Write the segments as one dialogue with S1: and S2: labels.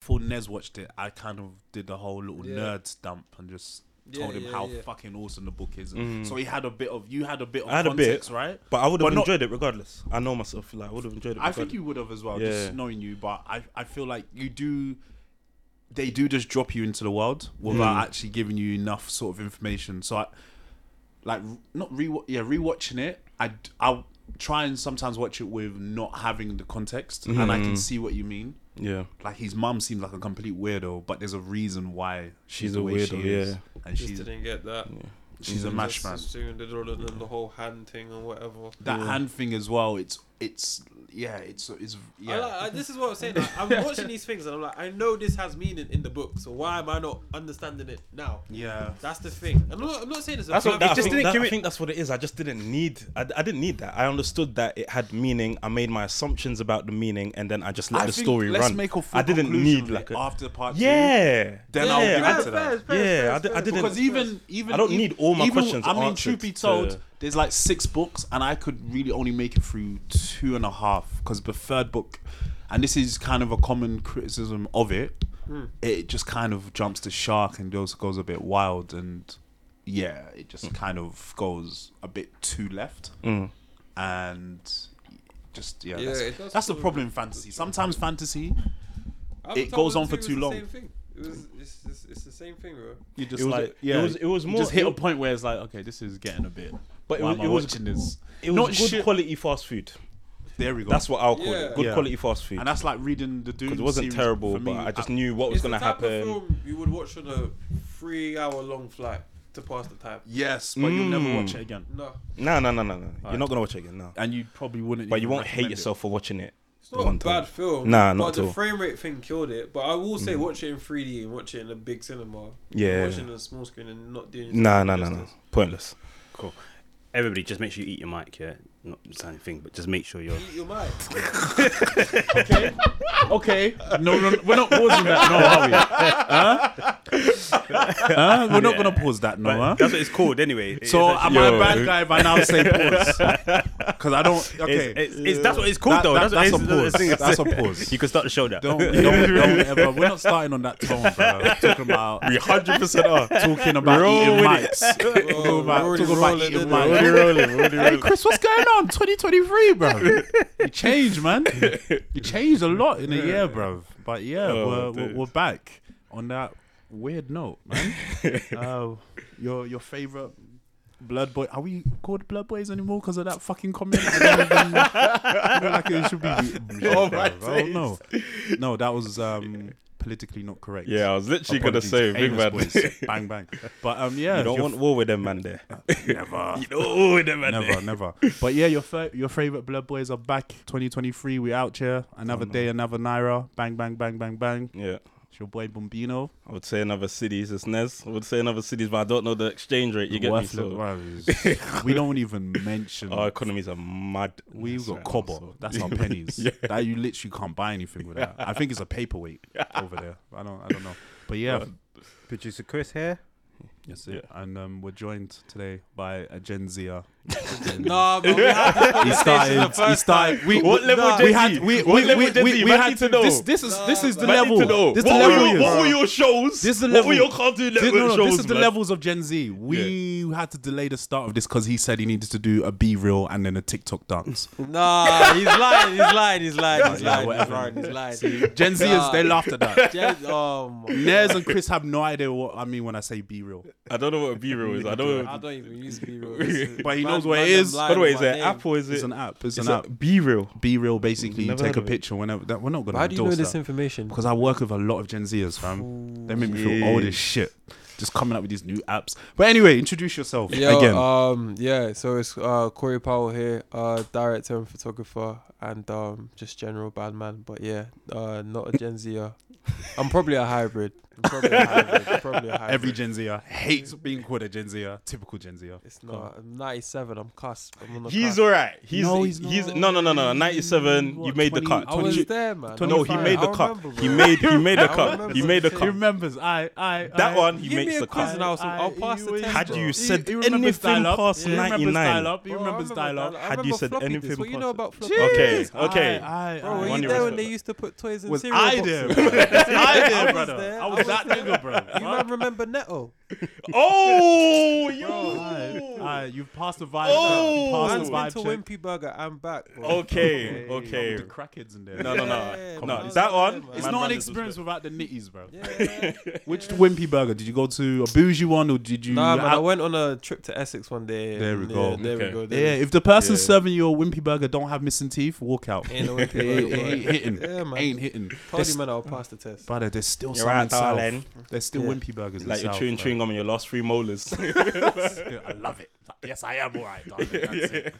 S1: before Nez watched it, I kind of did the whole little
S2: Yeah.
S1: nerd stump and just
S2: Yeah,
S1: told him
S2: yeah,
S1: how
S2: yeah.
S1: fucking awesome the book is. So he had a bit of you had a bit of
S3: Mm. I had a bit.
S1: context, right?
S3: But I would have
S1: But not-
S3: enjoyed it regardless. I know myself. Like I would have enjoyed it.
S1: I think
S3: regardless.
S1: you would have as well,
S3: Yeah.
S1: just knowing you. But I, I feel like you do. They do just drop you into the world without
S3: Mm.
S1: actually giving you enough sort of information. So, I, like, not re yeah rewatching it. I I try and sometimes watch it with not having the context, and I can
S3: Mm.
S1: see what you mean.
S3: Yeah.
S1: Like his mum seems like a complete weirdo, but there's a reason why she's,
S3: She's
S1: the
S3: a
S1: way
S3: weirdo,
S1: she is,
S3: yeah. Mm-hmm.
S1: and
S2: Just
S1: she's
S2: didn't get that.
S1: she's a
S2: Just
S1: mash man.
S2: assumed it rather than the whole hand thing and whatever.
S1: That
S3: Yeah.
S1: hand thing as well. It's it's yeah. It's it's
S2: I
S1: yeah.
S2: like- I- this is what I'm saying. like, I'm watching these things and I'm like, I know this has meaning in the book, so why am I not understanding it now?
S1: yeah.
S2: That's the thing. I'm not, I'm not saying it's a
S3: That's what
S2: perfect
S3: that, I, think,
S4: just
S2: thing.
S4: didn't
S3: that-
S4: give
S3: I
S4: it-
S3: think that's what it is. I just didn't need. I, I didn't need that. I understood that it had meaning. I made my assumptions about the meaning, and then I just let the
S1: think
S3: story
S1: let's
S3: run.
S1: Make a full
S3: I didn't
S1: conclusion
S3: need
S1: of it
S3: like a
S1: after part two.
S3: yeah.
S1: Then
S3: yeah,
S1: I'll give
S3: I-
S1: it to them.
S3: Yeah, I d- I didn't-
S1: Because even even
S3: I don't
S1: e-
S3: need all my
S1: even-
S3: questions
S1: I mean,
S3: answered
S1: truth be told,
S3: to-
S1: there's like six books, and I could really only make it through two and a half because the third book, and this is kind of a common criticism of it,
S2: Hmm.
S1: it just kind of jumps the shark and goes goes a bit wild, and yeah, it
S3: Hmm.
S1: just kind of goes a bit too left,
S3: Mm.
S1: and just yeah,
S2: Yeah,
S1: that's,
S2: it does
S1: that's the
S2: feel-
S1: problem in fantasy. Sometimes fantasy,
S2: Avatar
S1: it goes on
S2: One and
S1: for
S2: Two
S1: too
S2: was the
S1: long.
S2: same thing. It was, it's, it's, it's the same thing, bro.
S1: you just
S3: It was-
S1: like
S3: it
S1: yeah,
S3: was- it was
S1: you
S3: more-
S1: just hit
S3: it-
S1: a point where it's like okay, this is getting a bit.
S3: But it
S1: why
S3: was-
S1: am I
S3: it was-
S1: watching this?
S3: It was
S1: Not
S3: good
S1: shit-
S3: quality fast food.
S1: There we go.
S3: That's what I'll call
S2: Yeah.
S3: it. Good
S1: Yeah.
S3: quality fast food.
S1: and that's like reading the Dune.
S3: Because it wasn't
S1: series
S3: terrible,
S1: for me.
S3: but I just knew what was
S2: It's the
S3: going to
S2: type Of
S3: happen.
S2: film you would watch on a three-hour-long flight to pass the time.
S1: yes, but you'll never
S3: Mm.
S1: watch it again,
S2: No,
S3: No, no, no, no, no. You're
S1: Alright.
S3: not going to watch it again now.
S1: and you probably wouldn't.
S3: But you
S1: even
S3: won't hate
S1: recommend it.
S3: yourself for watching it.
S2: it's not a
S3: One time.
S2: bad film.
S3: Nah, not
S2: but
S3: at
S2: the
S3: all. Mm.
S2: frame rate thing killed it. But I will say, watch it in 3D and watch it in a big cinema.
S3: Yeah.
S2: watching it on a small screen and not doing.
S3: No,
S2: yourself
S3: no, no, no.
S2: justice.
S3: Pointless.
S4: Cool. Everybody, just make sure you eat your mic. Yeah, not the same thing, but just make sure you're.
S2: Eat your mind.
S1: Okay, okay. No, no, no, we're not pausing that. No, are we? Huh? Huh? We're not gonna pause that. No,
S4: But
S1: huh?
S4: That's what it's called anyway. It-
S1: So
S4: it's
S1: am
S4: actually-
S1: I a
S3: Yo.
S1: bad guy if I now say pause? Because I don't. Okay,
S4: It's, it's, it's, that's what it's called
S1: That-
S4: though.
S1: that-
S4: that's,
S1: that's
S4: what
S1: a
S4: it's-
S1: pause.
S4: it's-
S1: That's a pause.
S4: You can start the show now.
S1: don't, don't, don't ever. We're not starting on that tone, bro. Talking about
S3: We 100% are.
S1: talking about
S3: Roll
S1: eating
S3: with
S1: mics. Talking about,
S2: already
S1: talking about
S2: rolling,
S1: eating
S2: innit?
S1: mics.
S3: Already rolling. Already
S1: Hey
S3: rolling.
S1: Chris, what's going on? 2023, bro. You changed, man. You changed a lot in a year, bro. But yeah,
S3: Oh,
S1: we're, we're,
S3: dude.
S1: we're back on that weird note, man. uh, your your favorite blood boy? Are we called blood boys anymore because of that fucking comment? I don't even- I feel like it should be.
S3: Oh, my
S1: bruv. I don't know. No, that was um, politically not correct.
S3: Yeah, I was literally going to
S1: Apologies.
S3: say, big
S1: Anus
S3: man.
S1: boys. bang bang. But um, yeah,
S3: You don't
S1: your
S3: want war with them, man, there.
S1: f- never.
S3: You don't want war with them, man, there.
S1: Never, never. But yeah, your fa- your favorite Blood Boys are back. 2023, we out here. Another
S3: no.
S1: day, another Naira. Bang, bang, bang, bang, bang.
S3: Yeah.
S1: It's your boy Bombino.
S3: I would say another cities. It's Nez. I would say another cities, but I don't know the exchange rate. You get me?
S1: Worthless-
S3: So Oh,
S1: Wow, we don't even mention.
S3: our economies are mad.
S1: We've got
S3: Right now,
S1: cobble.
S3: so-
S1: That's our pennies.
S3: Yeah.
S1: That you literally can't buy anything with that. I think it's a paperweight over there. I don't. I don't know. But yeah,
S4: Producer Chris here.
S1: that's it. And um, we're joined today by a Gen Zer.
S2: Nah, but we had this
S1: he
S2: conversation the
S1: started. He
S2: first time.
S1: started. We,
S3: What
S1: we-
S3: level
S1: nah,
S3: Gen
S1: we
S3: Z?
S1: had. We,
S3: What
S1: we,
S3: level
S1: we,
S3: Gen
S1: we,
S3: Z?
S1: we
S3: Man
S1: had
S3: need
S1: to.
S3: to know.
S1: This, this is. This is the
S3: Man
S1: level.
S3: need to know.
S1: This is the
S3: what,
S1: level.
S3: were your, what
S1: bro.
S3: were your shows?
S1: This is the
S3: What
S1: level.
S3: were your Cartoon
S1: Thi-
S3: Network
S1: no, no,
S3: shows?
S1: this is the
S3: man?
S1: levels of Gen Z. We had to delay the start of this because he said he needed to do a B reel and then a TikTok dance.
S2: Nah, he's lying. He's lying. He's lying. He's
S1: Yeah,
S2: lying. He's
S1: whatever.
S2: lying. He's lying.
S1: Gen Z is
S2: Nah.
S1: they laughed at that.
S2: Jez- oh my
S1: Nez and Chris have no idea what I mean when I say B reel.
S3: I don't know what a B roll is. I don't.
S2: I don't even use B roll.
S1: But he knows what it is.
S3: By the way, is it Apple? Is it?
S1: It's an app. It's,
S3: it's
S1: an
S3: a
S1: app.
S3: B roll.
S1: B reel basically you
S3: Never
S1: take
S3: heard
S1: a
S3: of it.
S1: picture whenever that we're not gonna
S2: How do you know
S1: endorse
S2: this
S1: that.
S2: information?
S1: Because I work with a lot of Gen Zers, fam. They make me feel old as shit. Just coming up with these new apps. But anyway, introduce yourself
S2: Yo,
S1: again.
S2: um, yeah. So it's uh, Corey Powell here, uh, director and photographer, and um, just general bad man. But yeah, uh, not a Gen Zer. I'm probably a hybrid. I'm probably a hybrid. I'm probably a hybrid.
S1: Every Gen Zer hates being called a Gen Zer. Typical Gen Zer.
S2: It's not. I'm 97. I'm cusp. I'm on the
S3: He's
S2: cusp.
S3: alright. He's
S1: No, he's not.
S3: no no no no. Ninety seven. You
S1: What,
S3: made the
S1: 20
S3: cut.
S2: I was
S1: 20
S2: there, man.
S3: No, he
S2: 25.
S3: made
S2: I
S3: the cut.
S2: remember,
S3: He
S2: bro.
S3: made he made the
S2: I
S3: cut.
S2: remember
S3: He made the
S2: the
S1: He
S3: cut.
S1: remembers. I, I,
S3: That one he
S2: Give me
S3: makes
S2: a
S3: the
S2: quiz
S3: cut.
S2: and I'll, I'll pass the
S1: he-
S2: test.
S1: he-
S3: Had
S2: bro.
S3: you said
S1: he remembers
S3: anything
S1: dial-up.
S3: past
S1: He remembers
S3: 99?
S1: dial-up. He
S2: Bro, I
S1: remembers
S2: remember
S1: dial
S2: dial-up.
S1: up.
S2: I
S3: Had you
S2: remember
S3: said
S2: floppy
S3: anything
S2: disks. What you know
S3: past-
S2: about floppy?
S3: Okay Oh,
S2: disks?
S3: okay.
S1: I, I,
S2: Bro,
S3: I
S2: were
S3: One
S2: you
S3: year
S2: there
S3: was
S2: when they
S3: better.
S2: used to put toys in
S1: was
S2: cereal
S1: I
S2: boxes?
S1: there? bro?
S2: Bro.
S1: I there,
S2: was
S1: brother.
S2: there,
S1: I
S2: I
S1: was that nigga, bro.
S2: You man remember Neto?
S3: Oh, yo.
S1: Alright, alright, you've passed the vibe.
S3: Oh!
S1: Oh,
S2: Man's
S1: passed the vibe
S2: been to
S1: check.
S2: Wimpy Burger. I'm back. Bro.
S3: Okay,
S1: Come
S3: okay.
S1: with The crackheads in there.
S3: No, no,
S2: Yeah,
S3: no, no.
S2: man.
S3: That one.
S2: It's
S1: It's
S3: man,
S1: not
S3: man,
S1: an
S3: this was
S1: experience without the nitties, bro.
S2: Yeah.
S1: Which wimpy burger did you go to? A bougie one, or did you?
S2: Nah, man, I
S1: have-
S2: went on a trip to Essex one day.
S1: There we
S2: and,
S1: go.
S2: Yeah, there we
S3: Okay.
S2: go.
S1: yeah,
S2: There we
S1: if the person
S3: Yeah.
S1: serving you a wimpy burger don't have missing teeth, walk out.
S2: go. Ain't no
S1: It ain't, it ain't
S2: way.
S1: hitting.
S2: Yeah, man.
S1: Ain't hitting.
S2: Party
S1: There's-
S2: man, I'll pass the test.
S1: brother, there's still
S3: You're
S1: some in
S3: right,
S1: South.
S3: darling.
S1: There's still
S2: Yeah.
S1: wimpy burgers in
S3: Like you're
S1: South,
S3: chewing
S1: bro.
S3: chewing on your last three molars.
S1: I love it. Yes, I am all right, darling. That's it.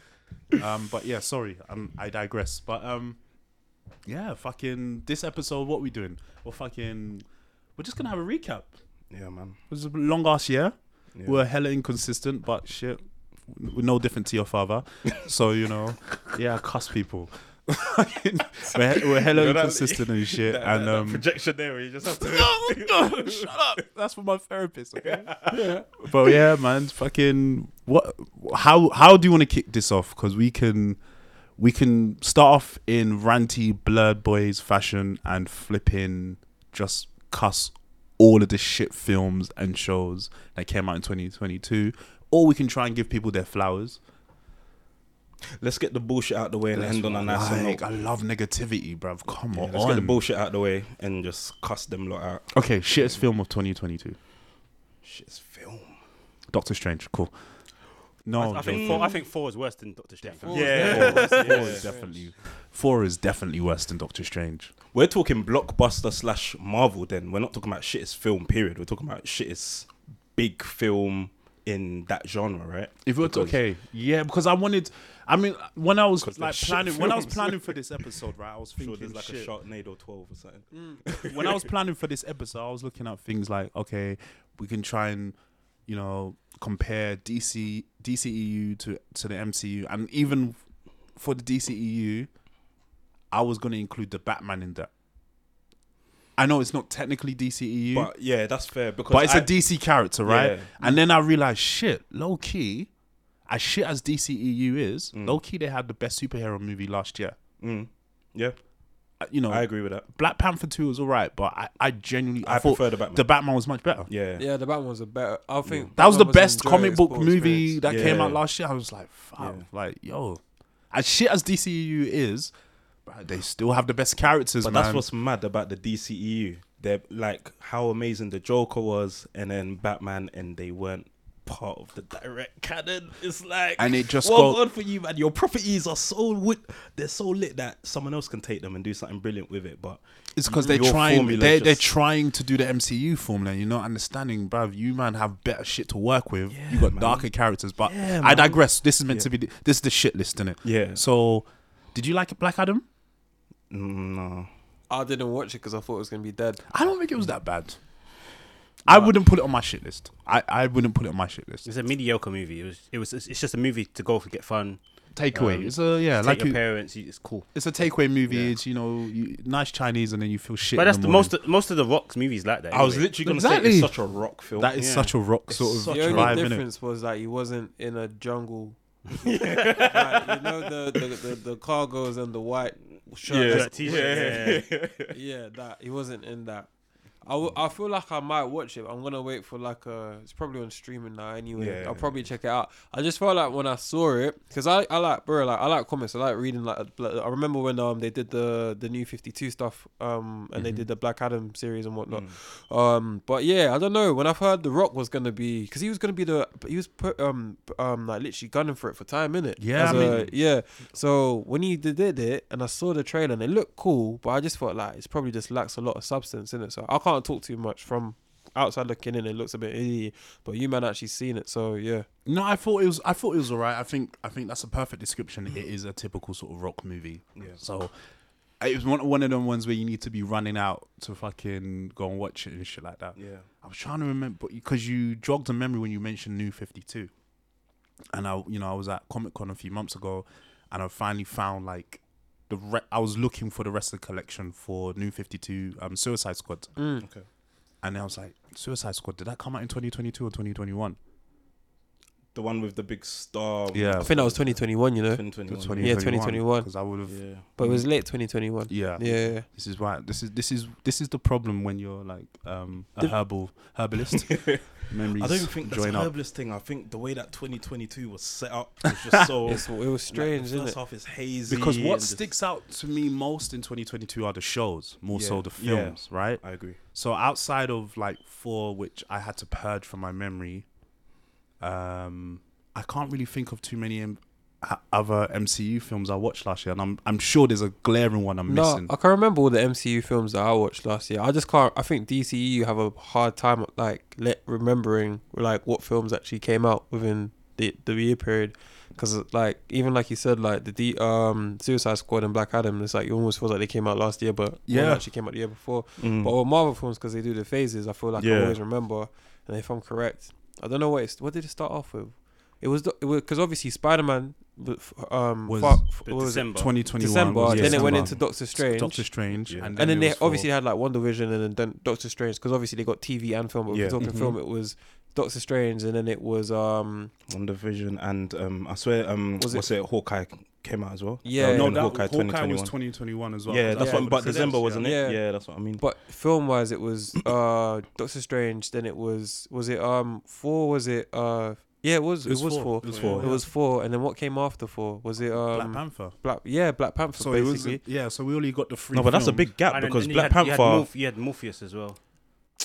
S1: Um, but yeah, sorry, um, I digress. But um, yeah, fucking this episode, what we doing? We're fucking, we're just gonna have a recap.
S3: yeah, man.
S1: It was a long ass year.
S3: Yeah.
S1: We're hella inconsistent, but shit, we're no different to your father. so you know, yeah, cuss people. we're, we're hella
S3: You know that-
S1: inconsistent and shit,
S3: That-
S1: and
S3: that- that
S1: um,
S3: projection there, you just have to.
S1: no, shut up. That's for my therapist. Okay. But yeah, man, fucking what? How how do you want to kick this off? Because we can we can start off in ranty blurred boys fashion and flipping just cuss all of the shit films and shows that came out in 2022 or we can try and give people their flowers
S3: Let's get the bullshit out the way and end on a nice
S1: like,
S3: note.
S1: i love negativity bruv come
S3: Yeah,
S1: on
S3: Let's get the bullshit out the way and just cuss them lot out.
S1: okay shittest film of 2022
S3: Shit's film.
S1: doctor strange cool no
S4: I, I think
S1: joking.
S4: four, I think four is worse than Doctor Strange.
S2: Four
S3: Yeah.
S2: was there.
S1: Four
S2: Yeah.
S1: is definitely four is definitely worse than Doctor Strange.
S3: We're talking blockbuster slash Marvel. Then we're not talking about shit is film. Period. We're talking about shit is big film in that genre, right?
S1: If it was
S3: Because-
S1: okay, yeah, because I wanted. I mean, when I was
S3: they're
S1: like
S3: shit
S1: planning, when I was
S3: films.
S1: planning for this episode, right, I was
S3: Sure,
S1: thinking
S3: there's like
S1: shit. Mm.
S3: a Sharknado 12 or something.
S1: when I was planning for this episode, I was looking at things like, okay, we can try and, you know, compare DC DCEU E to to the MCU, and even for the DCEU, I was going to include the Batman in that. I know it's not technically E DCEU,
S3: But yeah, that's fair because
S1: but it's a
S3: I-
S1: DC character, right?
S3: Yeah.
S1: And then I realized, shit, low key, as shit as DCEU is, low key, they had the best superhero movie last year.
S3: Mm, yeah,
S1: Uh, You know,
S3: I agree with that.
S1: Black Panther 2 was all right, but I, I genuinely I,
S3: I
S1: thought
S3: prefer the Batman.
S1: the Batman was much better.
S3: yeah.
S2: Yeah, the Batman was a better. I think
S1: That was the
S2: Batman an
S1: best comic
S2: enjoyable
S1: book
S2: experience.
S1: movie that came
S3: Yeah.
S1: out last year. I was like, fuck,
S3: Yeah.
S1: like, yo, as shit as DCEU is, bruh, they still have the best characters,
S3: But
S1: man.
S3: that's what's mad about the DCEU. They're like how amazing the Joker was, and then Batman, and they weren't part of the direct canon. It's like,
S1: And it just
S3: well
S1: got-
S3: done for you, man. Your properties are so wit- they're so lit that someone else can take them and do something brilliant with it. But
S1: It's because they're
S3: your
S1: trying. They're,
S3: formula
S1: they're
S3: just-
S1: trying to do the MCU formula. You're not understanding, bruv. You man have better shit to work with. you
S3: Yeah,
S1: got
S3: man.
S1: darker characters, but
S3: Yeah,
S1: I
S3: man.
S1: digress. This is meant to be. the- This is the shit list, innit?
S3: Yeah.
S1: So, did you like Black Adam?
S3: Mm, no,
S2: I didn't watch it because I thought it was gonna be dead.
S1: I don't think it was that bad. I wouldn't put it on my shit list. I, I wouldn't put it on my shit list.
S4: It's a mediocre movie. It was. It was. It's just a movie to go for get fun.
S1: Takeaway.
S4: Um,
S1: it's a yeah,
S4: Take
S1: like
S4: your
S1: you,
S4: parents. you- It's cool.
S1: it's a takeaway movie.
S4: Yeah.
S1: It's you know you, nice Chinese, and then you feel shit.
S4: But
S1: in
S4: that's
S1: the
S4: the
S1: morning.
S4: most. Most of the Rock's movies like that.
S3: I was
S4: anyway.
S3: literally gonna say
S1: Exactly.
S3: it's such a rock film.
S1: That is
S4: yeah.
S1: such a rock
S3: It's
S1: sort of
S3: such
S2: The
S3: a
S1: vibe,
S2: only
S1: innit?
S2: difference was that he wasn't in a jungle. Like, you know the the, the the cargos and the white shirt.
S4: Yeah, t-shirt,
S3: yeah.
S2: Yeah, that he wasn't in that. I, w- I feel like I might watch it. I'm gonna wait for like a. It's probably on streaming now anyway.
S3: Yeah.
S2: I'll probably check it out. I just felt like when I saw it because I, I like bro like I like comics. I like reading like I remember when um they did the the new Fifty Two stuff um and
S3: Mm-hmm.
S2: they did the Black Adam series and whatnot.
S3: Mm.
S2: Um, but yeah, I don't know. When I've heard The Rock was gonna be, because he was gonna be the, he was put um um like literally gunning for it for time, innit?
S1: Yeah,
S2: As
S1: I
S2: a- yeah. So when he did it, and I saw the trailer, and it looked cool, but I just felt like it's probably just lacks a lot of substance in it. So I can't talk too much from outside looking in. It looks a bit idiot, but you man actually seen it, so yeah.
S1: No, I thought it was. I thought it was alright. I think. I think that's a perfect description. It is a typical sort of rock movie.
S3: Yeah.
S1: So it was one one of them ones where you need to be running out to fucking go and watch it and shit like that.
S3: yeah.
S1: I was trying to remember because you jogged a memory when you mentioned New Fifty Two, and I, you know, I was at Comic Con a few months ago, and I finally found like the. Re- I was looking for the rest of the collection for New Fifty Two, um, Suicide Squad,
S3: Okay.
S1: and I was like, Suicide Squad. Did that come out in twenty twenty two or twenty twenty one?
S3: the one with the big star.
S1: Yeah.
S2: I think that was 2021, you know,
S3: 2021.
S2: Yeah, 2021.
S1: Because I would have.
S3: Yeah.
S2: but it was late 2021.
S1: Mm. Yeah.
S2: Yeah, yeah.
S1: This is why. This is this is this is the problem when you're like um, a herbal herbalist. Memories.
S3: I don't think that's a
S1: join up.
S3: herbalist thing. I think the way that 2022 was set up was just so
S2: It's, it was strange,
S3: Like, the
S2: isn't
S3: first
S2: it?
S3: half is hazy.
S1: Because
S3: and
S1: what
S3: just-
S1: sticks out to me most in 2022 are the shows, more so
S3: Yeah.
S1: the
S3: Yeah.
S1: films, right?
S3: I agree.
S1: So outside of like four, which I had to purge from my memory, um, I can't really think of too many M- h- other MCU films I watched last year, and I'm I'm sure there's a glaring one I'm
S2: No,
S1: missing.
S2: I can't remember all the MCU films that I watched last year. I just can't. I think DCEU have a hard time like let remembering like what films actually came out within the the year period, because like even like you said, like the D, um Suicide Squad and Black Adam, it's like you almost feels like they came out last year, but yeah,
S1: Yeah.
S2: actually came out the year before. But with Marvel films, because they do the phases, I feel like I
S3: Mm. Yeah.
S2: always remember. And if I'm correct, I don't know what it's, what did it start off with. It was because obviously Spider Man um
S1: Was-
S2: far- f-
S4: But
S2: what was it?
S4: December.
S1: 2021
S2: December,
S1: was
S2: then it went
S1: December.
S2: into Doctor Strange.
S1: Doctor Strange,
S4: Yeah.
S1: and
S2: and then
S1: it
S2: they
S1: was for-
S2: obviously had like Wonder Vision and then Don- Doctor Strange because obviously they got TV and film. But if
S3: Yeah.
S2: we're talking
S1: Mhm.
S2: film, it was Doctor Strange and then it was um
S3: Wonder Vision and um, I swear, um,
S2: Was
S3: was
S2: it-
S3: it, Hawkeye came out as well?
S2: yeah.
S1: no,
S3: and
S1: that
S3: Hawkeye
S1: Hawkeye,
S3: 2021.
S1: was 2021 as well.
S3: yeah, that's
S2: Yeah.
S3: what. But December wasn't
S2: Yeah.
S3: it? Yeah, that's what I mean.
S2: but film wise it was uh Doctor Strange. Then it was was it um four? Was it uh yeah it was it was, four.
S1: It was
S3: four,
S1: four.
S2: It was four. And then what came after four? Was it um
S1: Black Panther.
S2: Black- yeah Black Panther
S1: So
S2: basically.
S1: it was yeah. So we only got the three.
S3: No, but that's a
S1: films.
S3: big gap
S4: And then-
S3: because
S4: and you
S3: Black
S4: had- you had
S3: Panther.
S4: Morph- You had Morpheus as well.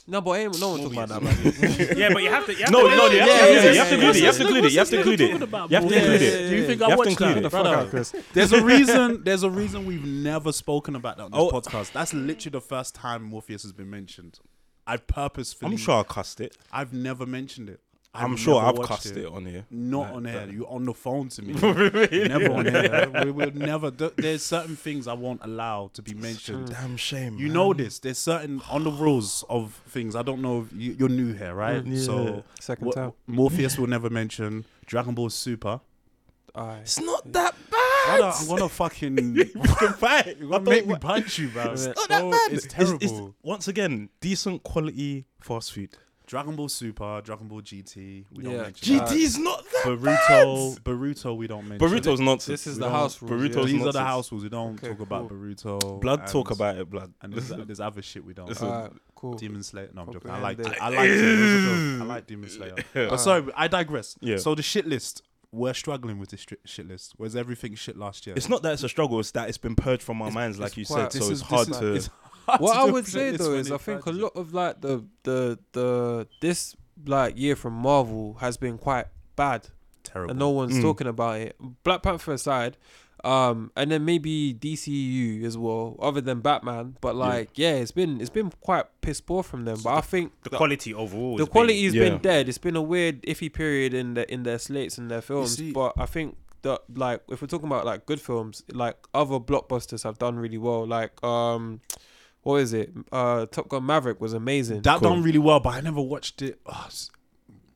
S2: no, but ain't no one talking about that. man.
S4: yeah, but you have to. You have
S3: No,
S4: to
S3: no, you have
S2: Yeah,
S3: to include
S2: yeah,
S3: it. You have to
S2: yeah,
S3: include it. You
S2: yeah.
S3: have to include it. You have to include it. You have to
S2: Yeah,
S3: include
S2: yeah,
S3: it. You
S2: yeah, yeah.
S3: have to include it.
S2: the fuck out, Chris.
S1: There's a reason. There's a reason we've never spoken about that on this
S3: Oh.
S1: podcast. That's literally the first time Morpheus has been mentioned. I purposefully.
S3: I'm sure I cussed it.
S1: I've never mentioned it. I've
S3: I'm sure
S1: never
S3: I've
S1: watched
S3: cussed it on here.
S1: Not
S3: Like,
S1: on air.
S3: but-
S1: You're on the phone to me. never on air. We will never. do- There's certain things I won't allow to be mentioned.
S3: Damn shame.
S1: You know this. There's certain on the rules of things. I don't know. If you, you're new here, right?
S2: Mm.
S1: So
S2: Second
S1: what-
S2: time.
S1: Morpheus will never mention Dragon Ball Super.
S2: Alright.
S3: It's not that
S1: Brother,
S3: bad.
S1: I'm gonna fucking you can fight. You're gonna make me punch you, bro.
S2: It's
S3: Not that bad.
S1: It's terrible.
S3: once again, decent quality fast food.
S1: Dragon Ball Super, Dragon Ball GT. We don't
S2: Yeah.
S1: mention that.
S2: GT.
S3: GT's not that
S1: Boruto. Baruto. We don't mention.
S3: Burrito's nonsense.
S2: This is
S3: We
S2: the
S3: don't-
S2: house rules,
S3: Burrito's
S2: yeah.
S1: These are
S3: nonsense.
S1: the house rules. We don't
S2: Okay,
S1: talk about
S2: cool.
S1: Baruto.
S3: Blood
S1: and-
S3: talk about it, blood.
S1: And there's, there's other shit we don't.
S3: This is-
S2: Alright, cool.
S1: Demon Slayer. No, I'm joking. I like.
S2: Comprehended.
S1: I like. it. It was a joke. I like Demon Slayer. But sorry, I digress.
S3: Yeah.
S1: So the shit list. We're struggling with this stri- shit list. Was everything shit last year?
S3: It's not that it's a struggle, it's that it's been purged from our minds, like
S2: it's
S3: you said,
S2: quite-
S3: so
S1: This
S3: it's
S1: is-
S3: hard
S1: this is-
S3: to.
S1: it's hard
S2: what
S1: to
S2: I
S1: do
S2: would
S1: shit
S2: say
S1: list
S2: though
S1: when
S2: is
S1: it
S2: I think a
S1: purges it.
S2: lot of like the the the this like year from Marvel has been quite bad
S1: terrible.
S2: and no one's
S3: Mm.
S2: talking about it. Black Panther aside, um, and then maybe DCU as well, other than Batman. But like, yeah, it's been it's been quite piss poor from them. But I think
S4: The quality overall.
S2: the
S4: has been-
S2: quality's been,
S3: Yeah.
S2: dead. It's been a weird iffy period in the in their slates and their films.
S1: see-
S2: but I think that like if we're talking about like good films, like other blockbusters have done really well. Like um, what is it? Uh, Top Gun Maverick was amazing.
S1: That
S3: Cool.
S1: done really well, but I never watched it. Ugh, it's-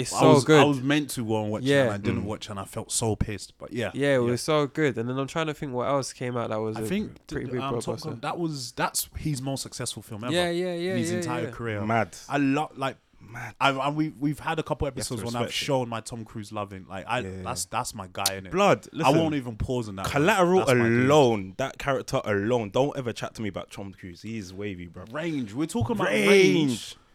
S2: it's
S1: I
S2: so
S1: was,
S2: good.
S1: I was meant to go and watch it,
S2: Yeah.
S1: and I
S3: Mm.
S1: didn't watch, and I felt so pissed. But yeah,
S2: yeah, it was so good. And then I'm trying to think what else came out that was
S1: I
S2: a
S1: think
S2: pretty
S1: th-
S2: big
S1: um, Top
S2: blockbuster.
S1: Gun, that was that's his most successful film ever.
S2: yeah, yeah, yeah,
S1: in his
S2: yeah,
S1: entire
S2: yeah.
S1: career.
S3: Mad.
S1: I love like.
S3: Mad.
S1: I've, and we we've had a couple episodes when I've
S3: respect it.
S1: shown my Tom Cruise loving like I
S3: Yeah.
S1: that's that's my guy in it.
S3: Blood.
S1: I
S3: Listen,
S1: won't even pause on that.
S3: Collateral
S1: That's my dude.
S3: alone, that character alone. Don't ever chat to me about Tom Cruise. He's wavy, bro.
S1: Range. We're talking about range.
S3: Range.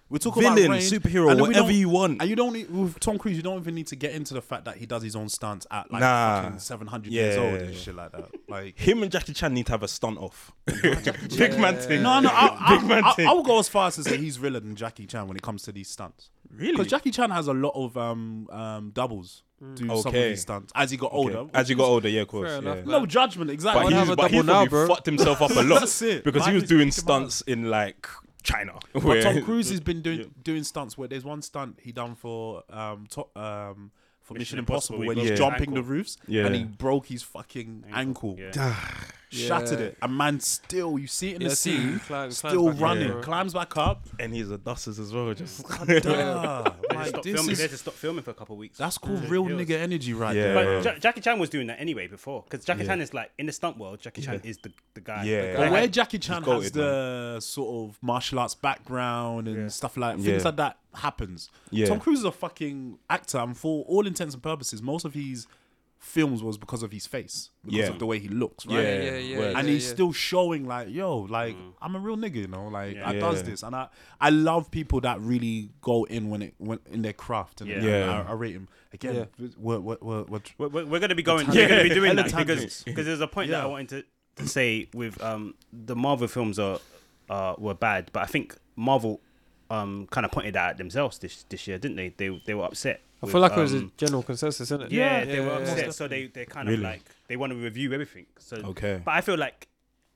S1: We're talking
S3: Villain,
S1: about range. And
S3: superhero,
S1: then we
S3: whatever
S1: don't-
S3: you want.
S1: And you don't need, with Tom Cruise. You don't even need to get into the fact that he does his own stunts at like
S3: Nah.
S1: fucking seven hundred
S3: Yeah.
S1: years old and shit like that. Like
S3: Him and Jackie Chan need to have a stunt off. Big man thing.
S1: No, no, I, I,
S3: Big man
S1: I,
S3: thing.
S1: I would go as far as to say he's realer than Jackie Chan when it comes to these stunts.
S3: really?
S1: Because Jackie Chan has a lot of um, um, doubles do some of
S3: Okay.
S1: these stunts as he got
S3: Okay.
S1: older.
S3: As you got older, yeah, of course.
S2: Fair
S3: yeah.
S2: enough, man.
S1: no judgment, exactly.
S3: But
S2: I'd
S3: he,
S2: have a
S3: but he
S2: double now,
S3: probably
S2: bro.
S3: fucked himself up a lot
S1: That's it.
S3: because
S1: Mine
S3: he was
S1: is
S3: doing
S1: just about-
S3: stunts in like China.
S1: But
S3: where-
S1: Tom Cruise has been doing doing stunts where there's one stunt he done for um to, um for Mission,
S4: Mission
S1: Impossible,
S4: Impossible, he
S1: when
S4: broke
S1: he's
S3: his
S1: jumping
S4: ankle.
S1: the roofs
S3: Yeah.
S1: and he broke his fucking ankle.
S4: Yeah.
S1: Do shattered
S2: Yeah.
S1: it, and man still you see it in
S2: Yeah,
S1: the
S2: see,
S1: scene,
S2: climb-
S1: still
S2: climbs back up,
S1: running,
S2: bro.
S1: climbs back up.
S3: and he's a dusters as well. Just
S1: Duh.
S4: They
S1: Like,
S4: stopped
S1: this
S4: filming.
S1: is-
S4: They had to stop filming for a couple of weeks.
S1: that's called real
S4: It was-
S1: nigga energy right
S3: Yeah.
S1: there.
S4: But
S3: Yeah.
S4: Ja- Jackie Chan was doing that anyway before, because Jackie
S3: Yeah.
S4: Chan is like in the stunt world. Jackie Chan is the, the guy.
S3: Yeah.
S4: The
S1: But
S4: guy
S1: where
S4: had-
S1: Jackie Chan has
S3: goated,
S1: the sort of martial arts background and stuff like things
S3: Yeah.
S1: like that happens.
S3: Yeah.
S1: Tom Cruise is a fucking actor, and for all intents and purposes, most of his films was because of his face, because
S3: Yeah.
S1: of the way he looks, right?
S3: Yeah,
S2: yeah, yeah,
S3: word.
S1: and
S2: yeah,
S1: he's
S2: yeah. Mm.
S1: still showing like, yo, like I'm a real nigga, you know, like I
S4: Yeah.
S1: does
S3: Yeah.
S1: this, and I I love people that really go in when it when in their craft, and
S4: Yeah.
S3: Yeah.
S1: I, I rate him again. What what what what?
S4: We're, we're, we're going to be going.
S1: tangent.
S4: We're going to be doing
S1: Hella
S4: that because
S1: tangents.
S4: because there's a point that I
S1: Yeah.
S4: wanted to, to say with um the Marvel films are uh, were bad, but I think Marvel um kind of pointed that at themselves this this year, didn't they? They they were upset.
S2: I
S4: with,
S2: feel like it was a
S4: um,
S2: general consensus, isn't it?
S4: yeah, they were
S2: yeah,
S4: upset,
S2: yeah.
S4: so they they kind
S3: Really?
S4: of like they want to review everything. So
S3: Okay.
S4: but I feel like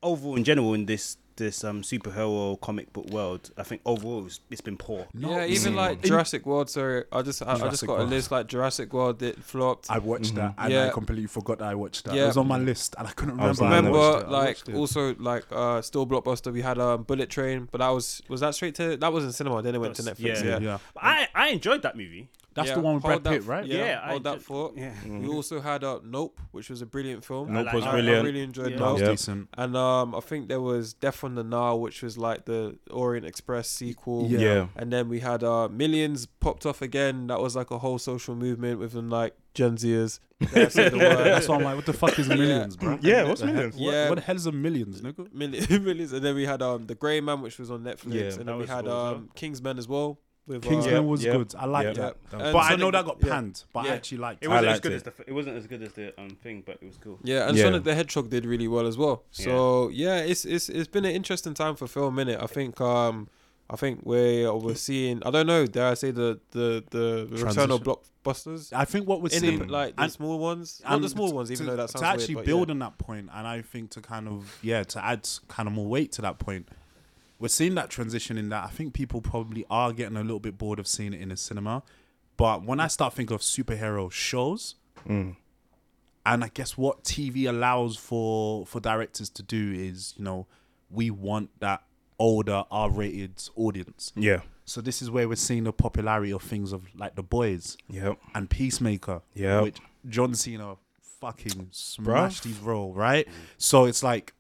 S4: overall in general in this this um superhero comic book world, I think overall it's, it's been poor.
S2: Yeah, even like Jurassic World. Sorry, I just I, I
S1: Mm.
S2: just
S1: Jurassic
S2: got a
S1: World.
S2: list like Jurassic World. It flopped.
S1: I watched that and
S2: Mm-hmm. Yeah.
S1: I completely forgot that I watched that.
S2: Yeah.
S1: It was on my list and I couldn't
S3: I was
S1: remember. I
S3: like, no.
S1: watched it,
S2: remember
S1: I
S2: like
S1: watched it.
S2: also like uh still blockbuster we had um bullet train but that was was that straight to that was in cinema then it went to
S4: That's-
S2: netflix
S4: yeah.
S2: yeah,
S1: yeah.
S4: But I I enjoyed that movie.
S1: That's
S2: Yeah,
S1: the one with
S2: hold
S1: Brad Pitt,
S2: that-
S1: right?
S2: yeah,
S4: Yeah, I
S2: hold that
S4: ju-
S2: thought
S4: yeah.
S2: we also had uh nope which was a brilliant film
S3: Nope
S4: like
S3: was
S4: that.
S2: I,
S3: brilliant.
S2: I really enjoyed
S4: Yeah.
S1: That was
S2: nope
S3: Yep.
S1: decent.
S2: and um i think there was death on the nile which was like the orient express sequel
S1: Yeah.
S3: yeah.
S2: and then we had uh millions popped off again that was like a whole social movement within like gen zers Dare I say the word.
S1: That's why I'm like, what the fuck is millions, bro?
S3: Yeah, what's
S1: The hell-
S3: Millions?
S1: What,
S2: Yeah.
S1: what the hell's a millions, nigga?
S2: Million, millions, and then we had um the Grey Man, which was on Netflix,
S3: Yeah,
S2: and
S4: that
S2: then we
S4: was
S2: had
S4: cool as well.
S2: um Kingsman as well. With, uh,
S1: Kingsman
S3: Yeah,
S1: was
S3: yeah,
S1: good. I liked
S3: yeah.
S1: that.
S3: Yeah.
S2: And
S1: But I
S2: Sonic-
S1: know that got
S2: yeah.
S1: panned, but
S2: Yeah.
S1: I actually liked
S4: It
S1: it.
S3: was-
S4: wasn't as
S3: liked
S4: good
S3: it.
S4: as the it wasn't as good as the um thing, but it was cool.
S2: Yeah, and
S3: Yeah.
S2: Sonic the Hedgehog did really well as well. So yeah, it's it's it's been an interesting time for film, innit? I think um I think we're we're seeing I don't know dare I say the the the return of blockbusters,
S1: I think what we're
S2: Indep-
S1: seeing,
S2: like the
S1: and-
S2: small ones, not
S1: and
S2: the small
S1: to-
S2: ones, even
S1: Um, to-
S2: though that sounds
S1: to actually
S2: weird, but
S1: build
S2: yeah.
S1: on that point, and I think to kind of yeah, to add s- kind of more weight to that point, we're seeing that transition in that I think people probably are getting a little bit bored of seeing it in the cinema. But when I start thinking of superhero shows,
S2: Mm.
S1: and I guess what TV allows for for directors to do is, you know, we want that older R-rated audience.
S3: Yeah.
S1: So this is where we're seeing the popularity of things of like The Boys
S3: Yep.
S1: and Peacemaker.
S3: Yep.
S1: Which John Cena fucking smashed his role, right? So it's like,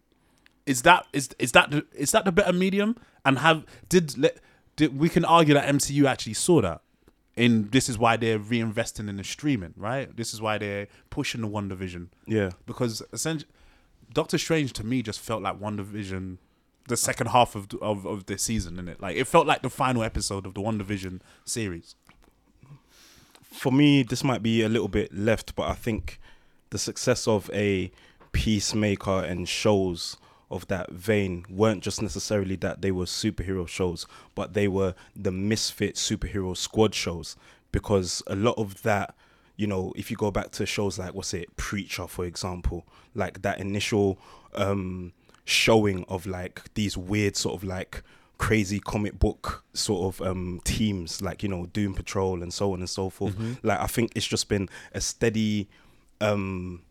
S1: is that is is that the, is that the better medium? And have did let did, we can argue that MCU actually saw that. In this is why they're reinvesting in the streaming, right? This is why they're pushing the One Division
S3: Yeah.
S1: because essentially, Doctor Strange to me just felt like One Division, the second half of of of the season, in it. Like it felt like the final episode of the One Division series.
S3: for me, this might be a little bit left, but I think the success of a peacemaker and shows of that vein weren't just necessarily that they were superhero shows, but they were the misfit superhero squad shows because a lot of that, you know, if you go back to shows like what's it, Preacher, for example, like that initial um showing of like these weird sort of like crazy comic book sort of um teams like you know doom patrol and so on and so forth like i think it's just been a steady um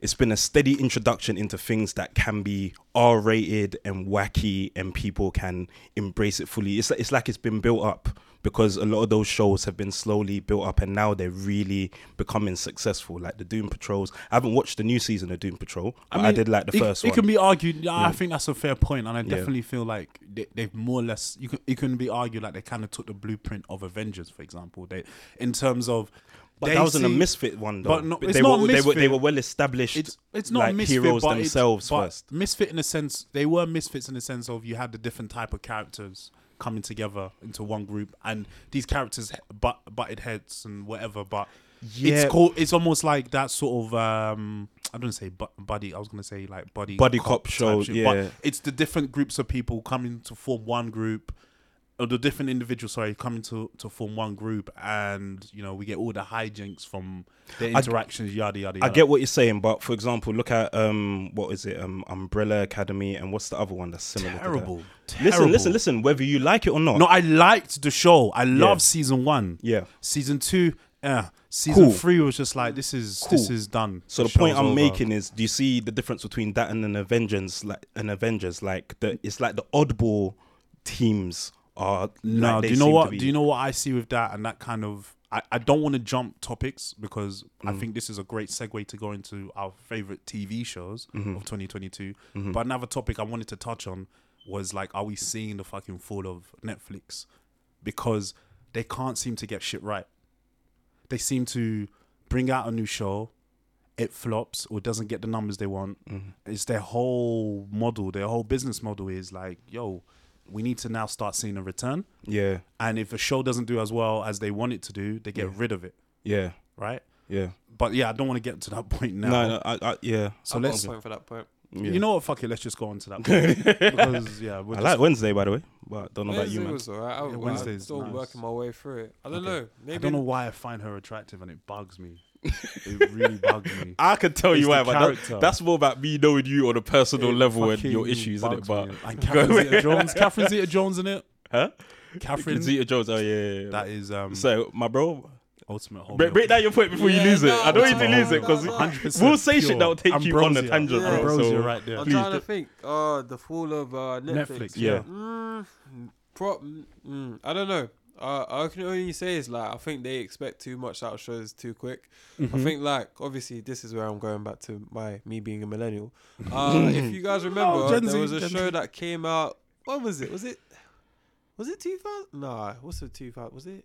S3: it's been a steady introduction into things that can be r-rated and wacky and people can embrace it fully it's, it's like it's been built up because a lot of those shows have been slowly built up and now they're really becoming successful like the doom patrols i haven't watched the new season of doom patrol but i, did like the
S1: it,
S3: first
S1: It
S3: one
S1: can be argued. Yeah, I think that's a fair point, and I
S3: Yeah.
S1: definitely feel like they, they've more or less. You can it can be argued like they kind of took the blueprint of Avengers, for example. They in terms of.
S3: But
S1: they
S3: that wasn't a
S1: see-
S3: misfit one, though.
S1: but no-
S3: But
S1: it's
S3: they,
S1: not
S3: were,
S1: a
S3: they were they
S1: misfit.
S3: were well established.
S1: it's it's not
S3: like,
S1: misfit,
S3: heroes
S1: but it's-
S3: themselves
S1: but
S3: first.
S1: Misfit in a sense, they were misfits in the sense of you had the different type of characters coming together into one group, and these characters he- butt butted heads and whatever. But
S3: Yeah.
S1: it's called it's almost like that sort of um I don't say bu- buddy. I was gonna say like buddy
S3: Buddy cop
S1: type
S3: show,
S1: shit, but
S3: yeah.
S1: it's the different groups of people coming to form one group. Or the different individuals, sorry, coming to, to form one group, and you know we get all the hijinks from the interactions, yada yada.
S3: I
S1: yada.
S3: get what you're saying, but for example, look at um, what is it, um, Umbrella Academy, and what's the other one that's similar?
S1: terrible.
S3: To that? Listen,
S1: Terrible.
S3: listen, listen. Whether you like it or not,
S1: No, I liked the show. I love season one.
S3: Yeah.
S1: Season two, eh. Season
S3: Cool.
S1: three was just like this is this
S3: Cool.
S1: is done.
S3: So the
S1: show's
S3: point I'm
S1: over.
S3: making is, do you see the difference between that and an Avengers? Like an Avengers, like the it's like the oddball teams are.
S1: No,
S3: like, they
S1: do you know
S3: seem to
S1: what?
S3: be-
S1: Do you know what I see with that and that kind of? I, I don't want to jump topics because I
S3: Mm.
S1: think this is a great segue to go into our favorite TV shows
S3: Mm-hmm.
S1: of 2022. But another topic I wanted to touch on was like, are we seeing the fucking fall of Netflix? Because they can't seem to get shit right. They seem to bring out a new show, it flops or doesn't get the numbers they want.
S3: Mm-hmm.
S1: It's their whole model, their whole business model is like, yo, we need to now start seeing a return.
S3: Yeah,
S1: And if a show doesn't do as well as they want it to do, they get rid of it,
S3: yeah,
S1: right?
S3: yeah.
S1: But yeah, I don't want to get to that point now.
S3: No, no, I, I, yeah.
S1: So
S2: I've got a
S1: let's,
S2: point for that point.
S3: yeah.
S1: you know what? Fuck it, let's just go on to that point because yeah, we're
S3: I
S1: just,
S3: like Wednesday, by the way, but don't know about
S2: Wednesday
S3: you, man.
S2: was alright. I,
S1: Yeah,
S2: Wednesday's
S1: Wednesday's
S2: still
S1: nice.
S2: working my way through it. I don't know. Maybe
S1: I don't know why I find her attractive and it bugs me. It really bugs me.
S3: I could tell
S1: It's
S3: you why,
S1: the
S3: but that-
S1: character.
S3: that's more about me knowing you on a personal
S1: It
S3: level and
S1: fucking
S3: your issues, isn't it?
S1: bugs
S3: But
S1: me. and Catherine Zeta Jones, Catherine Zeta Jones in it.
S3: huh?
S1: Catherine,
S3: Zeta Jones. Oh yeah. yeah, yeah.
S1: that is um
S3: so my bro,
S1: ultimate. Oh, Home
S3: break, break down your point before
S2: Yeah,
S3: you lose it.
S2: no,
S3: I don't
S2: no,
S3: need to lose it
S2: no,
S3: because
S2: no.
S3: we'll say shit that will take you on a tangent,
S2: Yeah.
S3: bro.
S1: Ambrosia
S3: so-
S1: right there.
S2: I'm
S3: Please
S2: trying to
S3: don't-
S2: think. Oh, the fall of uh, Netflix.
S1: Netflix, yeah.
S3: Yeah.
S2: Mm, pro- mm, mm, I don't know. Uh, I can only say is like I think they expect too much out of shows too quick. I
S1: Mm-hmm.
S2: think like obviously this is where I'm going back to my me being a millennial. Uh, if you guys remember,
S1: Oh, Gen
S2: there
S1: Z,
S2: was a
S1: Gen
S2: show that came out. What was it? Was it? Was it 2000? Nah, what's the 2000? Was it? it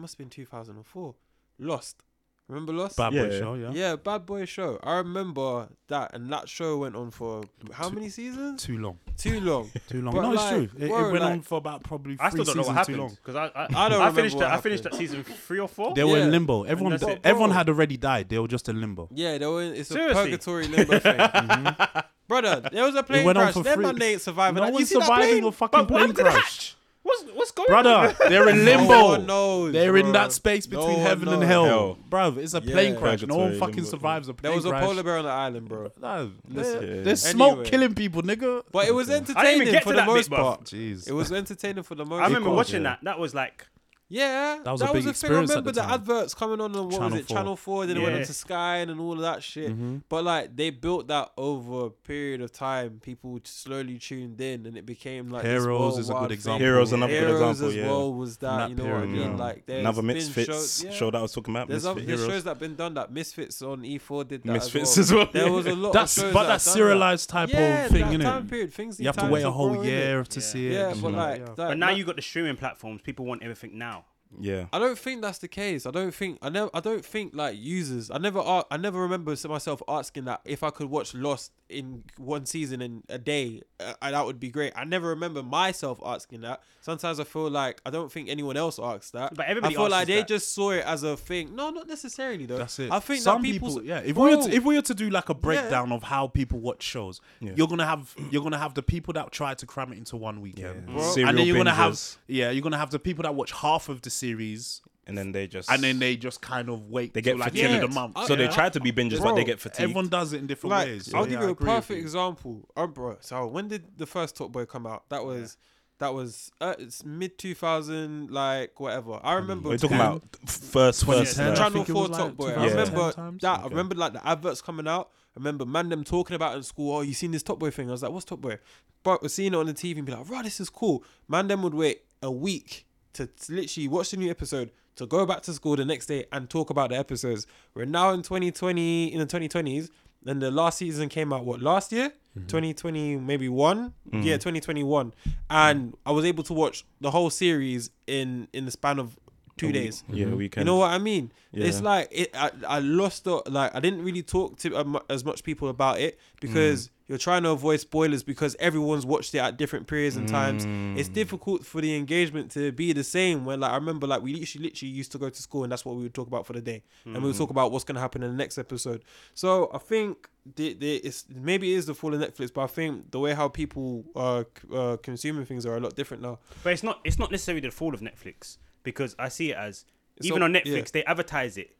S2: must have been 2004. Lost. Remember Lost?
S1: Bad boy
S3: Yeah.
S1: show, yeah.
S2: Yeah, Bad Boy Show. I remember that, and that show went on for how
S1: Two-
S2: many seasons?
S1: Too long.
S2: Too long.
S1: Too long.
S2: But
S1: no,
S2: like,
S1: it's true. It, it
S2: bro,
S1: went on
S2: like-
S1: for about probably.
S4: I still
S1: three
S4: don't know what
S1: seasons too
S4: happened
S1: long.
S4: because I, I,
S2: I don't
S4: I
S2: remember
S4: finished
S2: what
S4: that, I finished that
S2: happened.
S4: season three or four.
S1: They were
S2: Yeah.
S1: in limbo. Everyone,
S4: that's it.
S1: everyone
S2: Bro.
S1: had already died. They were just in limbo.
S2: Yeah, they were in, it's
S4: Seriously?
S2: a purgatory limbo thing. Mm-hmm. Brother, there was a plane
S1: went on
S2: crash.
S1: for
S2: Them
S1: free.
S2: man they ain't surviving.
S1: no
S2: that. You
S1: one's
S2: see that plane?
S1: surviving a fucking
S4: But what
S1: plane
S4: happened to that?
S1: crash,
S4: What's what's going on?
S1: brother. They're in
S2: No
S1: limbo.
S2: one knows,
S1: They're in
S2: bro.
S1: that space between
S2: No one
S1: heaven and
S2: knows.
S1: hell,
S3: Hell.
S1: bro. It's a plane
S2: Yeah.
S1: crash. No one
S3: Purgatory,
S1: fucking
S3: limbo.
S1: survives a plane
S2: There was a
S1: crash.
S2: polar bear on the island, bro.
S1: No,
S2: Listen.
S1: there-
S3: Yeah.
S1: there's smoke
S2: Anyway.
S1: killing people, nigga.
S2: But it was
S4: I didn't even
S2: entertaining
S4: get
S2: for
S4: to
S2: the
S4: that
S2: most
S4: bit, bruv.
S2: part.
S1: Jeez,
S2: It was entertaining for the most
S4: I
S2: part.
S4: remember
S1: course,
S4: watching
S1: yeah.
S4: that. That was like
S2: Yeah,
S1: That was a big
S2: the thing. I
S1: experience at
S2: remember
S1: the
S2: the,
S1: time.
S2: adverts coming on, on what
S1: Channel
S2: was it,
S1: four. Mm-hmm.
S2: Channel Four? Then it went
S4: Yeah.
S2: on to Sky and, and all of that shit. But like they built that over a period of time. People slowly tuned in, and it became like this
S1: Heroes is a
S2: worldwide
S1: good
S2: thing.
S1: example.
S3: Heroes another good
S2: Heroes
S3: example,
S2: as
S3: yeah.
S2: well was that,
S1: that
S2: you know what I
S1: period,
S2: mean?
S1: yeah.
S2: Like there's
S3: Mm. Another
S2: been
S3: Misfits
S2: shows, yeah.
S3: show that I was talking about.
S2: There's, other,
S3: Misfit
S2: there's
S3: Heroes.
S2: shows that been done that Misfits on E4 did that.
S3: Misfits
S2: as
S3: as
S2: well.
S3: well.
S2: There was a lot
S1: that's
S2: of shows
S1: but
S2: that
S1: that's
S2: done
S1: serialized type
S2: that. yeah,
S1: of thing,
S2: that
S1: innit?
S2: time period. Things
S1: You have
S2: need
S1: to
S2: time
S1: wait a
S2: grow,
S1: whole
S2: innit?
S1: year mm-hmm. to see it.
S2: Yeah,
S1: and
S2: but
S1: shit
S2: like,
S1: that.
S2: that-
S4: But now
S2: that-
S4: you got the streaming platforms. People want everything now.
S3: Yeah.
S2: I don't think that's the case. I don't think I never I don't think like users. I never ar- I never remember s- myself asking that if I could watch Lost in one season in a day, uh, uh, that would be great. I never remember myself asking that. Sometimes I feel like I don't think anyone else asks that.
S4: But everybody
S2: I feel
S4: asks
S2: like
S4: us
S2: they
S4: that.
S2: just saw it as a thing. No, not necessarily though.
S1: That's it.
S2: I think
S1: some
S2: that
S1: people,
S2: people,
S1: yeah. If we were
S2: Bro.
S1: to, if we were to do like a breakdown of how people watch shows,
S3: Yeah.
S1: you're gonna have you're gonna have the people that try to cram it into one weekend,
S3: Yeah.
S1: Bro.
S3: Serial
S1: and then you're gonna have
S3: bingers.
S1: yeah, you're gonna have the people that watch half of the series
S3: And then they just
S1: and then they just kind of wait
S3: they
S1: till
S3: get
S1: like the
S3: fatigued.
S1: end of the month.
S3: So they
S1: Yeah.
S3: try to be binges, but
S2: Bro,
S3: they get fatigued.
S1: Everyone does it in different
S2: Like,
S1: ways.
S2: I'll
S1: so
S2: give
S1: yeah, I
S2: you a
S1: agree with
S2: perfect
S1: you.
S2: example. Um, bro, so when did the first Talk Boy come out? That was that was uh, it's mid two thousand, like whatever. I remember.
S3: We're talking
S2: when-
S3: about first, first,
S1: Yeah.
S3: uh,
S1: Trying-
S2: Channel
S1: think it was
S2: Four
S1: like
S2: Top Boy. I
S1: 2010
S2: remember
S1: times.
S2: that. I
S1: Okay.
S2: remember like the adverts coming out. I remember man them talking about it in school. Oh, you seen this Top Boy thing? I was like, what's Top Boy? But we're seeing it on the TV and be like, right, this is cool. Man them would wait a week to t- literally watch the new episode to go back to school the next day and talk about the episodes. We're now in 2020 in the 2020s. And the last season came out what last year,
S1: Mm-hmm.
S2: 2020 maybe one, yeah, 2021, and I was able to watch the whole series in in the span of two days.
S3: yeah, weekend.
S2: You know what I mean? It's
S3: Yeah.
S2: like it, I, I lost the like I didn't really talk to um, as much people about it because you're trying to avoid spoilers because everyone's watched it at different periods and times. It's difficult for the engagement to be the same. When like I remember like we literally literally used to go to school and that's what we would talk about for the day and we would talk about what's gonna happen in the next episode. So I think the, the, it's maybe it is the fall of Netflix, but I think the way how people are c- uh, consuming things are a lot different now.
S4: But it's not it's not necessarily the fall of Netflix because I see it as
S2: It's
S4: even
S2: not-
S4: on Netflix
S2: yeah.
S4: they advertise it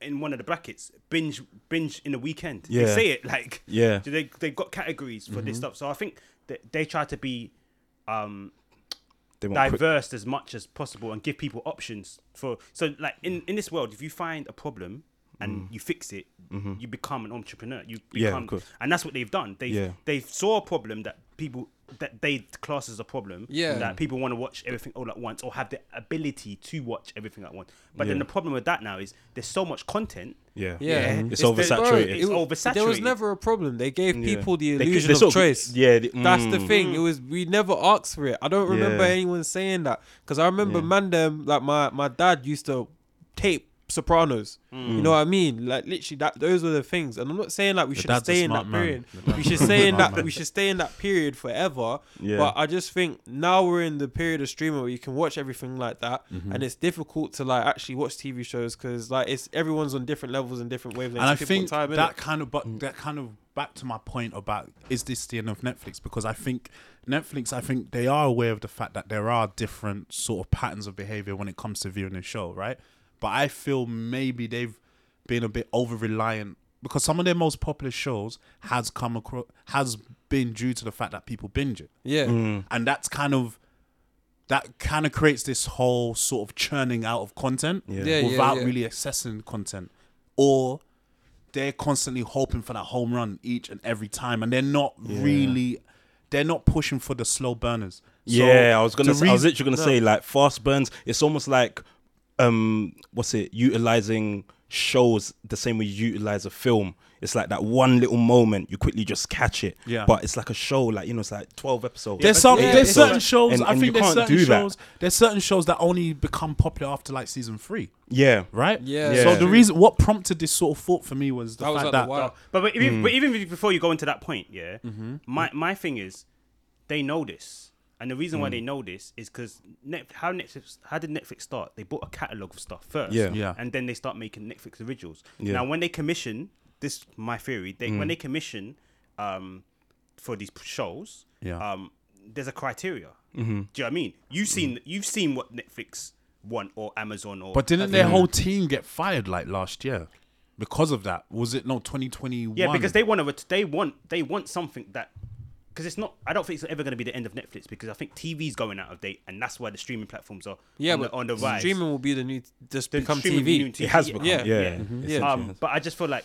S4: in one of the brackets binge binge in a weekend. They
S3: Yeah.
S4: say it like
S3: Yeah.
S4: so they they've got categories for this stuff. So I think that they try to be um
S3: They want quick-
S4: diverse as much as possible and give people options for so like in in this world if you find a problem and you fix it you become an entrepreneur you
S3: Mm. Mm-hmm. Yeah, of
S4: become
S3: course.
S4: and that's what they've done they
S3: Yeah.
S4: they saw a problem that people that they class as a problem
S2: Yeah.
S4: that people want to watch everything all at once or have the ability to watch everything at once but then
S3: Yeah.
S4: the problem with that now is there's so much content
S3: yeah,
S2: Yeah.
S3: Mhm. It's,
S4: It's the-
S3: oversaturated.
S4: It's
S2: w- There was
S4: oversaturated.
S2: never a problem. They gave
S3: Yeah.
S2: people the
S3: They-
S2: illusion
S3: they
S2: of
S3: sort
S2: choice.
S3: Yeah, they-
S2: That's the
S3: mm.
S2: thing. It was we never asked for it. I don't remember
S3: Yeah.
S2: anyone saying that because I remember
S3: Yeah.
S2: man them like my my dad used to tape Sopranos. You know what I mean? Like literally, that those were the things. And I'm not saying like we
S1: Mm. Your
S2: should
S1: dad's a
S2: stay in
S1: smart
S2: that
S1: man.
S2: period.
S1: Your dad's
S2: We
S1: a
S2: should stay in
S1: smart
S2: that.
S1: man.
S2: We should stay in that period forever.
S3: Yeah.
S2: But I just think now we're in the period of streaming where you can watch everything like that,
S1: Mm-hmm.
S2: and it's difficult to like actually watch TV shows because like it's everyone's on different levels and different wavelengths.
S1: and I
S2: It's different
S1: think
S2: time, innit?
S1: that kind of but that kind of back to my point about is this the end of Netflix because I think Netflix I think they are aware of the fact that there are different sort of patterns of behavior when it comes to viewing a show right but I feel maybe they've been a bit over reliant because some of their most popular shows has come across has been due to the fact that people binge it
S2: yeah.
S3: Mm.
S1: and that's kind of that kind of creates this whole sort of churning out of content
S3: Yeah.
S2: Yeah, yeah,
S1: without
S2: yeah.
S1: really accessing content or they're constantly hoping for that home run each and every time and they're not really they're not pushing for the slow burners So
S3: yeah, I was gonna.
S1: the
S3: Say, I was
S1: reas-
S3: literally gonna say like fast burns. It's almost like, um, what's it? Utilizing shows the same way you utilize a film. It's like that one little moment you quickly just catch it.
S1: Yeah.
S3: But it's like a show, like you know, it's like twelve episodes.
S1: there's some
S2: yeah,
S1: there's
S2: it's
S1: certain
S2: like-
S1: shows
S3: and-
S1: I
S3: and
S1: think
S3: you
S1: there's
S3: can't
S1: certain
S3: do that.
S1: shows there's certain shows that only become popular after like season three
S3: yeah.
S1: right
S2: Yeah.
S3: Yeah.
S1: so the reason what prompted this sort of thought for me was the
S2: That was
S1: fact
S2: like the
S1: that
S2: wild-
S4: But, but,
S1: Hmm.
S4: even, but even before you go into that point, yeah,
S1: Mm-hmm.
S4: my my thing is, they know this, and the reason
S1: Hmm.
S4: why they know this is because Net- how Netflix how did Netflix start? They bought a catalog of stuff first,
S3: Yeah.
S1: Yeah.
S4: and then they start making Netflix originals.
S3: Yeah.
S4: Now, when they commission this, my theory, they
S1: Hmm.
S4: when they commission um, for these p- shows,
S1: Yeah. Mm-hmm. Mm.
S4: um, there's a criteria. Do you know what I mean? You've seen you've seen what Netflix want or Amazon or
S1: But didn't their whole team get fired like last year because of that? Was it no 2021?
S4: Yeah, because they want to. They want. They want something that. Because it's not. I don't think it's ever going to be the end of Netflix because I think TV's going out of date, and that's why the streaming platforms are.
S2: Yeah,
S4: on
S2: but
S4: the, on the rise.
S2: streaming will be the new just
S4: The
S2: become
S4: streaming
S2: TV.
S4: new
S3: It has
S4: yeah.
S3: become.
S2: Yeah.
S3: Yeah. Mm-hmm.
S4: Yeah.
S3: It
S2: Yeah.
S3: essentially
S4: Um,
S3: has.
S4: but I just feel like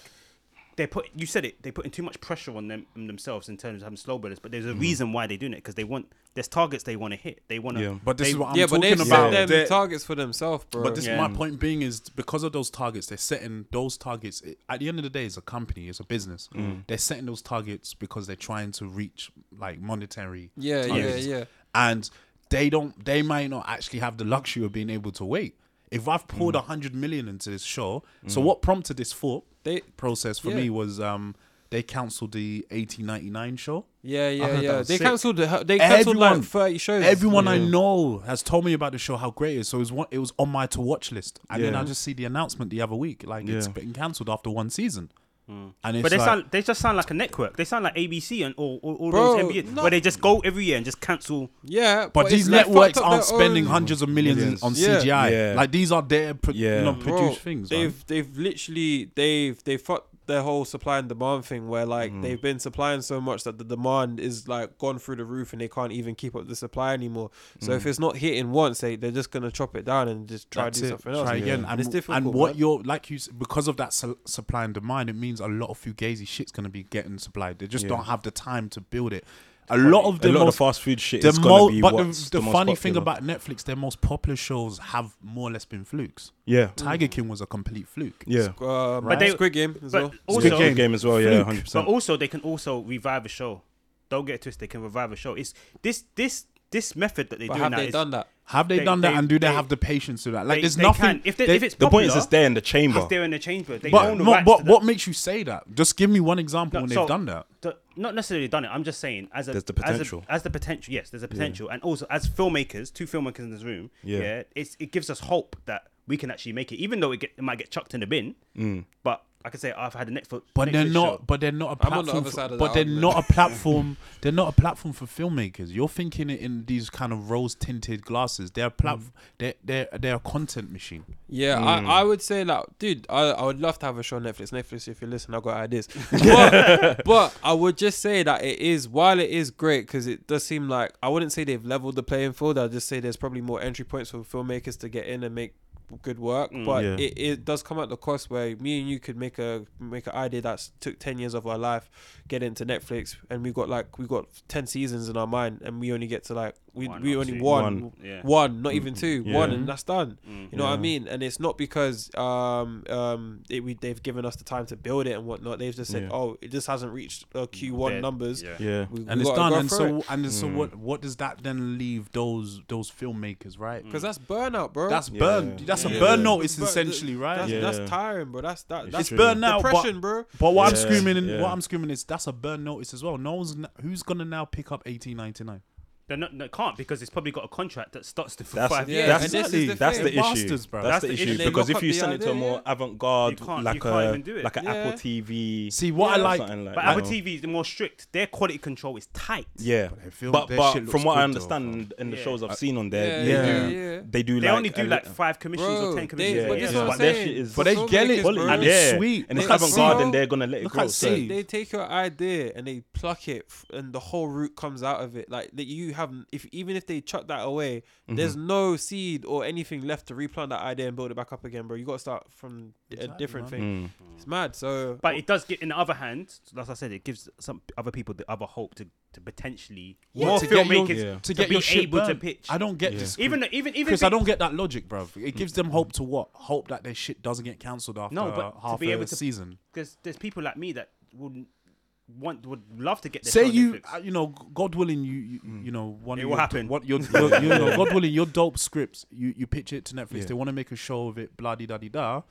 S4: they put. You said it. They put in too much pressure on them on themselves in terms of having slow burners. But there's
S2: Mm-hmm.
S4: a reason why they're doing it because they want. There's targets they want to hit. They want to.
S3: Yeah.
S1: But this
S4: they,
S1: is what I'm
S2: yeah, but
S1: talking
S2: they've
S1: about.
S2: set them
S1: They're-
S2: targets for themselves, bro.
S1: but this
S4: Yeah.
S1: my point being is because of those targets, they're setting those targets. it- At the end of the day, it's a company, it's a business.
S2: Mm.
S1: They're setting those targets because they're trying to reach like monetary.
S2: Yeah, yeah,
S1: targets.
S2: yeah.
S1: And they don't. They might not actually have the luxury of being able to wait. If I've
S2: Mm.
S1: poured a hundred million into this show, so what prompted this thought
S2: They-
S1: process for
S2: yeah.
S1: me was um they cancelled the 1899 show.
S2: yeah,
S1: I
S2: yeah,
S1: heard that
S2: yeah.
S1: was
S2: They
S1: sick.
S2: cancelled. the- They cancelled like thirty shows.
S1: Everyone I know has told me about the show, how great it is. So it was, one, it was on my to watch list. And then
S3: Yeah.
S1: I just see the announcement the other week. Like, it's
S3: Yeah.
S1: been cancelled after one season.
S2: Hmm.
S1: And it's
S4: But they
S1: like,
S4: sound. They just sound like a network. They sound like ABC and all. All, all
S2: Bro,
S4: those NBA,
S2: no.
S4: where they just go every year and just cancel.
S2: Yeah,
S1: but, these
S2: it's like
S1: networks
S2: fucked up
S1: aren't
S2: their
S1: spending
S2: own-
S1: hundreds of millions,
S3: Millions.
S1: on
S2: Yeah.
S1: CGI.
S3: Yeah.
S1: Like, these are their pro-
S3: Yeah.
S1: you know, produced
S2: Bro,
S1: things.
S2: They've
S1: man.
S2: they've literally they've they fucked their whole supply and demand thing where like
S1: Mm.
S2: they've been supplying so much that the demand is like gone through the roof and they can't even keep up the supply anymore. So
S1: Mm.
S2: if it's not hitting once, they they're just gonna chop it down and just try to
S1: That's
S2: do
S1: it.
S2: something else.
S1: Try again.
S2: And,
S1: And,
S2: it's difficult.
S1: and what
S2: man.
S1: you're like you s- because of that su- supply and demand, it means a lot of fugazi shit's gonna be getting supplied. They just
S3: Yeah.
S1: don't have the time to build it. A lot of the
S3: a lot of
S1: most
S3: the fast food shit.
S1: the
S3: is
S1: mo-
S3: gonna be
S1: but the,
S3: what's
S1: the,
S3: most
S1: funny thing
S3: popular.
S1: about Netflix, their most popular shows have more or less been flukes.
S3: yeah,
S1: Tiger King was a complete fluke.
S3: Mm. yeah,
S2: Uh,
S1: But
S2: they,
S4: they-
S2: Squid Game as well.
S4: But also,
S3: Squid Game game as well. Yeah,
S1: Fluke.
S3: hundred
S4: But
S3: percent.
S4: also, they can also revive a show. Don't get it twisted. They can revive a show. It's this this this method that they're
S2: But
S4: doing
S2: have
S4: now
S2: they
S4: is-
S2: done that?
S1: Have they,
S4: They-
S1: done that?
S4: they-
S1: and do they,
S4: they-
S1: have the patience to that? Like,
S4: they-
S1: there's
S4: they
S1: nothing.
S4: can- if they-
S1: they-
S4: if it's
S3: The point is,
S4: popular,
S3: it's there in the chamber.
S4: because they're in the chamber. They
S1: but
S4: own the
S1: no,
S4: rights
S1: but
S4: to that.
S1: what makes you say that? Just give me one example
S4: No,
S1: when
S4: so-
S1: they've done that.
S4: the- not necessarily done it. I'm just saying as a
S3: There's the
S4: as a-
S3: potential.
S4: As, the potential, yes, there's a potential, and also as filmmakers, two filmmakers in this room,
S3: Yeah.
S4: yeah, it's it gives us hope that we can actually make it, even though it, get, it might get chucked in the bin. But I could say I've had a Netflix.
S1: But they're
S4: Netflix
S1: not.
S4: show.
S1: But they're not a
S2: I'm
S1: platform.
S2: on the other
S1: for-
S2: side of
S1: but
S2: the
S1: they're
S2: argument.
S1: not a platform. they're not a platform for filmmakers. You're thinking it in these kind of rose tinted glasses. They're a
S2: Hmm.
S1: platform. They're they're they're a content machine.
S2: Yeah,
S4: Hmm.
S2: I, I would say like, dude, I, I would love to have a show on Netflix. Netflix, if you listen, I got ideas. But, but I would just say that it is while it is great because it does seem like I wouldn't say they've leveled the playing field. I'd just say there's probably more entry points for filmmakers to get in and make good work.
S4: Mm,
S2: but
S3: yeah.
S2: it, it does come at the cost where me and you could make a make an idea that took ten years of our life, get into Netflix, and we got like we got ten seasons in our mind, and we only get to like we
S4: One
S2: we
S4: or
S2: only
S4: two.
S2: one
S3: One.
S4: Yeah.
S2: one, not
S1: Mm-hmm.
S2: even two,
S3: yeah.
S2: one, and that's done.
S4: Mm.
S2: You know what I
S3: Yeah.
S2: mean? And it's not because um um it, we, they've given us the time to build it and whatnot. They've just said,
S3: Yeah.
S2: oh, it just hasn't reached uh, Q1
S4: Dead.
S2: numbers.
S4: Yeah.
S3: Yeah.
S2: We,
S1: and
S2: we
S1: it's
S2: gotta
S1: done.
S2: go
S1: And
S2: for
S1: so
S2: it.
S1: and so what what does that then leave those those filmmakers right?
S2: Cause that's burnout, bro.
S1: That's
S3: Yeah.
S1: burn. That's
S2: Hmm. Yeah.
S1: a burn notice
S2: Bur- th-
S1: essentially, right?
S2: That's,
S3: Yeah.
S2: that's tiring, bro. That's that. That's
S1: It's
S3: true.
S1: burn out.
S2: depression,
S1: But,
S2: bro.
S1: but what I'm
S3: Yeah,
S1: screaming, and
S3: yeah.
S1: what I'm screaming is that's a burn notice as well. No one's n- who's gonna now pick up 1899.
S4: They're not, they can't because it's probably got a contract that starts to for
S3: That's,
S4: five
S2: Yeah,
S4: years.
S3: that's,
S2: and this is
S3: the,
S2: the
S3: that's
S2: thing.
S3: the issue.
S1: Bastards, bro.
S3: That's,
S4: That's
S3: the,
S4: the
S3: issue.
S4: issue. They
S3: Because
S2: lock
S3: if
S2: up
S3: you
S2: the
S3: send it to a
S2: idea,
S3: more
S2: yeah.
S3: avant-garde,
S4: You can't- you
S3: like
S4: can't
S3: a
S4: even do it.
S3: like an
S2: Yeah.
S3: Apple TV,
S1: See what I like.
S3: something like
S4: But
S3: that.
S4: Apple TV is the more strict. Their quality control is tight.
S3: Yeah,
S1: But they film-
S3: but,
S1: their
S3: but
S1: shit looks
S3: from what I
S1: good though,
S3: understand in the
S4: Yeah.
S3: shows I've seen on there,
S2: Yeah,
S3: they
S2: yeah,
S3: do
S2: yeah.
S3: they do
S4: They
S3: like
S4: only do
S3: a
S4: like
S3: li-
S4: five commissions
S2: Bro,
S4: or ten
S2: they,
S4: commissions.
S3: Yeah,
S2: but
S4: a
S2: this
S4: year.
S2: is what I'm
S3: But their
S2: saying.
S3: shit is-
S1: But they get it,
S2: Filmmakers,
S1: bro.
S2: bro.
S1: And it's
S3: Yeah.
S1: sweet.
S3: and it's
S1: Look at
S3: avant-garde,
S1: Sing.
S3: and they're gonna let it
S1: Look
S3: grow.
S1: at
S3: so-
S1: Sing.
S2: they take your idea and they pluck it f- and the whole root comes out of it like that you have if even if they chuck that away there's no seed or anything left to replant that idea and build it back up again bro you gotta start from a
S1: Exactly,
S2: different
S1: man.
S2: thing it's mad so
S4: But it does get, in the other hand, as I said, it gives some other people the other hope to, to potentially
S1: Yeah,
S4: more
S1: to get your-
S4: filmmakers
S3: yeah.
S4: to, be able to
S1: burnt.
S4: pitch.
S1: I don't get
S3: Yeah.
S1: this.
S4: even even even
S1: Chris,
S4: big-
S1: I don't get that logic, bruv. It gives them hope to what? Hope that their shit doesn't get cancelled after
S4: No, but to
S1: half
S4: be
S1: a
S4: able to-
S1: season.
S4: there's there's people like me that would want would love to get. Their
S1: Say
S4: show on
S1: you,
S4: Netflix.
S1: uh, you know, God willing, you, you, you know, one
S4: It
S1: of
S4: will
S1: your-
S4: happen.
S1: What your, your, you know, God willing, your dope scripts, you, you pitch it to Netflix.
S3: Yeah.
S1: They want to make a show of it, bloody da di da.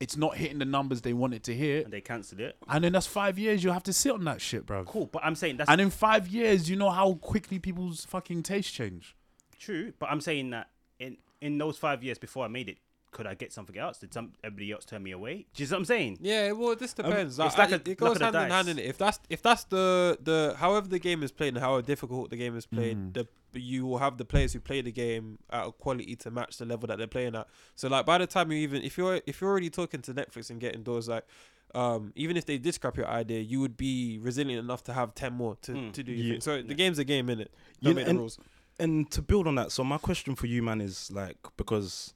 S1: It's not hitting the numbers they want it to hit,
S4: and they cancelled it.
S1: and then that's five years you have to sit on that shit, bruv.
S4: Cool, but I'm saying that's
S1: And in five years, you know how quickly people's fucking tastes change.
S4: true. But I'm saying that in in those five years before I made it, could I get something else? Did some everybody else turn me away? Do you see what I'm saying?
S2: yeah, well, this depends.
S4: it's
S2: like,
S4: like a
S2: it- it
S4: luck
S2: goes
S4: of the
S2: hand in hand.
S4: dice.
S2: In it, if that's if that's the the however the game is played and how difficult the game is played, the you will have the players who play the game at a quality to match the level that they're playing at. So like by the time you even if you're if you're already talking to Netflix and getting those like. Um, even if they did scrap your idea, you would be resilient enough to have ten more to, to do your
S3: Yeah.
S2: thing. So the game's a game, innit?
S3: You know,
S2: Don't make the
S3: and-
S2: rules.
S3: And to build on that, so my question for you, man, is like because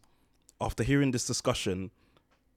S3: after hearing this discussion,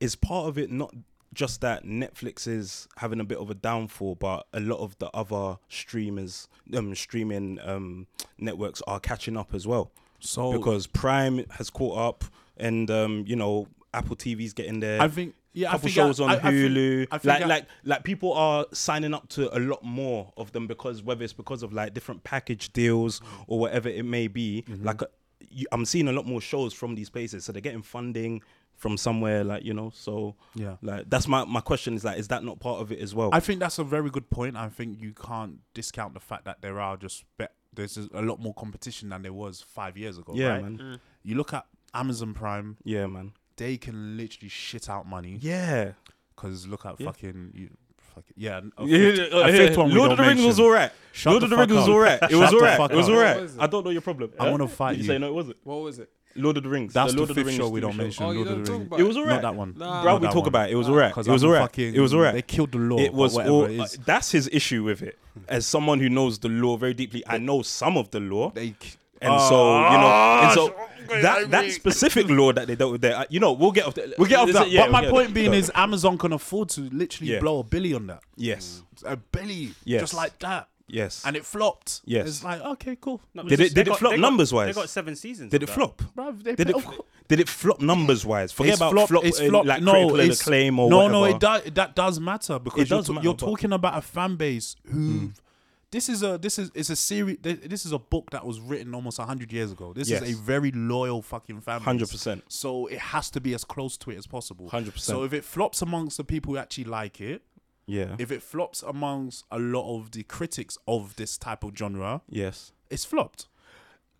S3: is part of it not just that Netflix is having a bit of a downfall, but a lot of the other streamers, um, streaming um networks are catching up as well
S1: So
S3: because Prime has caught up, and um, you know Apple TV's getting there.
S1: I think, yeah, I
S3: couple
S1: think
S3: shows
S1: I-
S3: on
S1: I- I think-
S3: Hulu.
S1: I think
S3: like
S1: I-
S3: like like people are signing up to a lot more of them because whether it's because of like different package deals or whatever it may be,
S1: Mm-hmm.
S3: like uh, you, I'm seeing a lot more shows from these places, so they're getting funding from somewhere. Like you know, so
S1: Yeah.
S3: like that's my my question is like, is that not part of it as well?
S1: I think that's a very good point. I think you can't discount the fact that there are just be- there's just a lot more competition than there was five years ago.
S3: yeah,
S1: right?
S3: man.
S1: You look at Amazon Prime;
S3: Yeah, man.
S1: they can literally shit out money.
S3: Yeah.
S1: Because look at
S3: Yeah.
S1: fucking you. Fuck it. Yeah, a
S3: Yeah,
S1: fifth,
S3: yeah,
S1: a
S3: yeah.
S1: fifth one we
S3: Lord of
S1: don't
S3: the Rings was
S1: mention.
S3: alright.
S1: Shut
S3: Lord
S1: the
S3: of the
S1: fuck
S3: Rings was
S1: up.
S3: alright. It was
S1: Shut the
S3: alright.
S1: fuck
S3: It was
S1: up.
S2: What
S3: alright.
S2: was it?
S3: I don't know your problem.
S1: I
S3: Huh?
S1: wanna fight
S3: Did
S1: you.
S3: You say no, it wasn't.
S2: What was it?
S3: Lord of the Rings.
S1: That's
S3: Lord
S1: the
S3: of the
S1: fifth
S3: Rings
S1: show we
S3: TV
S1: don't mention.
S2: Oh, you
S1: Lord of
S2: don't
S1: the
S2: talk
S1: Rings.
S2: about
S3: It was
S2: it.
S3: alright.
S1: Not that one.
S2: Nah.
S3: Bro,
S1: Not
S3: we
S1: that
S3: talk
S1: one.
S3: about it. It was alright. It
S1: Because
S3: was
S1: I'm
S3: alright.
S1: fucking-
S3: It was alright.
S1: They killed the law.
S3: It was
S1: whatever
S3: all,
S1: it is.
S3: uh, that's his issue with it. As someone who knows the law very deeply, I know some of the law,
S1: they Ah. k-
S3: and so you know, and so that that specific law that they dealt with there, uh, you know, we'll get off. The,
S1: we get off
S3: is
S1: that.
S3: it- yeah,
S1: but
S3: we'll
S1: my
S3: get off
S1: point
S3: that.
S1: being
S3: No.
S1: is Amazon can afford to literally
S3: Yeah.
S1: blow a billy on that.
S3: yes,
S1: A billy,
S3: Yes.
S1: just like that,
S3: yes.
S1: Mm. and it flopped.
S3: Yes.
S1: it's like okay, cool.
S4: No,
S3: Did
S4: just-
S3: it-
S4: they
S3: did it
S4: got-
S3: flop
S4: they got-
S3: numbers-wise?
S4: They got seven seasons.
S3: did
S4: of
S3: it
S4: that.
S3: flop?
S1: Bruv, they
S3: Did it
S1: put-
S3: fl- did it flop numbers wise? Forget
S1: It's
S3: about
S1: flopped.
S3: flop.
S1: it's
S3: in,
S1: flopped.
S3: Like
S1: no,
S3: critical
S1: it's
S3: acclaim or
S1: no,
S3: whatever.
S1: no. It does. That does matter because
S3: It
S1: you're,
S3: does
S1: t-
S3: matter,
S1: you're
S3: but- Hmm.
S1: talking about a fan base who. This is a this is it's a series. This is a book that was written almost hundred years ago. This
S3: Yes.
S1: is a very loyal fucking fan. base.
S3: 100%.
S1: So it has to be as close to it as possible.
S3: 100%.
S1: So if it flops amongst the people who actually like it,
S3: Yeah.
S1: if it flops amongst a lot of the critics of this type of genre,
S3: yes.
S1: it's flopped.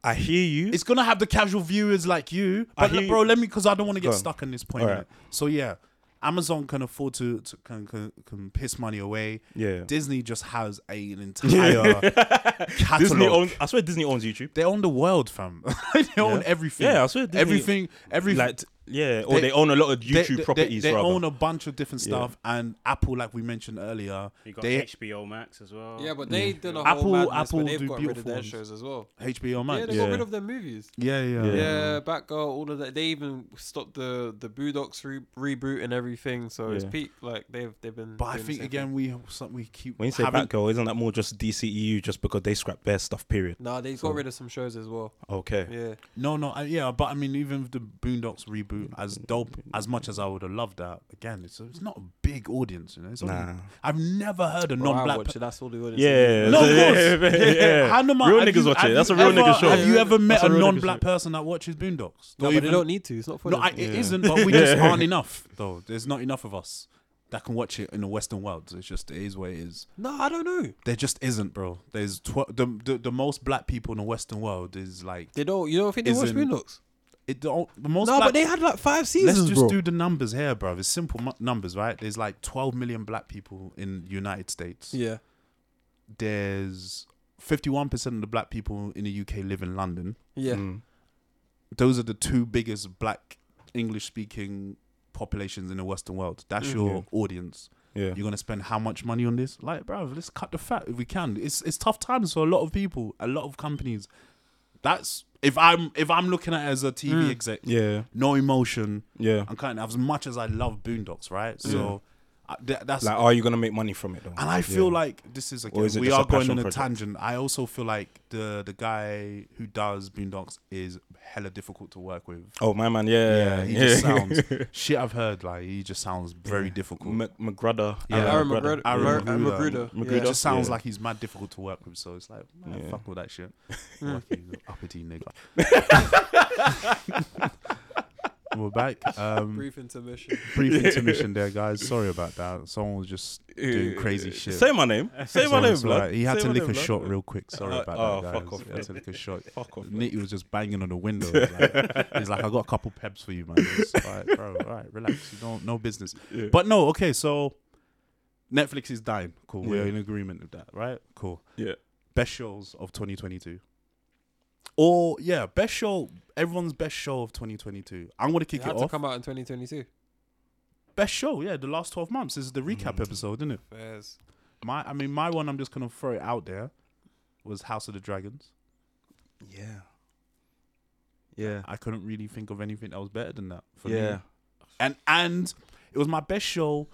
S3: I hear you.
S1: It's gonna have the casual viewers like you, but
S3: hear
S1: bro,
S3: you.
S1: let me because I don't want to get
S3: on.
S1: stuck on this point.
S3: All right.
S1: innit? So yeah, Amazon can afford to, to can, can can piss money away.
S3: Yeah.
S1: Disney just has a, an entire catalog.
S3: Disney owns. I swear Disney owns YouTube.
S1: they own the world, fam. they own everything.
S3: Yeah, I swear Disney-
S1: everything. Every
S3: Like t- yeah, or
S1: They-
S3: they, own a lot of YouTube
S1: they, they-
S3: properties.
S1: They, they
S3: rather.
S1: own a bunch of different stuff, and Apple, like we mentioned earlier,
S4: You got
S1: they
S4: HBO Max as well.
S2: Yeah, but they did a whole
S1: Apple-
S2: Apple, madness
S1: Apple
S2: where they've
S1: do
S2: got rid of
S1: beautiful
S2: their
S1: ones.
S2: shows as well.
S1: HBO
S2: Yeah,
S1: Max.
S2: they
S1: Yeah,
S2: got
S3: Yeah.
S2: rid of their movies.
S1: yeah, yeah.
S3: Yeah.
S2: Yeah, Batgirl, all of that. They even stopped the the Boondocks re- reboot and everything. So it's
S3: Yeah.
S2: peak. Like they've they've been.
S1: But I
S2: doing the
S1: think
S2: same
S1: again,
S2: thing.
S1: we something we keep
S3: When you say
S1: having-
S3: Batgirl, isn't that more just DCEU just because they scrapped their stuff? Period.
S2: Nah, they got rid of some shows as well.
S3: Okay.
S2: Yeah,
S1: No, no, I, yeah, but I mean, even with the Boondocks reboot, as dope as much as I would have loved that, again, it's it's not a big audience, you know. It's only-
S3: Nah.
S1: I've never heard a
S2: Well, I
S1: non-black.
S2: watch
S1: pe-
S2: it, that's all the audience.
S3: Yeah.
S1: No, of
S3: yeah,
S1: course.
S3: yeah, yeah.
S1: How no ma-
S3: Real
S1: have
S3: niggas
S1: you-
S3: watch
S1: have
S3: it. That's a
S1: you
S3: real
S1: ever-
S3: nigga show.
S1: Have you ever met
S3: That's
S1: a
S3: real nigga
S1: non-black
S3: show.
S1: person that watches Boondocks?
S2: No,
S1: Not
S2: but
S1: even-
S2: they don't need to. It's not for
S1: No,
S2: them.
S1: I, it isn't. But we just aren't enough, though. There's not enough of us that can watch it in the Western world. It's just it is what it is.
S2: no, I don't know.
S1: There just isn't, bro. There's tw- the, the the most black people in the Western world is like
S2: They don't. You don't think they watch
S1: Isn't-
S2: Boondocks?
S1: it. Don't, the most
S2: No,
S1: black-
S2: but they had like five seasons,
S1: Let's just
S2: bro.
S1: do the numbers here, bro. It's simple mu- numbers, right? There's like 12 million black people in the United States.
S2: yeah,
S1: There's 51% of the black people in the UK live in London.
S2: yeah.
S3: Mm.
S1: Those are the two biggest black English speaking populations in the Western world. That's your audience.
S3: Mm, Yeah.
S1: You're gonna spend how much money on this? Like, bro, let's cut the fat if we can. It's it's tough times for a lot of people, a lot of companies. That's if I'm if I'm looking at it as a TV exec,
S3: Mm. Yeah.
S1: no emotion.
S3: Yeah.
S1: I'm kind of as much as I love Boondocks, right? So I, tha- that's
S3: Like, are you gonna make money from it though?
S1: and I feel
S3: Yeah.
S1: like this is again,
S3: is it
S1: we
S3: just
S1: are
S3: a
S1: going
S3: passion
S1: on a
S3: project?
S1: tangent. I also feel like the the guy who does Boondocks is hella difficult to work with.
S3: Oh my man, yeah,
S1: he
S3: yeah.
S1: just sounds shit. I've heard like he just sounds very difficult.
S3: M- McGrudder.
S1: Yeah.
S2: Aaron McGregor.
S1: Aaron
S2: Aaron
S1: Magruder.
S2: Magruder.
S3: Magruder.
S1: It
S2: Yeah.
S1: just sounds
S3: Yeah.
S1: like he's mad difficult to work with, so it's like, man,
S3: Yeah.
S1: fuck all that shit. Fucking uppity nigga. We're back. Um,
S2: Brief intermission.
S1: brief intermission there, guys. Sorry about that. Someone was just doing crazy shit.
S3: Say my name. Say my
S1: So
S3: name,
S1: it's
S3: blood.
S1: alright. He had
S3: Say
S1: to
S3: my
S1: lick
S3: name,
S1: a
S3: blood.
S1: shot real quick. Sorry
S3: Uh,
S1: about
S3: oh,
S1: that, guys.
S3: fuck off,
S1: He had to
S3: man.
S1: lick a shot.
S3: Fuck off.
S1: Nicky was just banging on the window. like, he's like, I got a couple peps for you, man. It's all right, bro. All right, relax. You don't, no business. But no, okay. So Netflix is dying. Cool. We're
S3: Yeah.
S1: in agreement with that, right? Cool.
S3: Yeah.
S1: Best shows of 2022. Or yeah, best show. Everyone's best show of 2022. I'm gonna
S2: It
S1: kick it,
S2: had to
S1: off.
S2: come out in 2022.
S1: Best show. Yeah, the last 12 months. This is the recap
S3: Mm.
S1: episode, isn't it?
S2: Fairs.
S1: My, I mean, my one. I'm just gonna throw it out there. Was House of the Dragons.
S3: Yeah. Yeah.
S1: I couldn't really think of anything that was better than that for me.
S3: Yeah.
S1: And and it was my best show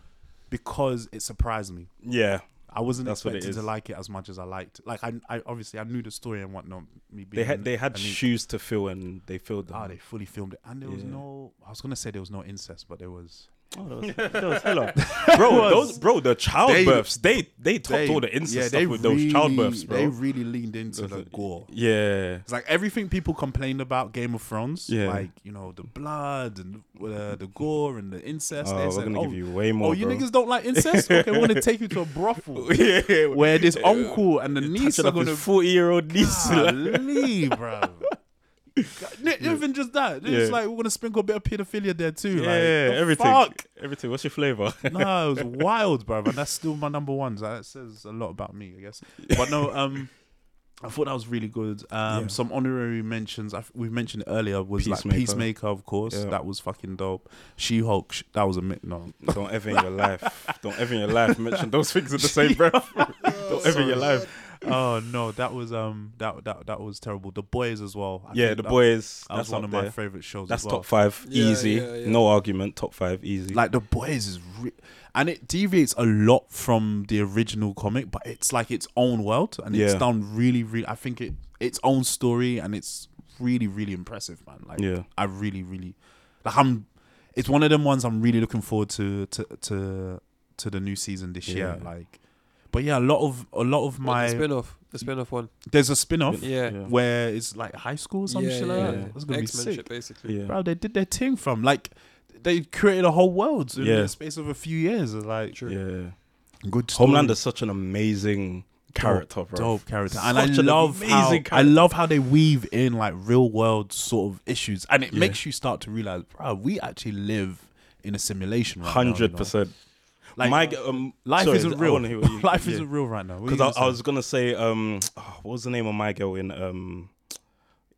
S1: because it surprised me.
S3: Yeah.
S1: I wasn't
S3: That's what it
S1: expecting to
S3: is.
S1: like it as much as I liked. Like I, I obviously I knew the story and whatnot. Me being
S3: They had they
S1: a
S3: had
S1: neat-
S3: shoes to fill and they filled them.
S1: Ah, they fully filmed it, and there was
S3: Yeah.
S1: no. I was gonna say there was no incest, but there was.
S3: Oh, that was, that was hella. bro, those bro, the childbirths, they they, topped all the incest stuff with those childbirths, bro.
S1: They really leaned into the gore.
S3: yeah.
S1: It's like everything people complained about Game of Thrones,
S3: Yeah.
S1: like you know the blood and uh, the gore and the incest.
S3: Oh,
S1: they
S3: we're
S1: said,
S3: gonna give you way
S1: Oh,
S3: more,
S1: you
S3: bro."
S1: niggas don't like incest? Okay, we're gonna take you to a brothel
S3: yeah.
S1: where this uncle and the niece
S3: Touching
S1: are
S3: up
S1: gonna
S3: his forty year old niece.
S1: Golly, bro. N- Even just that, it's
S3: Yeah.
S1: like we're gonna sprinkle a bit of pedophilia there too. like,
S3: yeah,
S1: the
S3: everything.
S1: Fuck.
S3: Everything. What's your flavor?
S1: No, it was wild, bro. And that's still my number one. So that says a lot about me, I guess. But no, um, I thought that was really good. Um,
S3: Yeah.
S1: some honorary mentions I, we mentioned it earlier was like
S3: Peacemaker.
S1: Peacemaker, of course.
S3: Yeah.
S1: That was fucking dope. She Hulk. Sh- that was a mi- no.
S3: Don't ever in your life. Don't ever in your life mention those things in the same breath. Don't ever in your life.
S1: Oh no, that was um that that that was terrible. The boys as well. I
S3: Yeah,
S1: think
S3: the
S1: that-
S3: boys.
S1: That
S3: that's
S1: was one
S3: up
S1: of my
S3: there.
S1: favorite shows.
S3: That's
S1: as well.
S3: top five,
S2: Yeah,
S3: easy.
S2: yeah, yeah.
S3: No argument. Top five, easy.
S1: Like the boys is, re- and it deviates a lot from the original comic, but it's like its own world, and it's
S3: Yeah.
S1: done really, really. I think it its own story, and it's really, really impressive, man. Like,
S3: Yeah.
S1: I really, really, like I'm. It's one of them ones I'm really looking forward to to to to the new season this year.
S3: Yeah.
S1: Like, but yeah, a lot of a lot of
S2: My
S1: my
S2: the spin off. The spin off one.
S1: there's a spin off
S2: Yeah.
S3: Yeah.
S1: where it's like high school or some
S2: yeah,
S1: shit like
S2: yeah,
S1: that.
S2: yeah.
S1: That's gonna be
S2: X-Men
S1: sick
S2: shit, basically.
S3: yeah.
S1: bro, they did their thing from like they created a whole world in
S3: Yeah.
S1: the space of a few years. It's Like
S2: True.
S3: Yeah.
S1: good story.
S3: Homeland is such an amazing character, bro.
S1: dope character, and I
S3: Such an
S1: love
S3: amazing
S1: how I
S3: character.
S1: love how they weave in like real world sort of issues, and it
S3: Yeah.
S1: makes you start to realize, bro, we actually live in a simulation. right now, you know?
S3: Hundred percent.
S1: Like,
S3: My g- um,
S1: life
S3: sorry,
S1: isn't
S3: I
S1: real.
S3: wanna hear what you-
S1: life
S3: yeah.
S1: isn't real right now. What
S3: Because
S1: you
S3: I,
S1: gonna
S3: I
S1: say?
S3: was gonna say, um, oh, what was the name of my girl in um,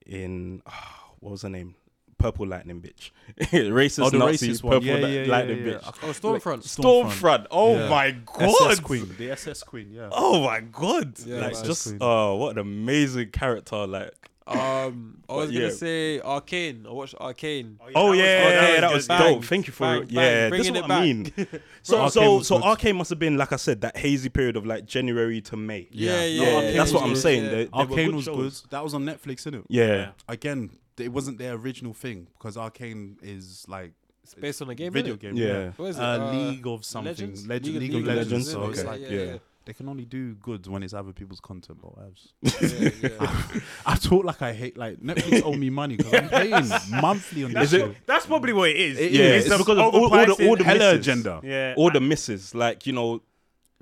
S3: in oh, what was her name? Purple Lightning bitch, racist
S1: Oh, the
S3: Nazi
S1: racist one.
S3: purple
S1: Yeah,
S3: li-
S1: yeah, yeah,
S3: lightning
S1: yeah.
S3: bitch.
S2: Oh, Stormfront.
S1: Stormfront.
S3: Stormfront. Oh
S1: Yeah.
S3: my
S1: SS
S3: god.
S1: Queen, the SS Queen, yeah.
S3: Oh my god.
S2: Yeah,
S3: like
S2: man.
S3: just
S1: Queen.
S3: oh, what an amazing character. Like
S2: Um, I was
S3: yeah.
S2: gonna say Arcane. I watched Arcane.
S3: oh yeah,
S4: good.
S3: yeah, that
S2: was good.
S3: was
S2: Bang,
S3: dope. Thank you for
S2: bang,
S3: yeah.
S2: bang,
S3: This is
S2: bringing
S3: what
S2: it
S3: I
S2: back.
S3: mean. So
S1: Arcane
S3: so
S1: was
S3: so
S1: good.
S3: Arcane must have been like I said that hazy period of like January to May.
S1: Yeah,
S2: Yeah, yeah.
S1: no,
S2: yeah,
S1: Arcane
S3: that's
S1: was
S3: what I'm
S1: good.
S3: saying.
S2: yeah.
S3: They- they were
S1: Arcane was
S3: shows.
S1: good.
S5: That was on Netflix, innit?
S3: Yeah.
S5: Again, it wasn't their original thing because Arcane is like
S2: It's based on a game.
S1: Video
S2: innit?
S1: game,
S3: Yeah.
S2: What is it?
S1: Uh, League of something,
S2: Legends?
S1: Legend, League, of
S3: League
S1: Legends.
S3: Legends,
S1: so
S3: okay.
S1: it's
S2: Yeah,
S1: like
S2: yeah,
S3: yeah.
S2: yeah.
S5: they can only do good when it's other people's content. But whatevs.
S2: yeah, yeah.
S1: I talk like I hate like Netflix owe me money because I'm paying monthly on this.
S4: That's,
S1: shit.
S4: that's probably what it is.
S1: It
S3: Yeah,
S1: is.
S3: it's because of all, all the all the
S1: hella
S3: misses.
S1: agenda.
S4: Yeah.
S3: All the misses, like you know,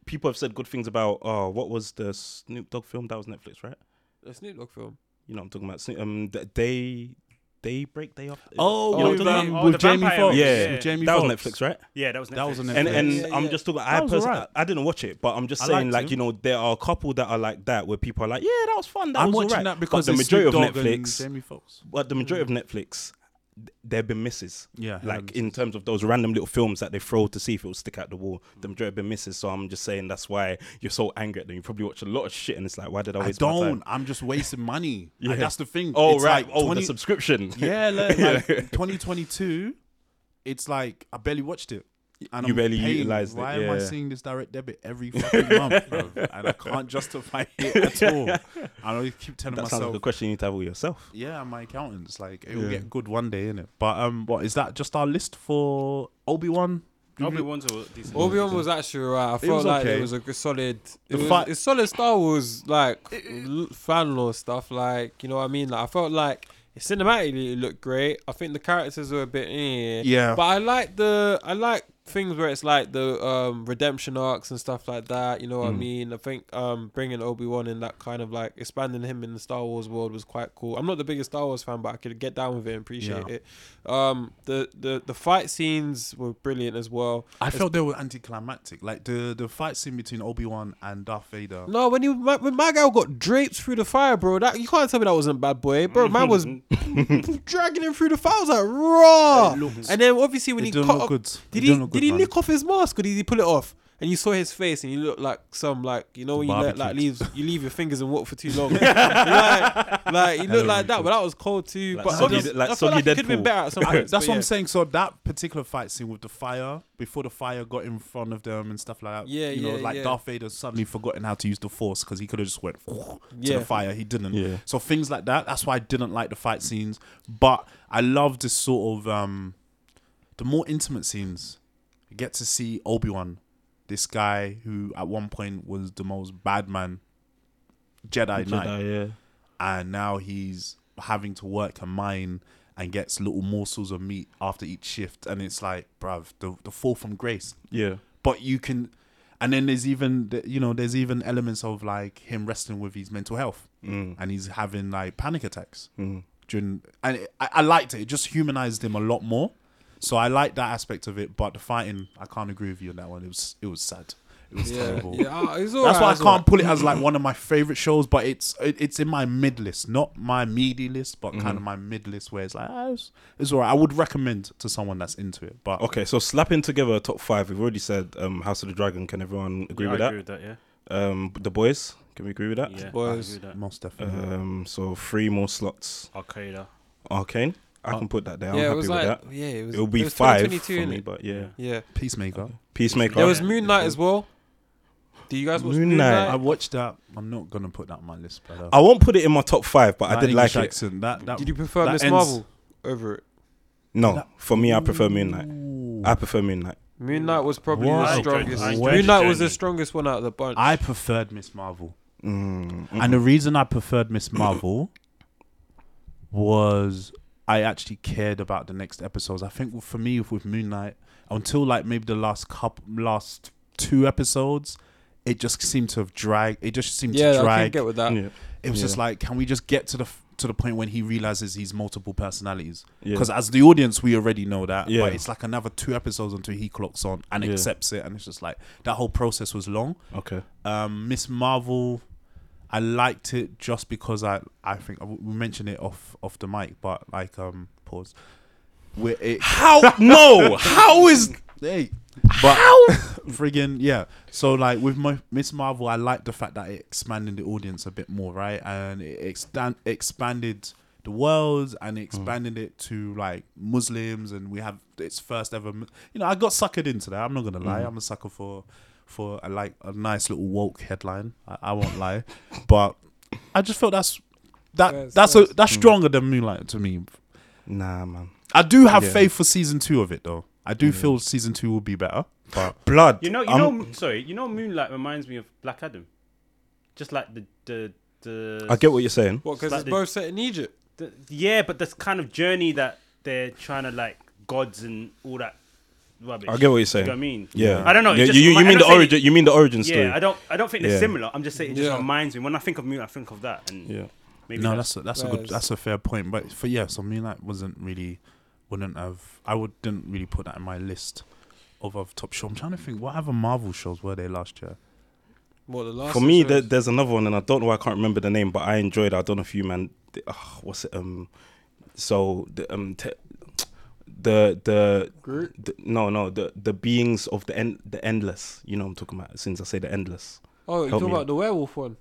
S3: people have said good things about. Oh, what was the Snoop Dogg film that was Netflix, right?
S2: The Snoop Dogg film.
S3: You know, what I'm talking about Snoop- um, th- they they break day off.
S1: Oh,
S3: You know
S1: with,
S3: what I'm
S1: um,
S3: talking
S4: about?
S1: with
S4: Oh, the
S1: Jamie
S4: vampire
S1: Foxx.
S3: one. Yeah.
S1: with Jamie
S3: that was
S1: Foxx.
S3: Netflix, right?
S4: yeah, that was Netflix.
S1: That was on Netflix.
S3: And and
S2: Yeah, yeah,
S3: I'm
S2: yeah.
S3: just talking.
S1: That
S3: I
S1: was
S3: personally,
S1: alright.
S3: I, I didn't watch it, but I'm just
S1: I
S3: saying,
S1: liked
S3: like
S1: it.
S3: you know, there are a couple that are like that where people are like, yeah, that was fun. That
S1: I'm
S3: was
S1: watching
S3: alright.
S1: that because
S3: but the
S1: it's Snoop
S3: majority of
S1: Dogg and
S3: Netflix,
S1: Jamie Foxx.
S3: but the majority of Netflix, th- there have been misses.
S1: Yeah,
S3: like in terms of those random little films that they throw to see if it'll stick out the wall. The majority have been misses, so I'm just saying that's why you're so angry at them. You probably watch a lot of shit, and it's like, why did I
S1: I
S3: waste my
S1: don't.
S3: time?
S1: I'm just wasting money. yeah.
S3: Yeah.
S1: that's the thing.
S3: Oh
S1: It's
S3: right,
S1: like
S3: oh
S1: 20
S3: the subscription.
S1: yeah, like, like 2022. It's like I barely watched it. And
S3: You
S1: I'm
S3: barely
S1: paying.
S3: utilised it,
S1: Why am I
S3: yeah.
S1: seeing this direct debit every fucking month, bro? And I can't justify it at all. And I always keep telling
S3: That sounds
S1: myself,
S3: like a question you need to have with yourself.
S1: yeah, my accountant's like, it will
S3: Yeah.
S1: get good one day, innit? But um, what is that? Just our list for Obi Wan?
S4: Obi Wan's a decent.
S2: Obi Wan was actually alright. I felt
S1: was
S2: like
S1: okay.
S2: it was a good solid.
S1: The
S2: It was,
S1: fight-
S2: it's solid Star Wars like l- fan law stuff. Like you know what I mean. Like I felt like cinematically it looked great. I think the characters were a bit. Eh.
S1: Yeah.
S2: But I like the I like things where it's like the um redemption arcs and stuff like that. You know
S1: Mm.
S2: what I mean? I think um bringing Obi Wan in that kind of like expanding him in the Star Wars world was quite cool. I'm not the biggest Star Wars fan, but I could get down with it and appreciate
S1: Yeah.
S2: it. Um the the the fight scenes were brilliant as well.
S1: I felt they were anticlimactic. Like the the fight scene between Obi Wan and Darth Vader.
S2: No, when you my, when my guy got draped through the fire, bro, that you can't tell me that wasn't a bad boy, bro. Man was dragging him through the fire. I was like, raw.
S1: It looked-
S2: and then obviously when
S1: They
S2: he
S1: don't
S2: cut
S1: look
S2: off,
S1: good. They
S2: did
S1: don't
S2: he
S1: look good,
S2: did he
S1: man.
S2: nick off his mask or did he pull it off? And you saw his face and you looked like some like you know when you let, like
S1: Barbecue.
S2: leaves you leave your fingers and walk for too long. like, like you
S3: Hello,
S2: look like that, but that was cold too.
S3: Like
S2: but
S3: soggy-
S2: obviously,
S3: like
S2: I feel
S3: soggy
S2: like it could have been
S3: Deadpool.
S2: better at some
S1: I-
S2: points,
S1: that's
S2: but
S1: what
S2: yeah.
S1: I'm saying. So that particular fight scene with the fire, before the fire got in front of them and stuff like that.
S2: Yeah,
S1: you know,
S2: yeah,
S1: like
S2: yeah.
S1: Darth Vader suddenly forgotten how to use the Force because he could have just went to
S2: Yeah.
S1: the fire. He didn't.
S3: Yeah.
S1: So things like that. That's why I didn't like the fight scenes. But I love this sort of um, the more intimate scenes. You get to see Obi Wan, this guy who at one point was the most bad man Jedi, Knight
S3: yeah.
S1: and now he's having to work a mine and gets little morsels of meat after each shift and it's like bruv the, the fall from grace
S3: Yeah.
S1: but you can and then there's even the- you know there's even elements of like him wrestling with his mental health
S3: Mm.
S1: and he's having like panic attacks
S3: Mm.
S1: during and it, I, I liked it it just humanized him a lot more so i like that aspect of it but the fighting i can't agree with you on that one it was it was sad it was
S2: Yeah,
S1: terrible
S2: yeah, ah, it's
S1: that's
S2: alright,
S1: why I
S2: it's
S1: can't pull it as like one of my favorite shows, but it's it, it's in my mid list, not my meaty list,
S2: Mm-hmm.
S1: but kind of my mid list where it's like ah, it's, it's alright. I would recommend to someone that's into it, but
S3: Okay, so slapping together a top five. We've already said um, House of the Dragon. Can everyone agree
S4: Yeah,
S3: with
S4: I
S3: that?
S4: agree with that. Yeah.
S3: Um, the boys. Can we agree with that?
S4: Yeah.
S2: Boys.
S4: I agree with
S1: most definitely.
S2: Uh,
S3: Um, so three more slots.
S4: that. Al-Qaeda.
S3: Arcane. I
S4: Oh.
S3: can put that there. I'm
S2: Yeah, it
S3: happy
S2: was
S3: with
S2: like
S3: that.
S2: yeah, it was
S3: It'll be
S2: it was
S3: five
S2: 2022,
S3: for me,
S2: innit?
S3: but yeah.
S2: Yeah.
S1: Peacemaker.
S3: Peacemaker.
S2: There was
S4: Yeah.
S2: Moon Knight as well. Do you guys watch
S3: Moon
S2: Moon
S3: Knight.
S2: Knight?
S1: I watched that. I'm not gonna put that on my list, brother.
S2: Oh,
S3: I won't put it in my top five, but I
S1: That
S3: did
S1: English
S3: like it.
S1: accent, That, that
S2: Did you prefer
S1: that
S2: Miss
S1: ends-
S2: Marvel over it?
S3: No, for me, I prefer Moon Knight.
S1: Ooh.
S3: I prefer Moon Knight.
S2: Moon Knight was probably
S1: Wow.
S2: the
S1: I
S4: enjoyed-
S2: strongest.
S4: I enjoyed
S2: Moon
S4: the
S2: Knight was
S4: journey.
S2: the strongest one out of the bunch.
S1: I preferred Miss Marvel,
S3: Mm,
S1: and the reason I preferred Miss Marvel was I actually cared about the next episodes. I think for me with Moon Knight, until like maybe the last couple, last two episodes, it just seemed to have dragged. It just seemed to
S2: yeah, I can
S1: drag.
S4: Uh,
S2: get with that.
S3: yeah.
S1: it was just
S3: yeah.
S1: like, can we just get to the f- to the point when he realizes he's multiple personalities.
S3: Yeah.
S1: Because as the audience, we already know that.
S3: Yeah.
S1: But it's like another two episodes until he clocks on and
S3: Yeah.
S1: accepts it, and it's just like that whole process was long.
S3: Okay.
S1: Um, Miss Marvel, I liked it just because I I think we mentioned it off off the mic, but like um pause. Where it
S3: How? No. How is?
S1: Hey, but friggin' yeah. So like with my, Miss Marvel, I like the fact that it expanded the audience a bit more, right? And it extend, expanded the world
S3: Mm.
S1: and it expanded it to like Muslims, and we have its first ever. mu- You know, I got suckered into that. I'm not gonna
S3: Mm.
S1: lie, I'm a sucker for for a, like a nice little woke headline. I, I won't lie, but I just felt that's that
S2: Yes,
S1: that's
S2: yes.
S1: a
S3: Mm.
S1: that's stronger than Moonlight to me.
S3: Nah, man.
S1: I do have
S3: Yeah.
S1: faith for season two of it though. I do feel season two will be better. Mm-hmm. But
S3: Blood.
S4: You know, you
S3: I'm-
S4: know. Sorry, you know, Moonlight reminds me of Black Adam, just like the the the.
S3: I get what you're saying.
S2: What? Because it's
S4: Slightly-
S2: both set in Egypt.
S4: the- yeah, but this kind of journey that they're trying to like gods and all that rubbish.
S3: I get what you're
S4: You know what I
S3: saying.
S4: mean,
S3: Yeah.
S4: I don't know. it
S3: Yeah,
S4: just
S3: you, you,
S4: remi- I'm
S3: mean
S4: not
S3: the
S4: saying
S3: origin? You mean the origin
S4: it-
S3: story?
S4: Yeah, I don't. I don't think they're
S3: Yeah.
S4: similar. I'm just saying it just
S2: Yeah.
S4: reminds me. When I think of Moonlight, I think of that. And
S3: Yeah.
S4: maybe
S1: no, that's
S4: that's,
S1: a, that's a good
S2: Whereas-
S1: that's a fair point. But for yeah, so Moonlight wasn't really wouldn't have I would didn't really put that in my list of of top show. I'm trying to think what other Marvel shows were there last year.
S2: What the last?
S3: For me,
S2: episode?
S3: there, there's another one, and I don't know. why I can't remember the name, but I enjoyed. it. I don't know if you man. Uh, what's it? Um. So the um. Te- the the
S2: Groot?
S3: the- no no the the beings of the end the endless you know what I'm talking about since I say the endless
S2: Oh, you
S3: help
S2: talking
S3: me.
S2: about the werewolf one?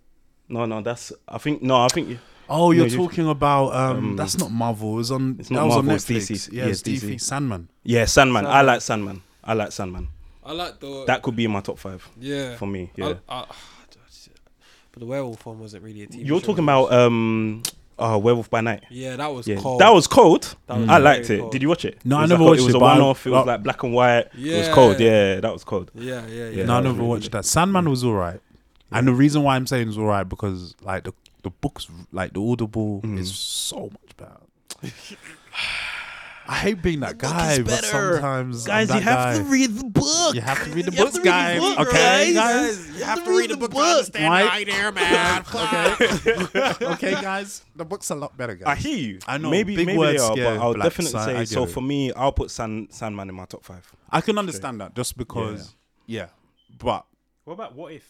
S3: no no that's I think no I think
S1: Oh,
S3: No,
S1: you're
S3: you-
S1: talking about um,
S3: Um,
S1: that's not Marvel. It was on
S3: it's
S1: that
S3: not
S1: was on
S3: Marvel, it's
S1: Netflix.
S3: DC.
S1: Yeah,
S3: Yeah,
S1: it's
S3: it's
S1: DC.
S3: DC.
S1: Sandman.
S3: yeah Sandman I
S2: Sandman.
S3: like Sandman I like Sandman
S2: I like the
S3: that could be in my top five
S2: yeah.
S3: for me yeah
S2: I, I, but the werewolf one wasn't really a TV.
S3: You're
S2: show.
S3: talking about um uh Werewolf by Night.
S2: Yeah, that was
S3: Yeah.
S2: cold.
S3: That was cold.
S2: That was
S3: I
S2: very
S3: liked it.
S2: cold.
S3: Did you watch it?
S1: No,
S3: it
S1: I
S3: was
S1: never
S3: like a-
S1: watched
S3: It was
S1: it,
S3: a
S1: but I-
S3: one off. It was
S1: but-
S3: like black and white. It was
S2: Yeah.
S3: cold. Yeah, that was cold.
S2: Yeah, yeah, yeah.
S3: Yeah.
S1: no, I
S3: that was
S1: never
S3: really
S1: watched that. Sandman was alright, and the reason why I'm saying it's alright because like the the books like the audible is so much better. I hate being that guy, but sometimes I'm that guy.
S3: read the book.
S1: You have to read the
S3: You have
S1: books,
S3: to read the
S1: guys.
S3: book,
S1: okay,
S3: guys.
S1: guys.
S5: You have to read the book to understand
S1: Right.
S5: right there, man. okay.
S1: okay, guys. The book's a lot better,
S3: I
S1: guys.
S3: hear you.
S1: I know,
S3: Maybe
S1: big
S3: maybe
S1: words
S3: they are,
S1: scare
S3: but I'll
S1: blacks,
S3: definitely
S1: I- I
S3: say.
S1: get
S3: so
S1: it.
S3: for me, I'll put Sand Sandman in my top five.
S1: I can understand that just because, yeah. But
S4: what about what if?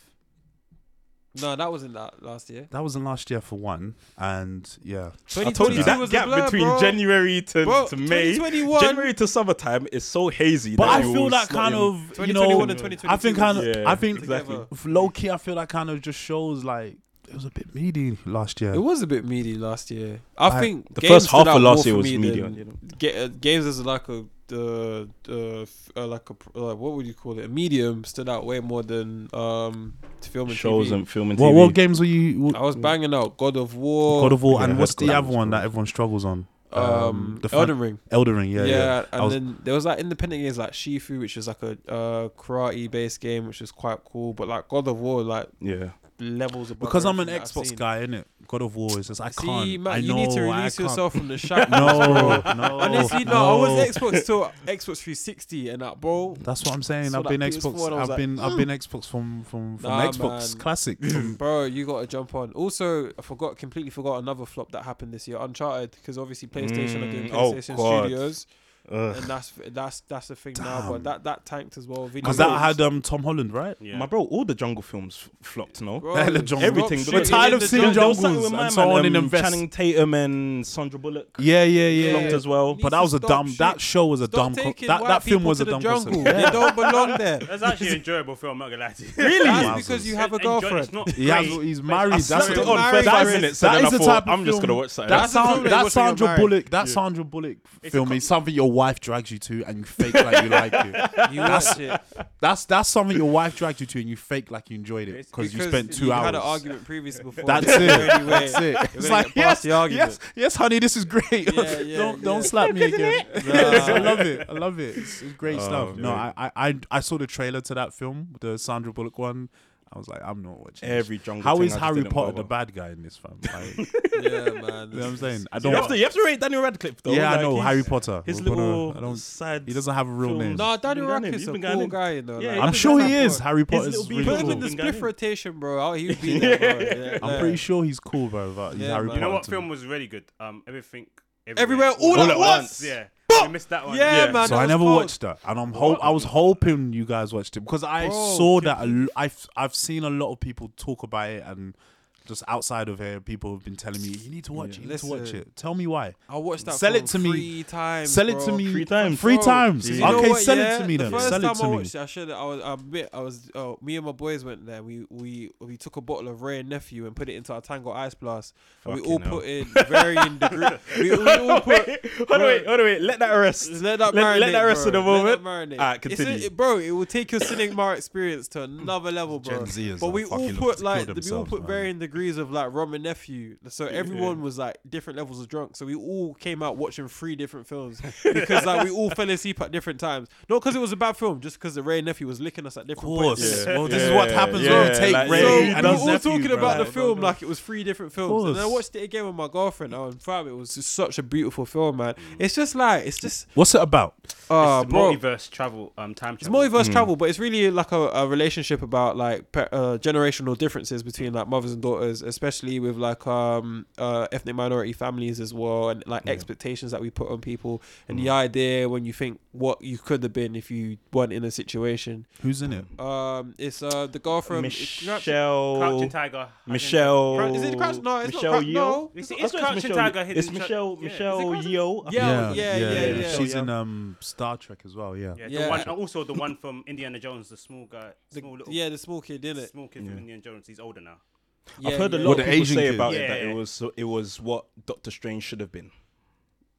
S2: No, that wasn't that last year.
S1: that wasn't last year for one, and yeah.
S3: I told you
S2: 2022
S3: that
S2: was a
S3: gap
S2: blur,
S3: between
S2: bro.
S3: January to,
S2: Bro,
S3: to May,
S2: 2021
S3: January to summertime is so hazy.
S1: But
S3: that
S1: I
S3: you
S1: feel
S3: will
S1: that
S3: slot
S1: kind
S3: in-
S1: of you
S2: 2021
S1: know,
S2: and
S1: I think kind of,
S2: 2022
S3: Yeah,
S1: I think
S3: exactly.
S1: low key, I feel that kind of just shows like it was a bit meaty last year.
S2: It was a bit meaty last year. I
S1: Like,
S2: think
S3: the
S2: games
S3: first half
S2: stood out
S3: of last
S2: more
S3: year
S2: for
S3: was
S2: me
S3: meaty
S2: than-
S3: on, you know.
S2: Ga- uh, games is like a uh, uh, f- uh, like a pr- uh, what would you call it? A medium stood out way more than um film and
S3: shows
S2: TV.
S3: and film and TV.
S1: What what games were you? What,
S2: I was banging out God of War,
S1: God of War,
S3: Yeah,
S1: and
S3: I
S1: what's
S3: heard
S1: the
S3: God of
S1: other
S3: War's
S1: one
S3: cool.
S1: that everyone struggles on?
S2: um,
S1: the
S2: Elden
S1: Elden,
S2: Ring.
S1: Elden Ring, yeah,
S2: Yeah,
S1: yeah. I
S2: and
S1: was-
S2: then there was like independent games like Shifu, which was like a uh, karate-based game, which was quite cool. But like God of War, like
S3: Yeah.
S2: levels above
S1: because I'm an
S2: everything that I've
S1: Xbox
S2: seen.
S1: guy, innit? God of War is just I can't.
S2: See, Matt,
S1: I
S2: you need to
S1: know, I
S2: release
S1: can't.
S2: yourself from the shack.
S1: No, no,
S2: Honestly, no.
S1: no.
S2: I was Xbox till Xbox 360, and that bro,
S1: That's what I'm saying.
S2: Saw
S1: I've
S2: that
S1: been
S2: PS4
S1: Xbox.
S2: and I was
S1: I've
S2: like, "Hmm."
S1: been I've been Xbox from from from
S2: Nah,
S1: Xbox
S2: man.
S1: Classic. from-
S2: bro, you got to jump on. Also, I forgot completely forgot another flop that happened this year, Uncharted, because obviously PlayStation are doing
S3: Mm, oh,
S2: PlayStation
S3: God.
S2: Studios,
S3: Ugh.
S2: and that's that's that's the thing now.
S1: Damn.
S2: But that that tanked as well. Video
S1: Because that
S2: games.
S1: had um Tom Holland, right?
S4: Yeah.
S3: My bro, all the jungle films f- flopped, no?
S2: Bro,
S1: Hella jungle.
S3: Everything,
S2: stop
S3: but we're
S2: shooting
S1: tired
S2: in
S1: of
S2: the
S1: seeing
S2: jungle.
S1: jungle. and someone in Invest.
S3: Um, Channing Tatum and Sandra Bullock
S1: Yeah, yeah, yeah.
S3: flopped as well.
S1: But that was a
S2: Stop
S1: dumb.
S2: shit.
S1: That show was a
S2: Stop
S1: dumb. co-
S2: taking
S1: that
S2: white
S1: that film
S2: people
S1: was
S2: to
S1: a
S2: the
S1: dumb.
S2: jungle.
S1: concept.
S2: They don't belong there.
S4: That's actually an enjoyable film. I'm not gonna lie to you.
S2: That's
S1: Wowzers.
S2: because you have a
S4: Enjoy-
S2: girlfriend.
S4: It's not
S1: He has,
S4: great,
S1: he's
S4: but
S1: married.
S4: it's
S1: That's
S4: not
S1: the
S4: great.
S1: on
S2: Married,
S1: five
S2: Chris.
S1: minutes.
S3: and
S1: That
S3: then
S1: is
S3: I
S1: the
S3: thought,
S1: type. Of
S3: I'm just
S1: film-
S3: gonna watch something
S1: That
S2: That's the
S1: sound,
S2: film they
S1: that
S2: watch when you're
S1: Sandra
S2: married.
S1: Bullock. That Sandra Bullock
S4: a
S1: film
S4: com-
S1: is something your wife drags you to, and you fake like you like it.
S2: You watch it.
S1: That's that's something your wife dragged you to, and you fake like you enjoyed it because you spent two
S2: you
S1: hours.
S2: had an argument previously before.
S1: That's
S2: There's
S1: it.
S2: no only way
S1: That's it.
S2: you're
S1: It's
S2: gonna
S1: like
S2: get
S1: yes,
S2: past the argument.
S1: yes, yes, honey, this is great.
S2: Yeah, yeah,
S1: don't don't
S2: yeah.
S1: slap me again.
S2: Nah.
S1: I love it. I love it. It's, it's great
S3: Oh,
S1: stuff. No,
S3: yeah.
S1: I, I I I saw the trailer to that film, the Sandra Bullock one. I was like, I'm not watching. this.
S3: Every jungle.
S1: How
S3: thing,
S1: is
S3: I just
S1: Harry
S3: didn't
S1: Potter
S3: bother.
S1: the bad guy in this film? Like, you
S2: yeah, man.
S1: know what I'm saying? I
S3: You
S1: don't.
S3: have, to, you have to rate Daniel Radcliffe though.
S1: yeah, I
S3: Like,
S1: know
S3: he's-
S1: Harry Potter.
S3: His
S1: We're gonna-
S3: little
S1: I don't.
S3: side.
S1: He doesn't have a real
S3: film.
S1: name.
S2: No,
S3: You've
S2: Daniel
S3: been
S2: Radcliffe's a
S3: going in.
S2: cool
S3: You've been
S2: guy, you know.
S3: Yeah,
S2: like,
S3: you've
S1: I'm
S3: been
S1: sure
S3: going
S1: he
S3: in.
S1: is. Harry
S3: little
S1: Potter's
S3: beard.
S1: really
S2: Put him in
S1: cool.
S2: the
S3: Cool.
S2: spliff rotation, bro. Oh, he'd be there, bro. Yeah,
S1: I'm
S2: yeah.
S1: pretty sure he's cool, bro. But he's
S2: Yeah,
S1: Harry
S2: man.
S1: Potter.
S4: You know what
S1: to
S4: film
S1: me.
S4: was really good? Um, everything,
S2: Everywhere, all, at once.
S4: Yeah, we missed that one.
S2: Yeah, man.
S1: So
S2: that
S1: I
S2: was
S1: never
S2: cold.
S1: watched that, and I'm hope I was hoping you guys watched it because I
S2: Bro,
S1: saw that a l- I've I've seen a lot of people talk about it, and just outside of here, people have been telling me you need to watch it, you need to watch
S2: Listen.
S1: it. Tell me why.
S2: I watched that.
S1: Sell
S2: film
S1: it to me.
S2: Three times.
S1: sell it
S2: bro.
S1: to me
S3: Three times.
S1: Three
S2: Bro,
S1: times.
S2: do you know
S1: Okay,
S2: what,
S1: sell
S2: yeah?
S1: it to me
S2: the
S1: then.
S2: First
S1: Sell
S2: time
S1: it to
S2: I
S1: me.
S2: watched, it, I should. I was. I admit. I was. Oh, me and my boys went there. We we we took a bottle of Ray and Nephew and put it into our Tango Ice Blast. And we all
S3: Fucking hell.
S2: put in varying degrees. We, we all put.
S3: Hold on, wait, hold on, wait. Let that rest.
S2: Let
S3: Let-
S2: that marinate.
S3: let that rest
S2: bro.
S3: of the
S2: Let that
S3: moment.
S2: marinate.
S3: Alright,
S2: It's a-
S3: continue.
S2: it- bro, it will take your cinema experience to another level, bro.
S5: Gen Zers
S2: but
S5: are
S2: we all
S5: fucking
S2: put
S5: to
S2: like
S5: kill
S2: we all
S5: themselves,
S2: put
S5: man.
S2: varying degrees of like rum and nephew. So everyone was like different levels of drunk. So we all came out watching three different films because like we all fell asleep at different times. Not because it was a bad film, just because the Ray and nephew was licking us at different points.
S1: course.
S3: Yeah.
S1: Well, this is what
S3: Yeah,
S1: happens
S3: yeah,
S1: when you take
S3: like,
S1: Ray
S3: yeah.
S2: So
S3: Hey,
S1: and
S2: we were
S1: his
S2: all
S1: nephew,
S2: talking
S1: bro.
S2: about the
S1: Like,
S2: film like it was three different films, and then I
S1: Course.
S2: watched it again with my girlfriend. Oh, and fam, it was just such a beautiful film, man. It's just like it's just
S1: What's it about?
S2: uh,
S4: It's the
S2: bro,
S4: multiverse travel, um, time
S2: it's
S4: travel.
S3: Mm.
S2: multiverse travel, but it's really like a, a relationship about like pe- uh, generational differences between like mothers and daughters, especially with like um uh, ethnic minority families as well, and like expectations that we put on people, and the
S3: Mm.
S2: idea when you think what you could have been if you weren't in a situation.
S1: Who's in it?
S2: Um, it's uh the girl from it's Crouch-
S4: Crouching
S3: Michelle.
S4: Tiger. Hidden-
S3: Michelle.
S2: Crouch- is it Crouch- no, it's not
S3: Michelle
S2: Crouch-
S3: Yeoh?
S2: no.
S4: It's,
S3: I
S4: it's
S3: thought
S4: Crouching
S3: Michelle-
S4: Tiger. Hidden
S3: It's
S4: Tra-
S3: Michelle.
S4: yeah. Is it
S3: Michelle
S4: Crouching-
S3: Yeoh.
S2: Yeah. oh, yeah, yeah, yeah,
S1: She's
S3: yeah.
S1: in um Star Trek as well. Yeah.
S4: Yeah,
S2: Yeah.
S4: The one, and also the one from Indiana Jones, the small guy,
S2: The,
S4: small little,
S2: yeah, the small kid, didn't it? Uh,
S4: small kid from Indiana Jones. He's older now.
S2: Yeah,
S3: I've heard a
S2: yeah.
S3: lot
S1: What,
S3: of
S1: the
S3: people
S1: Asian
S3: say
S1: kid?
S3: about it
S4: Yeah.
S3: that it was it was what Doctor Strange should have been.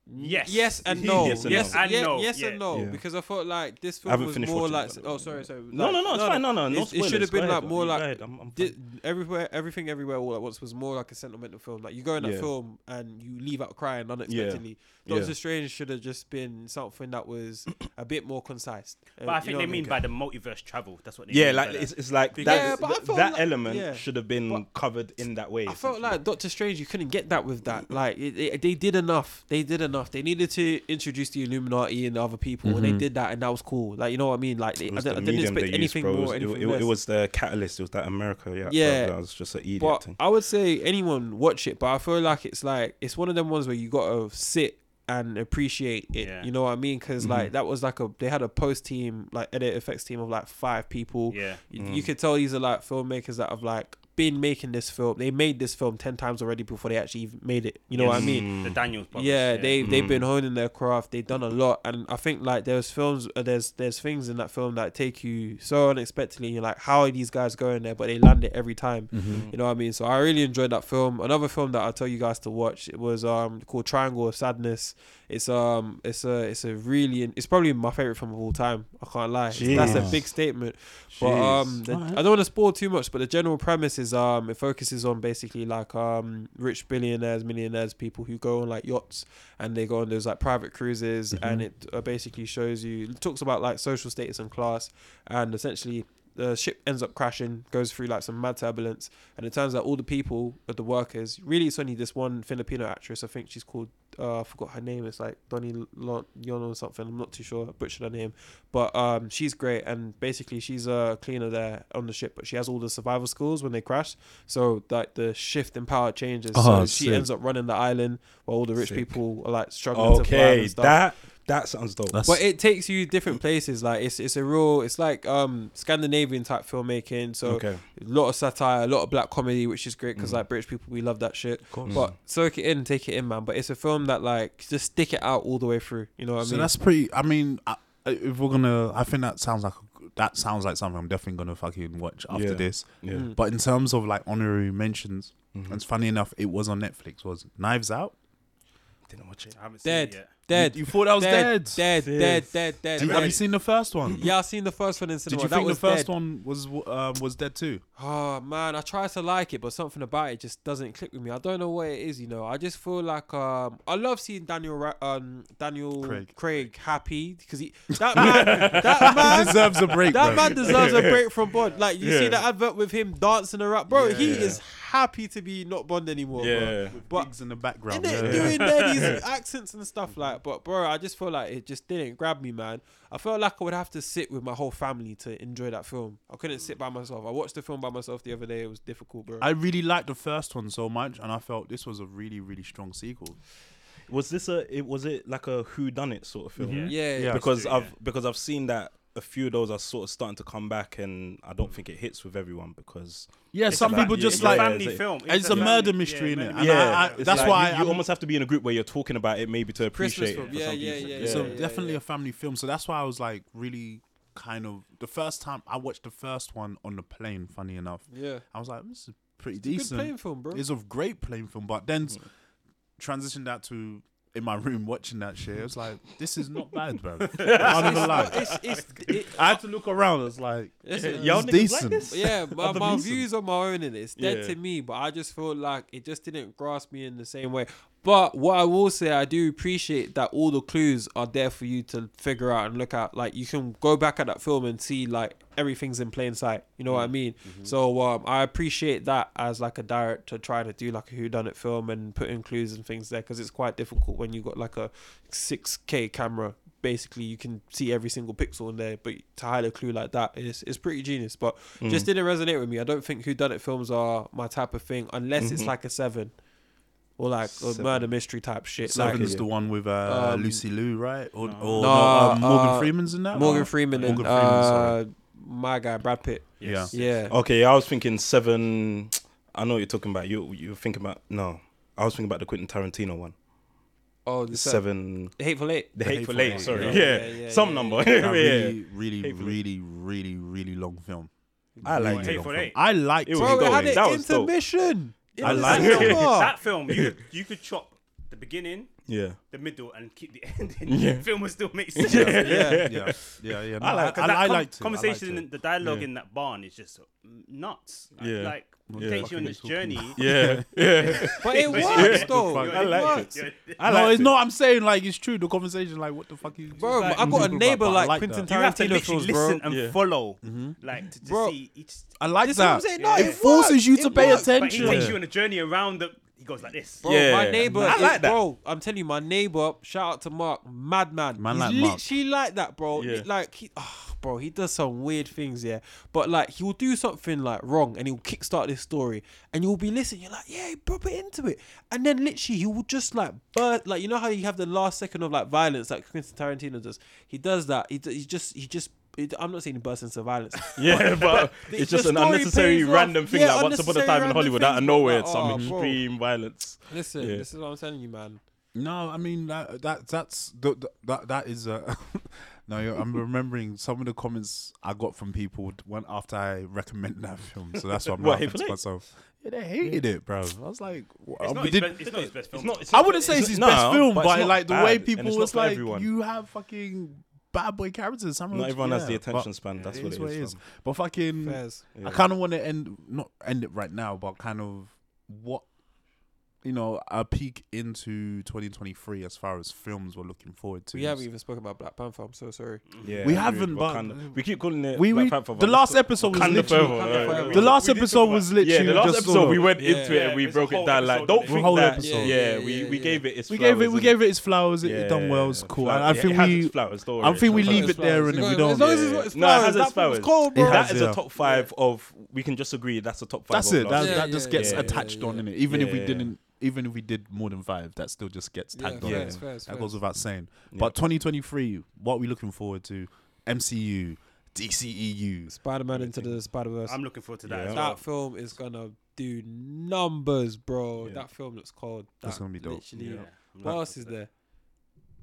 S4: Yes.
S2: Yes and no.
S3: Yes
S2: Yes
S3: and
S2: and
S3: no.
S4: And no,
S2: no. Yes
S4: yeah.
S2: and no.
S3: Yeah.
S2: Because I felt like this
S3: I
S2: film
S3: haven't
S2: was
S3: finished
S2: more
S3: watching
S2: like.
S3: it, by the
S2: Oh,
S3: way.
S2: sorry, sorry. Like,
S3: No, no, no, it's fine. No, no, no.
S2: It- it should
S3: spoilers.
S2: have
S3: Go
S2: been
S3: ahead,
S2: like
S3: Dom.
S2: more
S3: Go
S2: like
S3: ahead, I'm- I'm
S2: Di-
S3: fine.
S2: everywhere, everything, everywhere, all at once was more like a sentimental film. Like you go in that
S3: Yeah.
S2: film and you leave out crying unexpectedly. Doctor
S3: Yeah.
S2: Strange should have just been something that was a bit more concise.
S4: But I think they mean by the multiverse travel. That's what they
S3: Yeah,
S4: mean
S3: like
S4: by that.
S3: it's, it's like that,
S2: Yeah, but I felt
S3: that
S2: like-
S3: element
S2: yeah.
S3: should have been
S2: But-
S3: covered in that way.
S2: I felt like Doctor Strange. You couldn't get that with that. Like it, it- they did enough. They did enough. They needed to introduce the Illuminati and the other people, and they did that, and that was cool. Like you know what I mean? Like they,
S3: Mm-hmm. It
S2: I,
S3: was
S2: didn't- I
S3: the
S2: didn't
S3: medium
S2: expect
S3: they used,
S2: anything
S3: bro. It was-
S2: more. anything
S3: it, it- it
S2: less.
S3: was the catalyst. It was that America. Yeah,
S2: Yeah.
S3: That was just an idiot
S2: But
S3: thing.
S2: I would say anyone watch it, but I feel like it's like it's one of them ones where you gotta sit and appreciate it.
S4: Yeah.
S2: You know what I mean? Because like that was like a they had a post team like edit effects team of like five people.
S4: Yeah.
S2: you, you could tell these are like filmmakers that have like been making this film. They made this film ten times already before they actually even made it. You know what I
S4: Yes.
S2: mean?
S4: The Daniels brothers.
S2: yeah, they they've been honing their craft. They've done a lot, and I think like there's films, uh, there's there's things in that film that take you so unexpectedly. And you're like, how are these guys going there? But they land it every time.
S3: Mm-hmm.
S2: You know what I mean? So I really enjoyed that film. Another film that I tell you guys to watch it was um called Triangle of Sadness. It's um it's a it's a really it's probably my favorite film of all time. I can't lie. That's a
S3: Jeez.
S2: big statement. But um, the, I don't want to spoil too much. But the general premise is um, it focuses on basically like um, rich billionaires, millionaires, people who go on like yachts and they go on those like private cruises, and it uh, basically shows you it talks about like social status and class, and essentially. The ship ends up crashing, goes through like some mad turbulence, and it turns out all the people, uh, the workers, really it's only this one Filipino actress. I think she's called, uh, I forgot her name. It's like Donny Lon Yono or something. I'm not too sure. I butchered her name, but um, she's great, and basically she's a cleaner there on the ship, but she has all the survival skills when they crash. So like the shift in power changes. so
S1: Oh,
S2: she
S1: sick.
S2: ends up running the island while all the rich
S3: Sick.
S2: people are like struggling to survive
S3: Okay,
S2: and stuff.
S3: that that sounds dope.
S1: That's
S2: but it takes you different places. Like it's it's a real it's like um Scandinavian type filmmaking. So
S3: okay.
S2: a lot of satire, a lot of black comedy, which is great because like British people, we love that shit. But soak it in, take it in, man. But it's a film that like just stick it out all the way through. You know what I
S1: so
S2: mean?
S1: that's pretty. I mean, I, if we're gonna, I think that sounds like that sounds like something I'm definitely gonna fucking watch after
S3: Yeah.
S1: this.
S3: Yeah. Mm-hmm.
S2: Mm.
S1: But in terms of like honorary mentions, and it's funny enough, it was on Netflix. Was Knives Out?
S3: Didn't watch it.
S4: I haven't
S2: Dead.
S4: Seen it yet.
S2: Dead.
S1: You, you thought that was dead.
S2: dead. Dead. Dead. Dead. Dead.
S1: Do you- have you seen the first one?
S2: Yeah, I seen the first one in
S1: Did
S2: cinema.
S1: you
S2: that
S1: think the
S2: was
S1: first
S2: dead.
S1: one was um, was dead too?
S2: Oh man, I try to like it, but something about it just doesn't click with me. I don't know what it is, you know. I just feel like um, I love seeing Daniel Ra- um Daniel
S1: Craig.
S2: Craig, happy because he that man that man
S1: Deserves a break.
S2: that
S1: bro.
S2: man deserves a break from Bond. Like you see the advert with him dancing around, bro. he
S3: Yeah.
S2: is happy to be not Bond anymore. bro.
S3: Yeah.
S1: With
S2: but-
S1: pigs in the background.
S2: Innit? doing their these accents and stuff like. But bro, I just feel like it just didn't grab me, man. I felt like I would have to sit with my whole family to enjoy that film. I couldn't sit by myself. I watched the film by myself the other day. It was difficult, bro.
S1: I really liked the first one so much, and I felt this was a really, really strong sequel.
S3: Was this a? It was it like a who done it sort of film?
S4: Yeah.
S2: yeah,
S1: Yeah.
S3: Mm-hmm. Because
S4: Yeah.
S3: I've because I've seen that a few of those are sort of starting to come back, and I don't think it hits with everyone because
S1: Yeah,
S3: It's
S1: some
S3: about-
S1: people
S3: yeah,
S1: just
S4: It's
S3: yeah,
S1: like
S4: a family
S3: it's a-
S4: film.
S1: it's a
S4: family-
S1: murder mystery
S4: yeah,
S1: in it,
S4: murder
S1: and I, I,
S3: it's
S1: that's
S3: like
S1: why
S3: you,
S1: I'm-
S3: you almost have to be in a group where you're talking about it maybe to
S2: Christmas
S3: appreciate
S2: film.
S3: it. for
S2: Yeah,
S3: some
S2: yeah,
S3: people.
S2: yeah,
S1: It's
S2: yeah.
S1: a, definitely a family film, so that's why I was like really kind of the first time I watched the first one on the plane. Funny enough,
S2: yeah.
S1: I was like, this is pretty
S2: Good playing
S1: decent.
S2: film, bro.
S1: It's a great plane film, but then s- transitioned that to in my room watching that shit. It was like this is not bad, bro. I'm not gonna lie.
S2: It's, it's, it,
S1: I had to look around. It's like
S2: it's,
S3: Y'all
S1: It's
S3: niggas
S1: decent.
S3: like this?
S2: yeah, my,
S3: Other
S2: my
S3: reason.
S2: views on my own in it. It's dead
S3: Yeah.
S2: to me, but I just feel like it just didn't grasp me in the same way. But what I will say, I do appreciate that all the clues are there for you to figure out and look at. Like you can go back at that film and see like everything's in plain sight. You know what I mean? So um, I appreciate that as like a director trying to do like a whodunit film and put in clues and things there because it's quite difficult when you got like a six K camera basically you can see every single pixel in there but to hide a clue like that is is pretty genius but just didn't resonate with me i don't think who done it films are my type of thing unless it's like a seven or like a
S3: Seven.
S2: murder mystery type shit
S1: Seven
S2: like
S1: is the one with uh,
S2: Um,
S1: Lucy Liu, right? Or, or
S2: No,
S1: no, um, Morgan
S2: uh,
S1: Freeman's in that.
S2: morgan
S1: Or-
S2: freeman and
S1: Morgan Freeman,
S2: uh,
S1: sorry.
S2: my guy brad pitt
S1: Yeah.
S2: yeah
S3: Okay, I was thinking seven. I know what you're talking about. You you're thinking about no. I was thinking about the Quentin Tarantino one.
S2: oh the seven
S3: Seven.
S2: hateful eight
S3: The
S1: Hateful
S3: Hateful Eight.
S1: Eight,
S3: Sorry.
S1: yeah.
S3: Yeah.
S2: Yeah, yeah,
S3: Some
S2: yeah,
S3: number.
S1: That
S3: yeah.
S1: really, really,
S3: Hateful Eight.
S1: really, really, really long film.
S3: I
S1: Really
S3: liked
S4: it.
S1: long
S4: Hateful
S1: film.
S4: Eight.
S1: I liked
S3: It was
S2: bro it
S3: dope.
S1: it.
S2: had an
S3: That was dope.
S2: intermission
S1: I
S2: In the
S1: like
S4: That
S1: it.
S4: film,
S2: cinema.
S4: that film, you could, you could chop the beginning,
S3: Yeah.
S4: the middle, and keep the ending.
S3: Yeah.
S4: The film would still make sense.
S1: Yeah, yeah, yeah. yeah. No, I,
S3: like-
S1: I,
S4: 'Cause
S1: I
S4: that com-
S1: liked it.
S4: conversation
S1: I liked
S4: and the dialogue
S3: Yeah.
S4: in that barn is just nuts. Like,
S3: Yeah.
S4: like
S1: Yeah.
S4: takes you
S1: Fucking
S4: on this
S1: talking.
S4: journey.
S3: Yeah. Yeah.
S2: but it works
S4: Yeah.
S2: though
S1: I
S2: It
S4: You're-
S3: like
S2: works.
S3: it.
S4: you're-
S1: it. no, it's not. I'm saying like it's true. The conversation, like, what the fuck is
S2: Bro,
S4: Like,
S2: I've got a
S1: people
S2: neighbor
S1: like-
S2: like,
S1: like
S2: Quentin
S1: that.
S4: You have to
S2: Tarantino
S4: literally
S2: films, bro.
S4: listen and
S3: Yeah.
S4: follow, like to, to
S2: Bro.
S4: see each.
S1: I like
S2: This is what I'm
S1: that.
S2: saying. No,
S1: it,
S2: it worked.
S1: forces you to
S2: It
S1: pay
S2: worked.
S4: But he
S1: attention.
S4: takes you on a journey around the. He goes like this.
S2: Bro,
S3: Yeah.
S2: my neighbor,
S3: I
S2: is-
S3: like that.
S2: bro. I'm telling you, my neighbor. Shout out to Mark, madman.
S1: Man
S2: He's
S1: like Mark.
S2: literally like that, bro.
S3: Yeah.
S2: Like, he, ah, bro, he does some weird things, yeah. But like, he will do something like wrong, and he'll kickstart this story, and you'll be listening. You're like, yeah, bro, but into it, and then literally he will just like burst. Like, you know how you have the last second of like violence, like Quentin Tarantino does. He does that. He, d- he just, he just. It, I'm not saying he bursts into violence.
S3: Yeah, but
S2: the-
S3: it's
S2: the
S3: just an
S2: story
S3: unnecessary
S2: pays off.
S3: random thing
S2: Yeah,
S3: that once upon a
S2: unnecessary
S3: time in
S2: random
S3: Hollywood out of
S2: things,
S3: nowhere,
S2: but-
S3: it's some
S2: oh, bro.
S3: extreme violence.
S2: Listen,
S3: Yeah.
S2: this is what I'm telling you, man.
S1: No, I mean that, that that's th- th- that that is. Uh, no, you're- I'm remembering some of the comments I got from people when after I recommended that film, so that's why I'm
S3: What,
S1: laughing
S3: Hateful
S1: to
S3: Eight?
S1: myself. Yeah, they hated it, bro. I was like, w-
S4: it's,
S1: um,
S4: not
S1: we
S4: his
S1: did-
S4: best, it's not his best film.
S1: I wouldn't say it's his best film, but,
S3: it's not
S1: like the
S3: bad,
S1: way
S3: and
S1: people
S3: it's not
S1: was
S3: for
S1: like,
S3: everyone.
S1: you have fucking bad boy characters. Some of
S3: Not
S1: them-
S3: everyone has the
S1: yeah,
S3: attention
S1: but
S3: span. That's
S1: it
S3: what
S1: is
S3: it is. fam.
S1: But fucking,
S2: Fairs.
S1: I kind of want to end not end it right now, but kind of what you know a peek into 2023 as far as films we're looking forward to.
S2: We haven't even spoken about Black Panther. I'm so sorry.
S3: Yeah,
S1: We
S3: I agree.
S1: haven't, but-
S3: Wakanda- we keep calling it.
S1: We,
S3: Black
S1: we,
S3: Panther,
S1: the
S3: but
S1: last
S3: it's-
S1: episode was
S3: Wakanda
S1: literally,
S3: Forever,
S2: Wakanda
S3: right,
S2: Forever.
S3: we-
S1: the last
S3: we did talk
S1: episode
S3: about-
S1: was literally
S3: Yeah, the last
S1: just
S3: episode
S1: solo.
S3: we went
S2: Yeah.
S3: into it and we
S4: Yeah,
S3: broke
S4: it's a
S3: it down.
S4: whole
S3: Like,
S4: episode,
S3: don't
S4: isn't
S1: it?
S3: think
S1: Whole
S3: that.
S1: episode.
S3: Yeah,
S2: Yeah,
S3: we
S2: yeah,
S3: we
S2: yeah.
S3: gave it. Its
S1: we gave it we
S3: flowers,
S1: gave it its flowers. It,
S3: innit?
S1: it done
S3: Yeah,
S1: well. It's
S3: yeah,
S1: cool.
S3: flower-
S1: I, I
S3: yeah,
S1: think
S3: it has
S1: we
S3: its flowers, don't
S1: I
S3: worry,
S1: think we
S3: it's
S1: leave
S3: flowers.
S1: it there and then we don't.
S2: As long as
S3: yeah, yeah.
S2: it's got its
S3: No, it
S2: flowers,
S3: has its
S2: that film was
S3: flowers.
S2: cold, bro.
S1: It has,
S3: That is
S1: yeah.
S3: a top five of. We can just agree that's a top five.
S1: that's
S3: of
S1: it.
S3: last
S1: That,
S3: year.
S2: Yeah,
S1: that just
S2: yeah,
S1: gets
S3: yeah,
S1: a touched on in it. Even if we
S3: Yeah.
S1: didn't, even if we did more than five, that still just gets
S2: Yeah,
S1: tagged on.
S2: fair,
S1: in.
S2: fair,
S1: that
S2: fair.
S1: goes without saying. But 2023, what are we looking forward to? MCU, E DCEU.
S2: Spider Man into the Spider Verse.
S4: I'm looking forward to that.
S3: Yeah.
S4: As well.
S2: That film is gonna do numbers, bro. That film looks cold.
S1: That's
S2: That
S1: gonna be dope.
S2: Literally.
S4: Yeah.
S2: What else is there?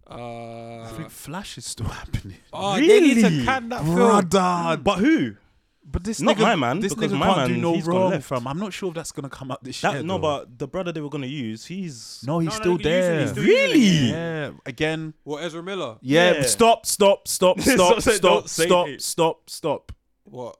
S1: I
S2: Uh,
S3: Uh.
S1: think Flash is still happening.
S2: oh, they need to
S3: Really?
S2: can that film.
S1: Brother, but who? But this
S3: Not
S1: nigga,
S3: my man,
S1: This
S3: because
S1: nigga
S3: my
S1: can't
S3: man,
S1: do no
S3: he's gone
S1: wrong,
S3: left.
S1: fam. I'm not sure if that's gonna come out this
S3: That
S1: year.
S3: no,
S1: though.
S3: but the brother they were gonna use, he's
S1: no, he's
S4: No, no,
S1: still
S4: he's using it,
S1: there.
S4: he's still
S3: really.
S1: Yeah. Again.
S2: What Ezra Miller?
S1: Yeah.
S3: Yeah.
S1: Stop. Stop. Stop.
S3: So
S1: Stop.
S3: say-
S1: stop.
S3: don't say
S1: Stop.
S3: it.
S1: Stop. Stop.
S2: What?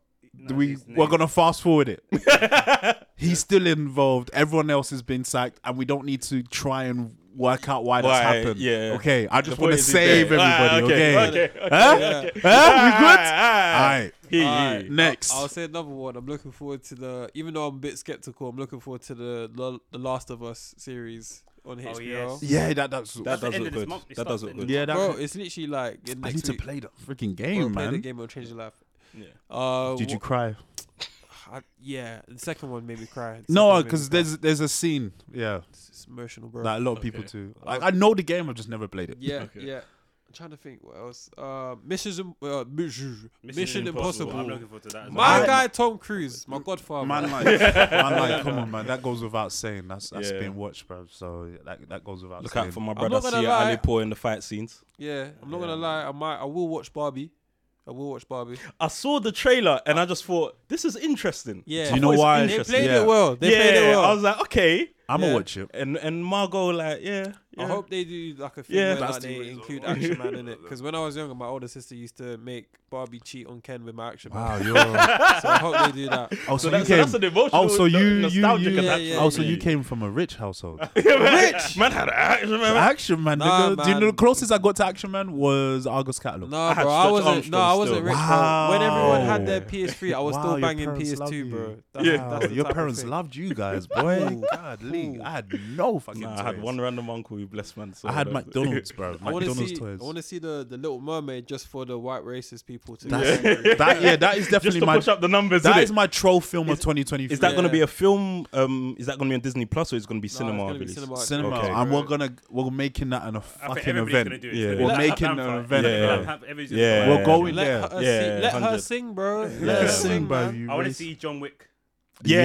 S1: Do we
S4: his
S1: we're
S4: name.
S1: gonna fast forward it. he's still involved. Everyone else has been sacked, and we don't need to try and work out why,
S3: Why,
S1: that's happened.
S3: yeah.
S1: Okay. I just want to
S3: The point is he's
S1: save
S3: there. Ah,
S1: everybody.
S3: okay,
S1: okay.
S3: okay, okay,
S1: Huh?
S2: okay.
S1: Huh? We good? All
S3: Ah,
S1: right.
S3: he-
S2: Alright,
S3: he-
S1: Next.
S2: I'll, I'll say another one. I'm looking forward to the. Even though I'm a bit skeptical, I'm looking forward to the Lo- the Last of Us series on HBO.
S4: yes.
S1: yeah. That. That's.
S3: That
S4: the
S3: does
S4: end
S3: look
S4: of this
S3: good.
S4: month. It
S3: That
S4: starts
S3: does
S4: at
S3: look
S4: the end
S3: good.
S4: of
S1: yeah. That.
S2: Bro, it's literally like in
S1: I
S2: next
S1: need to
S2: week.
S1: play the freaking
S2: Bro,
S1: game,
S2: play the
S1: man.
S2: game. It'll change your life.
S3: Yeah.
S2: Uh,
S1: Did you cry?
S2: wha- I- yeah, the second one made me cry. The second one
S1: No,
S2: made me
S1: because
S2: cry.
S1: there's there's a scene, yeah,
S2: it's, it's emotional, bro.
S1: that a lot of people
S3: Okay.
S1: do. Like I know the game, I've just never played it.
S2: Yeah,
S3: Okay.
S2: yeah. I'm trying to think what else. Uh, Missions, Im- uh, Mission,
S4: Mission
S2: Mission Impossible.
S4: I'm looking forward to that. As
S2: My
S4: well.
S2: guy Tom Cruise, my godfather.
S1: Man, like, man, like, come on, man, that goes without saying. That's that's
S3: Yeah.
S1: being watched, bro. So yeah, that that goes without
S3: Look
S1: saying.
S3: out for my
S2: not
S3: brother
S2: gonna
S3: Sia
S2: lie.
S3: Ali Paul in the fight scenes.
S2: yeah, I'm not gonna lie. I might, I will watch Barbie. I will watch Barbie.
S3: I saw the trailer and I just thought this is interesting.
S2: Yeah,
S3: I
S1: you know
S3: thought it's
S1: why?
S2: They
S3: interesting.
S2: played
S1: Yeah.
S2: it well. They
S3: yeah,
S2: played it well.
S3: I was like, okay.
S1: I'm
S2: Yeah.
S1: gonna watch it.
S3: And and Margot like, yeah. yeah.
S2: I hope they do like a thing
S3: Yeah.
S2: where like,
S1: That's the
S2: they
S1: reason
S2: include
S1: why.
S2: Action Man in it. Because when I was younger, my older sister used to make Barbie cheat on Ken with my Action
S1: Wow,
S2: Man.
S1: you're. oh,
S2: so I hope they do that.
S1: so,
S3: So,
S1: you
S3: that, so
S1: came.
S3: that's an emotional.
S1: oh, so you
S3: no-
S1: you
S3: nostalgic
S1: you.
S2: Yeah,
S3: attachment.
S2: yeah,
S1: oh, so
S2: yeah.
S1: you came from a rich household.
S3: Rich man had an action man.
S1: Action man,
S2: Nah,
S1: nigga. Do you know the
S2: man.
S1: closest I got to Action Man was Argus Catalog.
S2: No,
S3: had
S2: bro, I
S3: Stretch
S2: wasn't. No,
S3: Armstrong
S2: I wasn't
S3: still.
S2: rich. Bro. When everyone had their
S1: Wow.
S2: PS3, I was
S1: Wow,
S2: still
S1: your
S2: banging
S1: parents
S2: PS2,
S1: love you.
S2: bro.
S3: Yeah.
S1: Wow,
S2: that's the
S1: your
S2: type of
S1: parents
S2: thing.
S1: loved you guys, boy.
S2: Ooh.
S1: God, Lee, I had no fucking.
S3: Nah, I had
S1: toys.
S3: one random uncle who blessed man. So
S1: I had
S3: that's-
S1: McDonald's, bro.
S2: I want to
S1: McDonald's
S2: see.
S1: toys.
S2: I want to see the the Little Mermaid just for the white racist people to.
S1: That's-
S2: get angry.
S1: that yeah, that is
S3: Just
S1: definitely
S3: to
S1: my
S3: push up the numbers.
S1: that
S3: innit?
S1: is my troll film of
S3: Is-
S1: 2023.
S3: Is that going to
S2: Yeah.
S3: be a film? Um, is that going to be on Disney Plus or is it going to be
S2: No,
S3: cinema?
S2: it's gonna be
S3: release?
S2: cinema.
S1: cinema?
S3: Okay.
S1: And we're gonna we're making that in a
S4: I think
S1: fucking
S4: everybody's
S1: event.
S4: gonna do it.
S3: Yeah.
S4: It's
S1: We're
S4: gonna be like
S1: making
S4: a
S1: an
S4: vampire.
S1: event,
S3: Yeah.
S4: Like, have- everybody's
S3: Yeah.
S4: gonna
S1: We're
S4: go.
S1: going
S2: Let
S1: there.
S2: her
S3: Yeah,
S2: sing. Let her
S3: 100.
S2: sing, bro.
S1: Let
S2: Let her
S1: us
S3: Yeah.
S1: sing,
S2: sing,
S1: bro.
S2: man.
S1: You
S4: I want to
S1: race-
S4: see John Wick.
S1: Yes,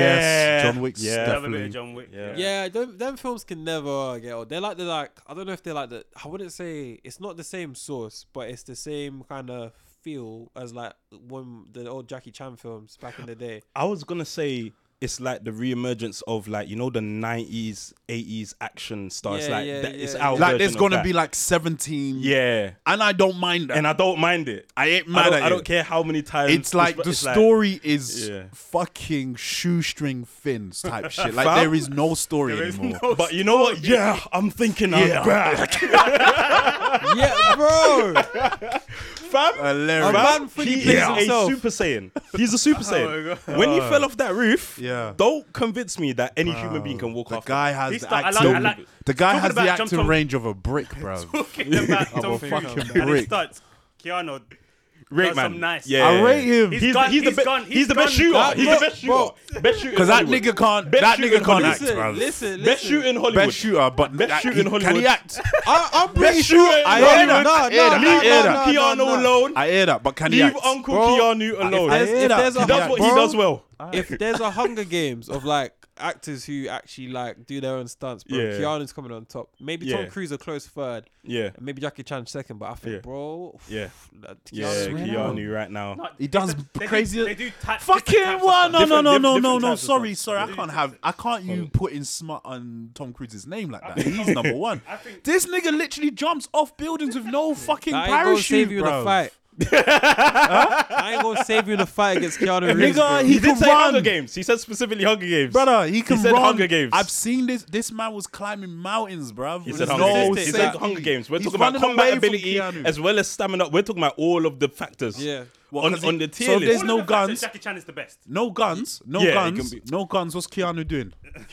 S3: Yeah.
S1: John Wick's
S3: Yeah.
S4: Have a bit of
S1: definitely.
S4: John Wick.
S3: Yeah.
S2: Yeah, them, them films can never get old. They're like the like I don't know if they're like the I wouldn't say it's not the same source, but it's the same kind of feel as like when the old Jackie Chan films back in the day.
S3: I was gonna say it's like the reemergence of like you know the nineties, eighties action star. it's
S2: Yeah,
S3: like
S2: yeah,
S3: that, it's
S2: yeah,
S3: our
S2: yeah.
S1: Like there's
S3: version of
S1: gonna
S3: that.
S1: be like 17.
S3: yeah,
S1: and I don't mind that.
S3: and I don't mind it.
S1: I ain't
S3: I
S1: mad
S3: don't,
S1: at
S3: I don't
S1: it.
S3: care how many times.
S1: It's like
S3: but
S1: the
S3: it's
S1: story is
S3: Yeah.
S1: fucking shoestring fins type shit. Like
S3: Fam?
S1: there is no story
S4: There is
S1: anymore.
S4: no
S3: but you know what? Yeah, I'm thinking
S1: Yeah.
S3: I'm back,
S2: yeah, bro.
S3: fam.
S2: A
S1: Hilarious.
S2: man fully
S3: He
S2: plays
S3: is a
S2: himself.
S3: super saiyan. He's a super saiyan. when he fell off that roof,
S1: Yeah.
S3: don't convince me that any human being can walk
S1: The
S3: off.
S1: guy has
S4: He's
S1: the
S4: not- I like-
S1: acting.
S4: I like-
S1: the guy
S4: Talking
S1: has the
S4: about Jump
S1: acting
S4: Tom-
S1: range of a brick, bro.
S4: Talking about
S1: Of a
S4: Tom Cruise.
S1: fucking
S4: And it
S1: brick.
S4: starts Keanu.
S3: Rate
S4: does
S3: man.
S4: some nice.
S3: Yeah.
S1: I rate him
S4: He's
S3: He's,
S4: gone,
S3: the, he's,
S4: he's
S3: the, be-
S4: gone,
S3: he's, the best
S4: gone,
S3: shooter.
S4: gone.
S3: He's the best
S2: Bro,
S3: shooter. Best shooter.
S1: because that
S3: in Hollywood.
S1: nigga can't.
S3: Best
S1: that
S3: shooter
S1: nigga
S3: in
S1: can't
S3: Hollywood.
S1: act,
S2: Listen,
S1: bro.
S2: listen,
S3: Best
S2: listen.
S3: shoot in Hollywood.
S1: Best shooter, but
S3: Best
S1: that-
S3: shooter
S1: he-
S3: in
S1: Can
S3: Hollywood.
S1: he act?
S2: I, I'm pretty
S3: Best
S2: sure.
S3: shooter in
S2: I
S3: Hollywood.
S2: no,
S1: I hear
S2: no,
S1: that.
S3: Leave
S1: I hear that.
S2: no, no,
S3: Uncle
S2: no,
S3: Keanu
S2: no.
S3: alone.
S1: I hear that, but can he
S3: Leave
S1: act?
S3: Uncle
S2: Bro,
S3: Keanu alone.
S1: I
S2: There's-
S1: hear
S2: if
S1: that.
S2: there's a
S1: He
S3: He does what he
S2: Bro,
S3: does well.
S2: if there's a Hunger Games of like actors who actually like do their own stunts, bro,
S3: Yeah.
S2: Keanu's coming on top. Maybe Tom
S3: Yeah.
S2: Cruise a close third,
S3: Yeah.
S2: and maybe Jackie Chan second. But I think,
S3: Yeah.
S2: bro,
S3: Yeah.
S2: that
S3: Yeah,
S2: Keanu's-
S1: swear
S3: Keanu right now.
S4: No,
S1: He does
S4: they do-
S1: crazy-
S4: They do ta-
S1: Fucking what? No, no,
S3: Different-
S1: no,
S3: diff-
S1: no, no,
S3: different
S1: no.
S3: types of
S1: Sorry,
S3: songs.
S1: sorry. I can't have. I can't. You put in smut on Tom Cruise's name like that. He's number one.
S4: I think-
S1: This nigga literally jumps off buildings with no fucking
S2: I ain't gonna
S1: parachute,
S2: save you in
S1: bruv.
S2: a fight. I ain't gonna save you in a fight against Keanu Reeves.
S1: Nigga,
S2: bro.
S1: he,
S3: He
S1: can
S3: did say
S1: run.
S3: Hunger Games. He said specifically Hunger Games.
S1: Brother, he can
S3: said
S1: run.
S3: Hunger Games.
S1: I've seen this. This man was climbing mountains, bruv.
S3: He
S1: With
S3: said,
S1: no
S3: Hunger Games. he
S2: statistics.
S3: said
S1: safety.
S3: Hunger Games. We're
S1: He's
S3: talking about
S1: running away
S3: combat
S1: from
S3: ability
S1: Keanu.
S3: as well as stamina. We're talking about all of the factors.
S2: Yeah.
S1: Well,
S3: on,
S1: 'cause he-
S3: on the tier
S1: so
S3: list.
S1: there's
S4: All
S1: no
S4: of the facts
S1: guns.
S4: that Jackie Chan is the best.
S1: No guns. No
S3: Yeah, it
S1: guns.
S3: can be-
S1: No guns. What's Keanu doing?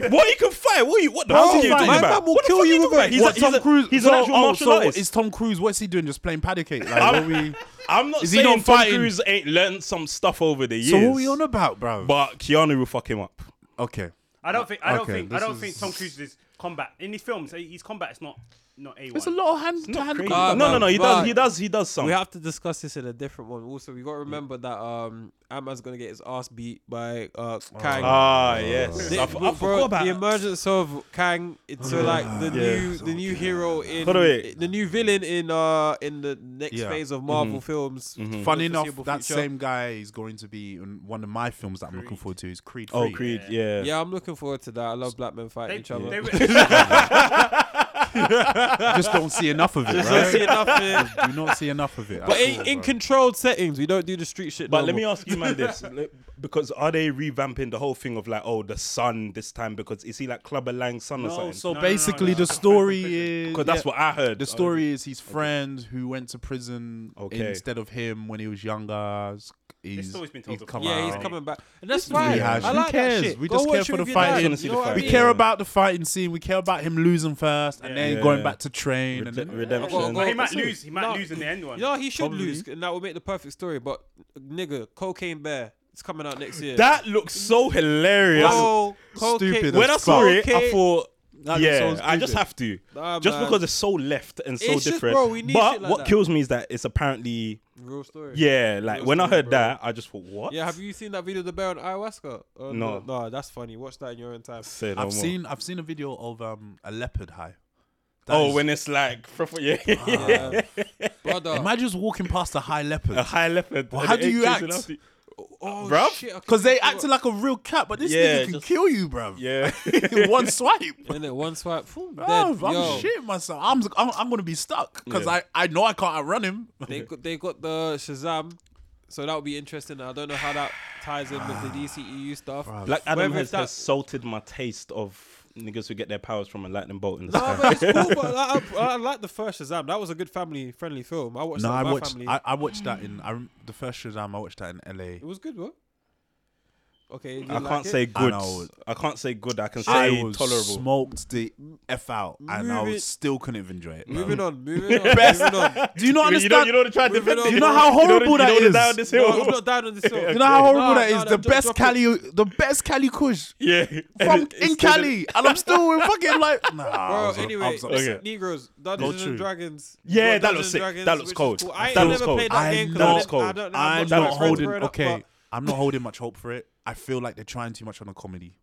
S3: what he can fight? What you? What the
S1: How's
S3: fuck
S1: he
S3: are you
S1: fighting?
S3: talking
S2: My
S3: about?
S2: man will
S3: What the
S2: kill
S3: fuck
S2: you
S3: are
S2: with a-
S3: talking about? He's,
S1: what
S3: a,
S1: Tom
S3: he's, a,
S1: Cruise?
S3: he's an
S1: so-
S3: actual
S1: oh,
S3: martial
S1: so
S3: artist.
S1: Is Tom Cruise? What's he doing? Just playing paddy cake? Like, what
S3: I'm-
S1: we,
S3: I'm not
S1: Is he
S3: saying
S1: not
S3: Tom
S1: fighting?
S3: Cruise ain't learned some stuff over the years.
S1: so what are we on about, bro?
S3: But Keanu will fuck him up.
S1: okay.
S4: I don't think. I don't
S1: Okay,
S4: think. I
S1: this
S4: don't
S1: is-
S4: think Tom Cruise is combat in his films. he- His combat is not. not a one.
S1: It's Uh, a lot of hand to hand.
S3: Crazy.
S1: combat.
S2: Nah,
S3: no, no, no. He does.
S2: but-
S3: He does. He does some.
S2: We have to discuss this in a different one. Also, we got to remember that um, Ant-Man's gonna get his ass beat by uh, Kang.
S3: ah, yes.
S2: The,
S3: I, f- I forgot
S2: bro,
S3: about
S2: the
S3: it.
S2: emergence of Kang. It's so like the
S3: Yeah.
S2: new, the new hero in
S3: By the way-
S2: the new villain in uh in the next
S1: Yeah.
S2: phase of Marvel films.
S1: Funny enough,
S2: foreseeable
S1: that
S2: future.
S1: same guy is going to be in one of my films that I'm looking forward to. Is Creed. 3.
S3: Oh, Creed. Yeah.
S2: Yeah, I'm looking forward to that. I love black men fighting
S4: They-
S2: each other.
S4: they re-
S1: Just don't see enough of it,
S2: I don't see
S1: right?
S2: enough in-
S1: Do not see enough of it.
S2: But
S1: at all,
S2: in, in
S1: bro.
S2: controlled settings, we don't do the street shit.
S3: But
S2: no
S3: let me
S2: more.
S3: ask you, man, this le- because are they revamping the whole thing of like, oh, the son this time? Because is he like Clubber Lang's son or
S1: No,
S3: something?
S1: so
S4: no, no,
S1: basically,
S4: no.
S1: the story is
S3: because that's
S1: yeah.
S3: what I heard.
S1: the story is. His friend who went to prison
S3: Okay.
S1: instead of him when he was younger. He's,
S4: story's been told
S1: he's
S4: before.
S1: come
S2: Yeah, he's
S1: out.
S2: coming back, and that's
S1: is
S2: fine.
S1: rehash.
S2: I
S1: Who
S2: like
S1: cares?
S2: That shit.
S1: We
S2: Go
S1: just
S2: watch
S1: care
S2: it
S1: for
S2: with
S1: the
S2: your
S1: fight.
S2: dad,
S3: We
S2: you
S3: wanna see
S2: know
S3: the
S2: what I
S3: fight.
S1: We
S2: mean?
S1: care about the fighting scene. We care about him losing first and then
S3: Yeah.
S1: going back to train and
S3: Rede-
S1: then
S2: Well,
S3: redemption.
S2: well,
S4: he might
S2: that's it.
S4: lose. He might
S2: No.
S4: lose in the end one.
S2: You know, he should
S1: Probably.
S2: lose, and that would make the perfect story. But nigga, Cocaine Bear, it's coming out next year.
S3: That looks so hilarious.
S2: Bro, Cocaine-
S1: stupid
S3: when I
S1: as
S3: saw
S1: fuck.
S3: it, I
S2: Cocaine-
S3: thought.
S1: That looks
S3: yeah,
S1: so
S3: I just
S1: stupid.
S3: have to,
S2: Nah,
S3: just
S2: man.
S3: because it's so left and so
S2: It's just,
S3: different.
S2: bro, we need
S3: but
S2: shit like
S3: what
S2: that.
S3: kills me is that it's apparently,
S2: real story.
S3: yeah, like
S2: Real
S3: when I
S2: story,
S3: heard
S2: bro.
S3: that, I just thought, what?
S2: Yeah, have you seen that video of the bear on ayahuasca? Uh,
S3: No.
S2: no, that's funny. Watch that in your own time.
S3: Say no more.
S1: I've seen I've seen a video of um a leopard high. That
S3: Oh,
S1: is-
S3: when it's like, proper- yeah,
S2: Yeah. Brother,
S1: imagine just walking past a high
S3: a
S1: leopard
S3: high leopard.
S1: Well,
S3: and
S1: how
S3: it
S1: do you
S3: chasing
S1: act?
S3: after you.
S2: oh,
S3: bruv,
S2: shit, I
S1: because they
S2: can't
S1: acting like a real cat, but this
S3: Yeah,
S1: nigga can
S3: just-
S1: kill you, bro.
S3: Yeah.
S1: in one swipe.
S2: And then one swipe, phew, dead.
S1: Bruv, I'm
S2: Yo,
S1: shitting myself. I'm I'm, I'm gonna be stuck because
S3: Yeah.
S1: I, I know I can't outrun him.
S2: They got they got the Shazam, so that would be interesting. I don't know how that ties in
S1: Ah.
S2: with the DCEU stuff.
S3: Black Adam
S2: Whether
S3: has
S2: it's that-
S3: has salted my taste of niggas who get their powers from a lightning bolt in the
S2: Nah,
S3: sky.
S2: but it's cool, but I, I, I like the first Shazam. That was a good family friendly film. I watched
S1: No,
S2: that
S1: I
S2: with my
S1: watched
S2: family.
S1: I, I watched that in I rem- the first Shazam. I watched that in L.A.
S2: It was good, bro. Okay, you
S3: I
S2: like
S3: can't
S2: it?
S3: say good.
S1: know.
S3: I, can't say good. I can say
S1: I was
S3: tolerable.
S1: smoked the f out, and I
S2: Move
S1: was
S2: it.
S1: still couldn't even enjoy it.
S2: Moving on, moving on,
S1: Best.
S2: moving on. No,
S1: Do you not
S3: You- you know,
S1: understand?
S3: you know, to try to
S2: Moving
S3: defend
S2: on,
S3: it.
S2: You know
S1: how
S3: don't-
S1: horrible
S3: you
S1: that
S3: don't
S1: is?
S3: down this hill.
S2: it's not down on this hill.
S1: You know how horrible
S2: No,
S1: that is?
S2: no, no,
S1: the
S2: dro-
S1: best
S2: drop it.
S1: Cali, the best Cali Kush
S3: yeah.
S1: from
S3: It's
S1: in
S3: still-
S1: Cali, and I'm still in fucking like. Nah, I
S2: Bro,
S1: was- I
S2: anyway,
S1: was
S3: Okay.
S2: Negroes, Dungeons
S1: true.
S2: and Dragons.
S3: Yeah,
S2: Well,
S3: that
S2: Dungeons
S3: looks
S2: and
S3: sick.
S2: Dragons,
S3: That looks
S2: which is
S3: cold.
S2: cool. I ain't
S3: That looks
S2: never
S3: cold.
S2: played that
S1: I
S2: game 'cause
S1: know.
S2: I didn't- I
S3: Cold.
S2: don't know how
S1: I'm
S2: much
S3: that
S2: my
S1: not
S3: was
S2: friends
S1: holding.
S2: growing up,
S1: Okay, I'm not holding much hope for it. I feel like they're trying too much on a comedy.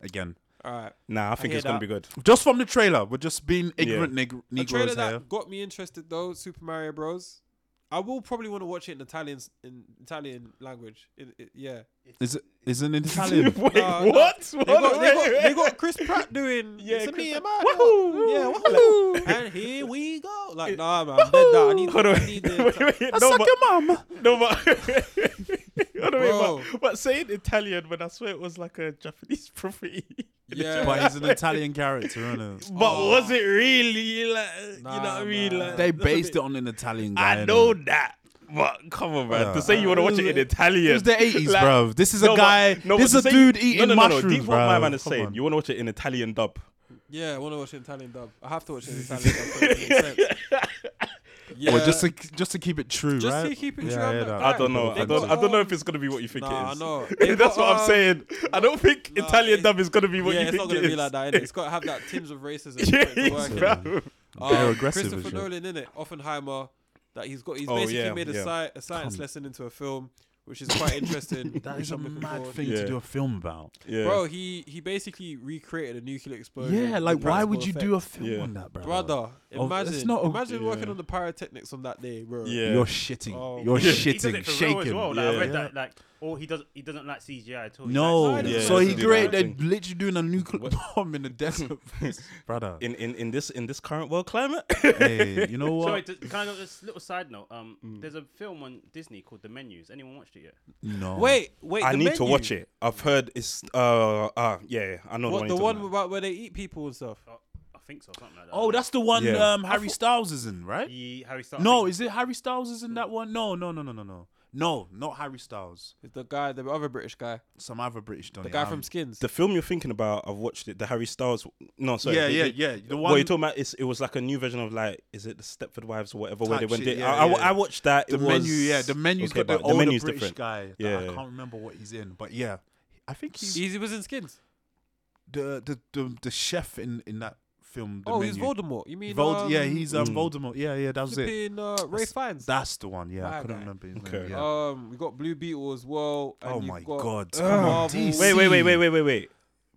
S1: Again,
S2: but- All right.
S3: Nah, I think
S2: hear
S3: it's gonna
S2: that.
S3: be good.
S1: just from the trailer, we're just being ignorant neg-
S2: A trailer
S1: Negroes here.
S2: that got me interested though, Super Mario Bros. I will probably want to watch it in Italian, in Italian language. In, it- yeah.
S1: Is it? Is it an Italian?
S3: Wait,
S2: Nah, nah.
S3: what?
S2: They got, they, got, they got Chris Pratt doing.
S3: Yeah,
S2: to me,
S3: Chris-
S2: am I?
S3: Wahoo!
S2: Yeah,
S3: Like-
S2: wahoo! and here we go. Like, nah, man, I'm dead. That. I need.
S3: Hold on.
S2: I
S3: Wait,
S2: need the,
S3: wait, no, but,
S1: mum.
S3: no, but, Hold on, wait,
S2: Bro.
S3: but, but saying Italian, but I swear it was like a Japanese property.
S2: yeah.
S1: But he's an Italian character, isn't
S3: But was it really? Like, you
S2: Oh. Nah,
S3: know what I mean?
S2: man.
S3: Like,
S1: They
S3: that's a bit-
S1: based it on an Italian guy.
S3: I know
S1: innit?
S3: that. But come on, man.
S1: Yeah.
S3: To say you want to watch it in Italian.
S1: It was the 80s,
S3: Like,
S1: bro. This is a
S3: but-
S1: guy.
S3: no,
S1: this
S3: but
S1: is
S3: to
S1: a
S3: say you-
S1: dude eating
S3: no, no, No, no.
S1: mushrooms,
S3: Deep what my
S1: bruv.
S3: man is
S1: Come
S3: saying.
S1: on.
S3: You want to watch it in Italian dub.
S2: yeah, I want to watch it in Italian dub. I have to watch it in Italian dub. For it to make sense. Yeah.
S1: Well, just to just to keep it true,
S2: Just
S1: right?
S2: to keep it
S1: Yeah,
S2: true,
S1: I
S2: I'm
S1: hear
S2: not-
S1: that.
S3: I don't know.
S2: They
S3: I don't.
S2: got,
S3: I don't know
S2: um,
S3: if it's gonna be what you think
S2: nah,
S3: it is.
S2: I know. They
S3: That's
S2: got,
S3: what I'm
S2: um,
S3: saying. I don't think
S2: nah,
S3: Italian
S2: it-
S3: dub is gonna be what
S2: yeah,
S3: you
S2: it's not
S3: think
S2: gonna
S3: it
S2: be
S3: is.
S2: like that. Innit? It's got to have that tinge of racism. for it to
S3: Yes,
S2: work, innit? Uh,
S3: bro.
S1: They're aggressive as
S2: Christopher
S1: shit.
S2: Nolan in it, Oppenheimer. That he's got. He's
S3: Oh,
S2: basically
S3: yeah,
S2: made a,
S3: yeah.
S2: sci- a science lesson into a film, which is quite interesting.
S1: That
S2: which
S1: is a
S2: I'm looking
S1: mad
S2: forward-
S1: thing
S3: Yeah.
S1: to do a film about.
S3: Yeah.
S2: Bro, he he basically recreated a nuclear explosion.
S1: Yeah, like why would you do a film
S3: Yeah.
S1: on that, bro?
S2: brother?
S1: Oh,
S2: Imagine,
S1: it's not a-
S2: imagine working
S3: yeah.
S2: on the pyrotechnics on that day, bro.
S3: Yeah.
S1: You're shitting.
S2: Oh,
S1: You're
S3: yeah.
S4: He does
S1: shitting,
S4: it for real
S1: shaking.
S4: as well. Like, I
S3: Yeah.
S4: read that like, oh, he doesn't he doesn't like CGI at all. "Oh, He
S1: No,
S4: likes-
S2: Yeah,
S1: so he
S2: that's the
S1: great.
S3: thing.
S1: They're literally doing a nuclear bomb in the desert, brother.
S3: in, in in this in this current world climate.
S1: hey, you know what? Mm.
S4: Sorry, just kind of this little side note. Um, there's a film on Disney called The Menus. Anyone watched it yet?
S1: no,
S2: Wait, wait.
S3: I
S2: the
S3: need to
S2: menu.
S3: watch it. I've heard it's uh uh yeah. yeah, I know
S2: What
S3: the
S2: the
S3: one.
S2: one about where they eat people and stuff?
S4: Oh, I think so, something like that.
S1: Oh, that's the one
S3: Yeah.
S1: um, Harry Styles is in, right?
S4: he, Harry Styles.
S1: No, is it Harry Styles is in that one? No, no, no, no, no, no. No, not Harry Styles.
S2: It's the guy, the other British guy,
S1: Some other British Donny.
S2: the guy from Skins.
S3: the film you're thinking about. I've watched it. The Harry Styles. No, sorry.
S1: Yeah,
S3: the-
S1: yeah,
S3: the-
S1: yeah. The
S3: what
S1: one.
S3: you're talking about is it was like a new version of like is it the Stepford Wives or whatever where they
S1: Type
S3: went.
S1: shit,
S3: there.
S1: yeah,
S3: I, I wa-
S1: yeah.
S3: I watched that.
S1: the
S3: it
S1: menu,
S3: was-
S1: yeah. The menu's
S3: okay,
S1: got the
S3: but
S1: older
S3: menu's
S1: British
S3: different.
S1: guy. that
S3: Yeah.
S1: I can't remember what he's in, but yeah, I think he's
S2: He was in Skins.
S1: the the the, the chef in in that film. The
S2: Oh,
S1: menu.
S2: he's Voldemort. You mean
S1: Vold-
S2: um,
S1: yeah, he's um,
S3: Mm.
S1: Voldemort. Yeah, yeah, that was it.
S2: flipping, uh, Ray
S1: That's-
S2: Fiennes.
S1: That's the one. Yeah, I
S2: Bad
S1: couldn't
S2: guy.
S1: remember his
S3: Okay.
S1: name. Yeah.
S2: Um, we got Blue Beetle as well. and
S1: oh
S2: you've
S1: my
S2: got
S1: god!
S2: Ugh.
S1: Come on,
S2: Marvel.
S1: DC.
S3: Wait, wait, wait, wait, wait, wait, wait.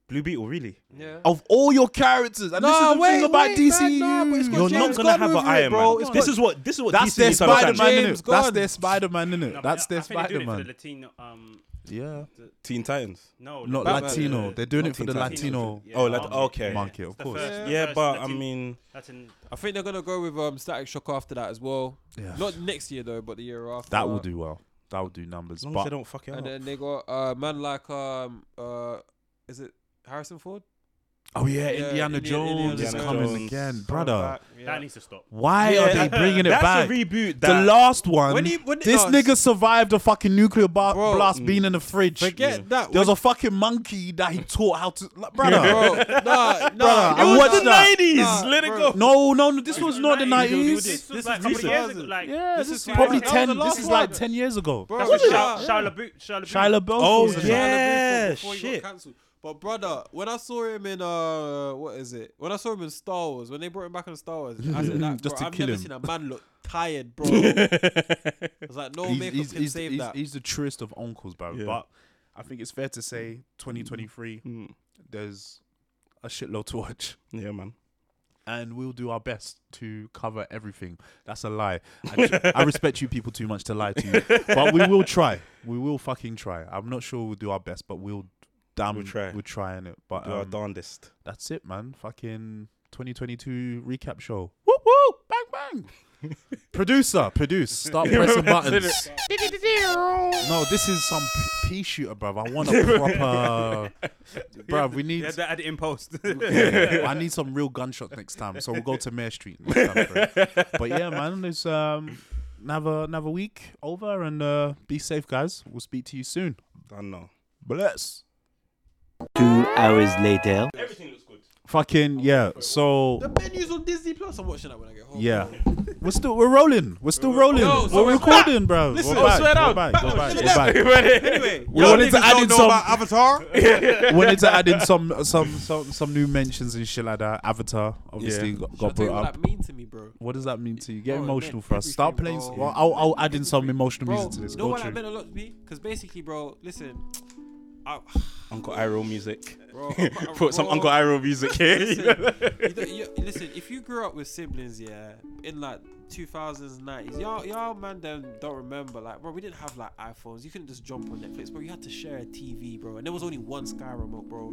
S3: Blue Beetle, really?
S2: Yeah.
S1: Of all your characters, and this is
S2: Nah,
S1: the
S2: wait,
S1: thing about
S2: wait,
S1: DC.
S2: man, nah, but it's got
S3: You're
S2: James
S3: not gonna
S2: Gunn
S3: have
S2: movie,
S3: an Iron
S2: bro.
S3: Man.
S2: It's
S3: This
S2: got-
S3: is what this is what
S1: That's
S3: DC
S1: their
S3: needs to understand.
S1: Spider Man
S2: James
S1: innit? That's
S2: Gunn.
S1: their Spider Man innit?
S4: No,
S1: That's
S4: but
S1: their
S4: I think they're
S1: Spider
S4: doing it for the
S1: Man.
S4: Latino. Um,
S1: Yeah.
S3: Teen Titans.
S4: no,
S1: Not
S4: Batman,
S1: Latino.
S4: uh,
S1: They're doing
S3: not
S1: it for the
S3: Teen Titans.
S1: Latino.
S4: yeah,
S3: Oh, Lat-
S4: market,
S3: okay.
S4: yeah.
S1: Market, of
S4: It's the
S1: course.
S4: first- the
S3: Yeah,
S4: first
S3: but I
S4: Latin-
S3: mean,
S4: Latin-
S2: I think they're gonna go with um, Static Shock after that as well.
S1: Yeah.
S2: Not next year though, but the year after.
S1: That will do well. That will do numbers.
S3: as long
S1: But
S3: as they don't fuck it
S2: And
S3: up.
S2: then they got uh, man like um uh, is it Harrison Ford?
S1: oh yeah,
S2: Yeah,
S1: Indiana
S2: Indiana-
S1: Jones is
S3: Indiana
S1: coming
S3: Jones.
S1: again, brother.
S2: Yeah.
S4: That needs to stop.
S1: Why
S3: Yeah,
S1: are they
S3: that-
S1: bringing it
S3: That's
S1: back?
S3: a reboot.
S1: The
S3: That
S1: last one.
S2: When he- when-
S1: this
S2: no,
S1: nigga survived a fucking nuclear ba-
S2: Bro.
S1: blast being in the fridge.
S2: Forget that.
S1: There was a fucking monkey that he taught how to, like, brother.
S2: Bro, nah,
S1: I
S2: nah, it was
S1: watched
S2: not-
S1: that.
S2: Nah,
S3: Let it
S2: bro.
S3: go.
S1: no, no, no. This was not the
S4: nineties.
S1: nineties.
S4: This was like a couple of years ago. Like,
S1: Yeah, this,
S2: is
S1: is probably
S2: like- that was the
S1: ten. This
S2: last
S1: is like
S2: one.
S1: ten years ago.
S2: Bro,
S4: That's
S2: was
S4: what
S2: it?
S4: Shia,
S2: Yeah.
S4: Shia LaBeouf. Shia LaBeouf.
S1: Shia LaBeouf.
S3: Oh,
S1: was in it.
S3: yeah.
S2: before he
S3: shit.
S2: Got cancelled. But brother, when I saw him in uh, what is it? When I saw him in Star Wars, when they brought him back in Star Wars, I said, like,
S1: Just
S2: bro,
S1: to
S2: I've
S1: kill
S2: never
S1: him.
S2: seen a man look tired, bro. I was like, no
S1: He's,
S2: makeup
S1: he's,
S2: can
S1: he's,
S2: save
S1: he's-
S2: that.
S1: he's the truest of uncles, bro.
S3: Yeah. Hmm.
S1: But I think it's fair to say, 2023, there's a shitload to watch.
S3: Yeah, man.
S1: and we'll do our best to cover everything. That's a lie. I, I respect you people too much to lie to you, but we will try. We will fucking try. I'm not sure we'll do our best, but we'll damn
S3: We'll try.
S1: We'll try in it. But
S3: You are
S1: um,
S3: darndest.
S1: that's it, man. Fucking 2022 recap show. Woo woo! Bang bang! Producer, produce. Start pressing buttons. no, this is some p- pea shooter, bruv. I want a proper, bruv. We need
S4: Yeah, that had it in post.
S1: I need some real gunshots next time. So we'll go to Mayor Street. Next time for it. but yeah, man, it's um another another week over, and uh, be safe, guys. We'll speak to you soon.
S3: I know.
S1: Bless.
S6: Two hours later.
S4: Everything looks good.
S1: Fucking yeah. So
S2: the menu's on Disney Plus. I'm watching that when I get home.
S1: yeah, we're still we're rolling. We're still rolling.
S2: Yo, so
S1: we're
S2: we're
S1: recording, bro.
S2: Listen,
S1: we're
S2: oh,
S1: back.
S2: swear
S1: we're
S2: out.
S1: back.
S2: Back
S1: We're
S2: up.
S1: back.
S2: Shut
S1: We're back.
S2: Anyway,
S1: We wanted to add in some.
S5: Avatar.
S1: We wanted to add in some some some some new mentions and shit like that. Avatar obviously
S3: Yeah.
S1: got,
S2: Shall I
S1: got
S2: tell you
S1: brought
S2: what
S1: up.
S2: that mean to me, bro.
S1: What does that mean to you? Get
S2: Bro, it
S1: emotional
S2: meant
S1: for us. Start playing.
S2: everything, bro.
S1: Well, I'll, I'll add in some emotional music to this.
S2: know
S1: Go
S2: what that
S1: through.
S2: meant a lot to me? Because basically, bro, listen, I,
S3: Uncle Iroh music.
S2: bro,
S3: Put some
S2: bro,
S3: Uncle Iroh music here.
S2: listen, you don't- you- listen, if you grew up with siblings, yeah, in like 2000s, 90s, y'all, y'all man, them don't remember. Like, bro, we didn't have like iPhones. You couldn't just jump on Netflix, bro. You had to share a TV, bro. And there was only one Sky remote, bro.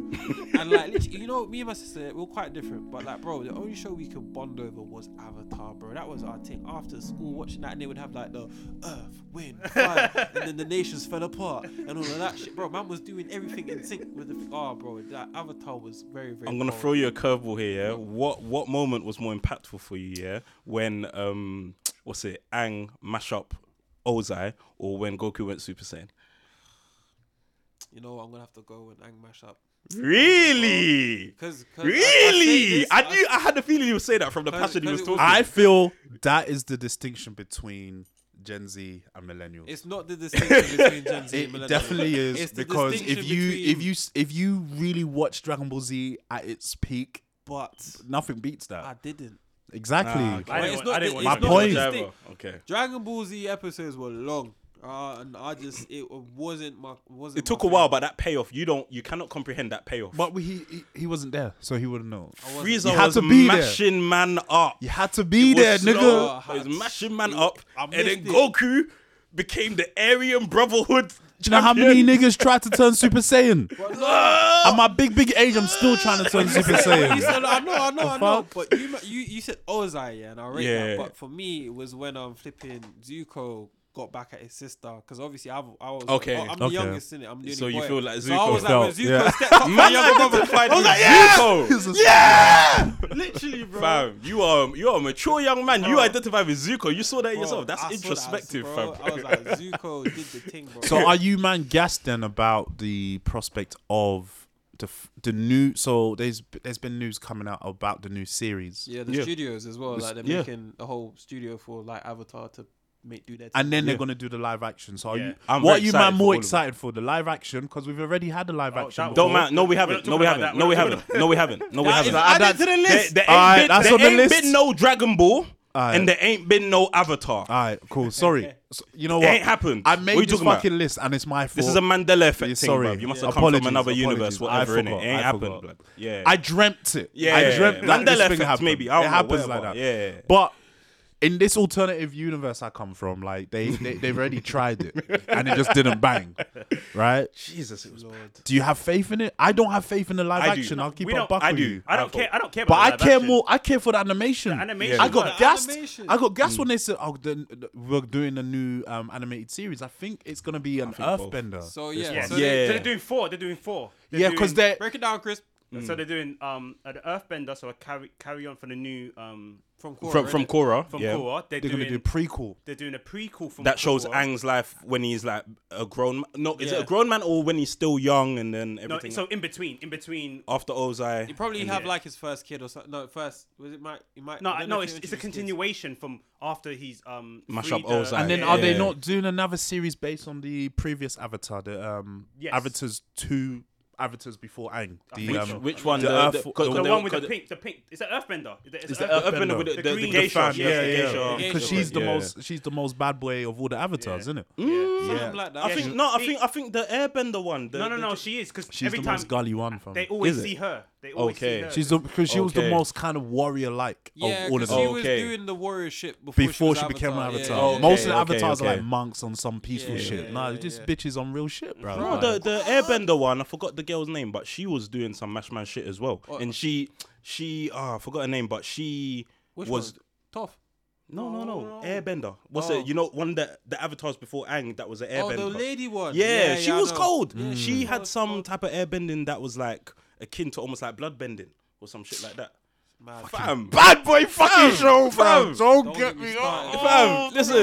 S2: and like, literally, you know, me and my sister, we were quite different. But like, bro, the only show we could bond over was Avatar, bro. That was our thing. After school, watching that, and they would have like the Earth, Wind, Fire, and then the nations fell apart and all of that shit, bro. Man was doing everything in sync with the. Oh, bro, that Avatar was very, very.
S3: I'm gonna
S2: cold.
S3: throw you a curveball here. Yeah? What what moment was more impactful for you? Yeah, when um, what's it? Ang mash up Ozai, or when Goku went Super Saiyan?
S2: You know, what, I'm gonna have to go and ang mash up.
S3: Really?
S2: Cause, 'cause I- I say
S3: Really?
S2: this,
S3: I, knew. I had the feeling you would say that from the
S2: Cause-
S3: passion you
S2: cause
S3: was
S2: it was-
S3: talking.
S1: I feel that is the distinction between Gen Z and millennials.
S2: It's not the distinction between Gen Z
S1: it
S2: and millennials.
S1: definitely is
S2: It's the
S1: because if
S2: distinction
S1: you if
S2: between-
S1: you s- if you really watch Dragon Ball Z at its peak,
S2: But
S1: nothing beats that.
S2: I didn't.
S1: exactly.
S3: Ah, okay.
S4: I
S2: But
S4: didn't
S2: it's
S4: want-
S2: not
S4: I didn't
S2: the-
S4: want
S1: My
S2: it's not
S1: point-
S2: the
S3: Driver,
S2: distinct-
S3: Okay.
S2: Dragon Ball Z episodes were long, uh, and I just it wasn't my wasn't.
S3: It took a
S2: my
S3: while,
S2: thing.
S3: but that payoff you don't you cannot comprehend that payoff.
S1: But we, he, he he wasn't there, so he wouldn't know.
S3: Frieza
S1: You had
S3: was
S1: to be there.
S3: mashing man up.
S1: You had to be
S3: was
S1: there,
S3: slow.
S1: nigga.
S2: nigga.
S3: He was mashing man up,
S2: I
S3: and then
S2: missed it.
S3: Goku became the Aryan Brotherhood.
S1: Do you know how many niggas tried to turn Super Saiyan? At my big big age, I'm still trying to turn Super
S2: You
S1: Saiyan.
S2: said, I know, I know, I know.
S1: fuck?
S2: But you, ma- you, you said Ozai, yeah, and I rate
S3: Yeah.
S2: that. But for me, it was when um flipping Zuko got back at his sister because obviously I've, I was
S3: Okay,
S2: I'm the
S1: okay.
S2: youngest in it. I'm the only
S3: So you
S2: boy.
S3: feel like
S2: So I
S3: Zuko
S2: was like, when
S1: felt,
S2: Zuko
S1: yeah.
S2: stepped up, my younger brother fight. I was like, yeah,
S3: Zuko,
S2: literally, bro.
S3: fam, you are you are a mature young man. You identify with Zuko. You saw that
S2: Bro,
S3: yourself. That's
S2: I saw that,
S3: introspective,
S2: bro.
S3: fam.
S2: I was like, Zuko did the thing, bro.
S1: So are you man gassed then about the prospect of the f- the new? So there's there's been news coming out about the new series.
S2: yeah, the
S3: Yeah.
S2: studios as well.
S1: This-
S2: Like they're
S1: yeah.
S2: making a whole studio for like Avatar to make do that.
S1: and then they're
S3: Yeah.
S1: gonna do the live action. So are
S4: Yeah.
S1: you,
S3: I'm
S1: what
S3: very
S1: are you
S3: excited
S1: man
S3: for
S1: more
S3: all of it.
S1: excited for? The live action because we've already had the live
S4: Oh,
S1: action.
S4: that
S1: before.
S3: Don't matter. No, we haven't.
S4: not
S3: No, we
S4: talking about
S3: haven't. No,
S4: that.
S3: we
S4: We're not
S3: haven't. No, we haven't. No, we haven't.
S1: add that to the list.
S3: There, there
S1: All right,
S3: ain't, been,
S1: that's
S3: there
S1: on the
S3: ain't
S1: list.
S3: been no Dragon Ball,
S1: right.
S3: and there ain't been no Avatar.
S1: All right, cool. Sorry, So, you know
S3: It
S1: what?
S3: ain't happened.
S1: I
S3: What are you
S1: made this
S3: talking about?
S1: fucking list, and it's my fault.
S3: This is a Mandela effect
S1: Yeah,
S3: thing,
S1: sorry.
S3: bruv. You must
S1: Yeah.
S3: have come
S1: Apologies,
S3: from another universe,
S1: apologies.
S3: whatever.
S1: I
S3: innit?
S1: forgot,
S3: It ain't
S1: I
S3: happened,
S1: forgot.
S3: blood. Yeah.
S1: I dreamt it.
S3: Yeah.
S1: I dreamt that
S3: Mandela
S1: this thing
S3: effect,
S1: happened.
S3: maybe. I don't
S1: it
S3: know,
S1: happens
S3: whatever.
S1: like that.
S3: Yeah.
S1: But in this alternative universe I come from, like they, they they've already tried it and it just didn't bang, right?
S3: Jesus, it was bad.
S1: Do you have faith in it? I don't have faith in the live
S3: I do.
S1: action. I'll keep
S4: we
S1: it a
S4: don't.
S1: buck
S4: I
S1: with
S4: do.
S1: you.
S4: I don't care. I don't care.
S1: But
S4: about
S1: I
S4: live
S1: care
S4: action.
S1: more. I care for the animation.
S4: The animation
S1: I
S4: is
S1: got
S4: good.
S1: gassed.
S2: Animation.
S1: I got
S3: Mm.
S1: gassed when they said oh, the, the- we're doing a new um, animated series. I think it's gonna be an
S3: both.
S1: Earthbender.
S2: So yeah,
S4: Yeah.
S2: so
S4: So, they,
S3: Yeah.
S4: so they're doing four. They're doing four. They're
S1: yeah, because
S4: doing-
S1: they're
S2: break it down, Chris.
S4: So they're doing um uh, the Earthbender, so a carry carry on from the new um
S2: From Cora,
S3: From from Korra.
S4: from
S3: yeah.
S4: Korra. They're,
S1: they're
S4: doing
S1: gonna do a prequel.
S4: they're doing a prequel from
S3: That shows
S4: Korra.
S3: Ang's life when he's like a grown. ma- No, is it
S2: Yeah.
S3: a grown man or when he's still young and then
S4: No,
S3: everything? Oh.
S4: so in between, in between.
S3: after Ozai.
S2: He probably
S4: And
S2: have
S4: yeah.
S2: like his first kid or something. No, first was it Mike? He might.
S4: No,
S2: I
S4: I-
S2: don't
S4: no,
S2: know if
S4: it's,
S2: he
S4: it's a
S2: introduced his-
S4: continuation from after he's um
S3: Mash
S4: freed
S3: up
S4: the-
S3: Ozai.
S1: And then
S3: Yeah.
S1: are they
S3: Yeah.
S1: not doing another series based on the previous Avatar, the um
S4: Yes.
S1: Avatars two Avatars before Ang? The,
S4: think
S1: um,
S4: so.
S3: Which one?
S1: The
S3: The,
S1: Earth-
S3: the, 'cause-
S1: the
S3: cause
S4: the
S3: they
S4: one
S3: were-
S4: with the
S3: 'cause-
S4: pink, the pink. Is that Earthbender? Is that
S3: Is the Earthbender with the, the,
S4: The
S3: the, the
S4: green geisha.
S3: fan?
S4: Yeah,
S3: Yeah,
S4: yeah,
S3: yeah,
S4: yeah.
S1: because
S2: Geisha,
S1: she's the
S3: yeah.
S1: most she's the most bad boy of all the avatars, isn't it?
S4: Mm.
S2: Something like that.
S3: I think no. I think I think the Airbender one. The,
S4: No, no,
S3: the-
S4: no. She is because
S1: She's
S4: every
S1: the
S4: time
S1: most gully one from.
S4: they always
S3: Is it?
S4: see her. They always
S3: Okay.
S4: see her.
S1: She's because she was the
S3: Okay.
S1: most kind of warrior like
S2: yeah,
S1: of all of
S2: 'cause
S1: them.
S2: she was
S3: Okay.
S2: doing the warrior shit before,
S1: Before
S2: she,
S1: she,
S2: was
S1: became an
S2: Yeah,
S1: avatar,
S2: yeah,
S3: Okay,
S1: most of the
S3: okay,
S1: avatars are
S3: okay.
S1: like monks on some peaceful
S2: Yeah,
S1: shit.
S2: yeah,
S1: nah,
S2: yeah,
S1: this
S2: yeah.
S1: bitch is on real shit, bro.
S3: No, the the Airbender one. I forgot the girl's name, but she was doing some Mashman shit as well. And she she ah I forgot her name, but she
S2: Which
S3: was
S2: one? tough.
S3: no no no Airbender. What's it? You know one that the avatars before Ang that was an
S2: Oh,
S3: Airbender.
S2: the lady one.
S3: Yeah, she
S2: I
S3: was
S2: know.
S3: cold.
S2: Yeah,
S3: She had
S2: was
S3: some
S2: cold.
S3: type of airbending that was like akin to almost like bloodbending or some shit like that. Fam,
S1: Bad boy fucking show, fam.
S3: fam.
S1: Don't,
S2: Don't
S1: get
S2: get me
S1: me
S2: started.
S1: on.
S3: Fam, listen.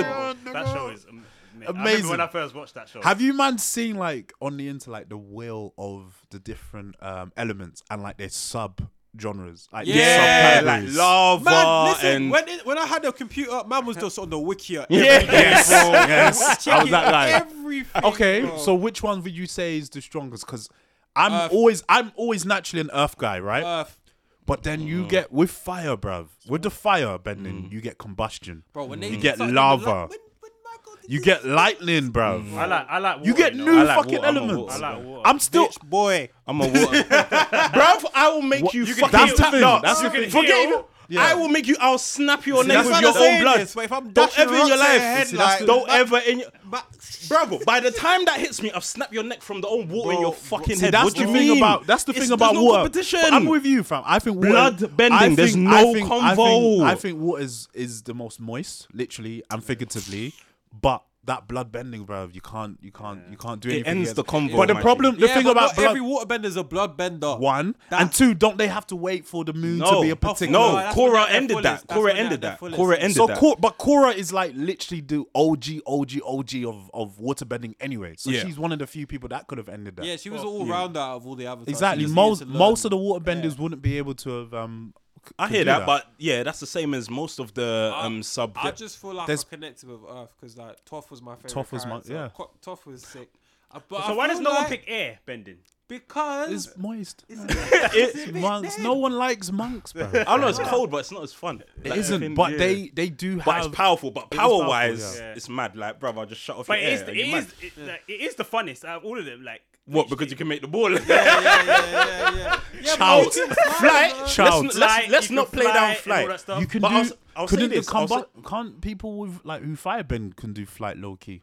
S4: that show is am- amazing. I
S1: Amazing.
S4: remember when I first watched that show.
S1: Have you man seen like on the internet like the will of the different um elements and like their sub genres? Like their
S2: Yeah,
S1: subcategories?
S3: like lava
S2: Man, listen.
S3: and
S2: When it, when I had the computer, up, man was just on the wiki. Yeah,
S1: yes, yes. I was
S2: checking
S1: that guy.
S2: everything.
S1: Okay,
S2: bro.
S1: so which one would you say is the strongest? Because I'm
S2: Earth.
S1: always I'm always naturally an earth guy, right?
S2: Uh,
S1: but then
S3: Mm.
S1: you get with fire, bruv. With the fire bending, you get combustion.
S2: bro, when they
S1: you get
S2: started the
S1: lava.
S2: la- when- when Michael did
S1: You
S2: this-
S1: get lightning, bruv.
S4: I like. I like. Water,
S1: you get
S4: know?
S1: new
S3: I like
S1: fucking
S3: water, I'm a
S1: elements.
S3: water
S4: I like water.
S1: I'm still
S2: bitch boy.
S3: I'm a water. Bruv, I will make you,
S1: you can
S3: fucking.
S1: heal. That's the thing. That's
S3: You
S1: the thing.
S3: can Forget
S4: heal.
S3: it. I will make you. I'll snap your neck
S2: that's
S3: with
S2: why
S3: your
S2: I'm saying
S3: own blood.
S2: this, but if I'm
S3: don't
S2: dashing
S3: ever in
S2: rocks
S3: your
S2: at your
S3: life.
S2: head,
S3: See, that's
S2: like-
S3: the- don't ever in your.
S2: But
S3: Bravo! By the time that hits me, I've snapped your neck from the own water in your fucking
S1: See,
S3: head.
S1: that's
S3: what do
S1: the
S3: you
S1: thing
S3: mean?
S1: about that's the
S3: It's-
S1: thing about
S3: there's no
S1: water.
S3: Competition.
S1: But I'm with you, fam. I think water,
S3: Blood bending,
S1: I think-
S3: there's
S1: I
S3: no
S1: think-
S3: convo.
S1: I think, I think water is, is the most moist, literally and figuratively. But that blood bending, bro, you can't, you can't, you can't do anything.
S3: ends
S1: else.
S3: the convo,
S1: But the
S3: my
S1: problem, the
S2: yeah,
S1: thing
S2: but
S1: about
S2: not
S1: blood,
S2: every waterbender's a bloodbender.
S1: one
S2: That-
S1: and two, don't they have to wait for the moon to
S3: no,
S1: be a particular?
S3: no.
S2: that's when
S3: Cora
S2: they're
S3: ended that.
S2: fullest. That's
S3: Cora
S2: when
S3: ended
S2: they're
S3: that.
S2: fullest.
S3: Cora ended
S1: So,
S3: that.
S1: Cor- but Cora is like literally the OG, OG, OG of of waterbending anyway. So
S3: Yeah.
S1: she's one of the few people that could have ended that.
S2: Yeah, she was all round out of all the avatars.
S1: Exactly.
S2: She just
S1: Most
S2: needed to
S1: most of
S2: learn.
S1: the waterbenders wouldn't be able to have. Um, c-
S3: I
S1: could
S3: hear
S1: do
S3: that, but yeah, that's the same as most of the um sub.
S2: Uh, I just feel like
S1: There's-
S2: I'm connected with Earth because like Toff was my favorite.
S1: Toph was my-
S2: character.
S1: yeah.
S2: Co- Toph was sick. Uh, But
S4: So
S2: I
S4: why does
S2: feel
S4: no one
S2: like
S4: pick air bending?
S2: Because
S1: it's moist.
S2: a bit
S1: monks.
S2: dead.
S1: No one likes monks, bro.
S3: I don't know it's cold, but it's not as fun.
S1: it isn't, but they they do have.
S3: But it's powerful. But
S1: is powerful,
S3: power wise,
S1: yeah.
S3: it's mad. Like, bruv, I'll just shut off
S4: But
S3: your
S4: it is.
S3: air.
S4: It
S3: Are you mad?
S4: is. It, like, it is the funnest out of all of them. Like
S3: What? Because you can make the ball.
S2: yeah, yeah, yeah, yeah, yeah. yeah.
S1: Child.
S2: but you can
S3: Fly.
S2: fly,
S3: Let's,
S2: bro.
S1: Child.
S3: let's,
S4: Fly,
S3: let's,
S4: you can
S3: not play
S4: fly
S3: down
S4: and all
S3: flight.
S4: that stuff.
S1: you can
S3: But
S1: do.
S3: I'll s- I'll say
S1: couldn't the
S3: this, I'll
S1: combat? can't people with like who firebend can do flight low key?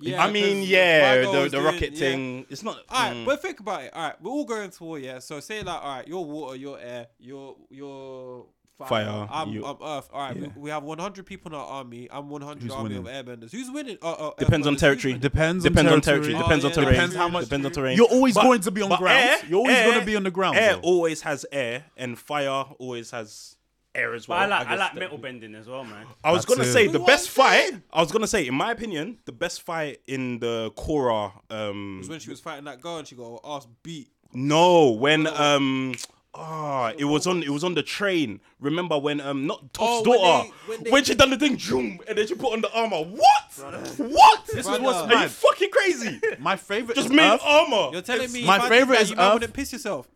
S2: Yeah,
S3: I mean,
S2: 'cause
S3: yeah,
S2: Vigo
S3: the,
S2: was
S3: the
S2: doing-
S3: rocket
S2: yeah.
S3: thing. It's not.
S2: All right,
S3: mm.
S2: but think about it. All right, we're all going to war, yeah. So say like, all right, you're water, you're air, you're you're fire.
S3: Fire,
S2: I'm,
S3: you-
S2: I'm earth. All right,
S3: yeah.
S2: we, we have 100 people in our army. I'm 100
S1: Who's
S2: army
S1: winning?
S2: of airbenders. Who's winning? Uh, uh,
S3: Depends on
S2: airbenders. Who's
S3: territory.
S2: winning?
S1: Depends.
S3: depends on territory.
S2: Oh,
S3: Depends on
S2: yeah,
S3: terrain.
S2: depends how
S1: much-
S3: Depends on terrain.
S1: You're always
S3: But-
S1: going to be on
S3: but
S1: ground.
S3: air-
S1: You're always
S3: air-
S1: going to be on the ground.
S3: Air
S1: though.
S3: always has air, and fire always has air as
S4: But
S3: well.
S4: I like. I,
S3: guess
S4: like
S3: that-
S4: metal bending as well, man.
S3: I was
S1: That's
S3: gonna
S1: it.
S3: say
S1: But
S3: the
S2: what
S3: best
S2: I'm
S3: fight.
S2: saying-
S3: I was gonna say, in my opinion, the best fight in the Korra. Um,
S2: was when she was fighting that girl and she got her ass beat.
S3: no, when um, Ah, it was on. It was on the train. Remember when um not Toff's
S2: when
S3: daughter
S2: they-
S3: when,
S2: when they-
S3: she done the thing, zoom, and then she put on the armor. What? What? This
S1: Brother.
S3: was are you
S1: mad.
S3: fucking crazy?
S1: My favorite
S3: Just
S1: is
S3: made
S1: Earth.
S3: armor.
S2: You're telling me
S1: my
S2: if I did
S1: favourite
S2: that,
S1: is
S2: you man
S1: Earth.
S2: wouldn't piss yourself.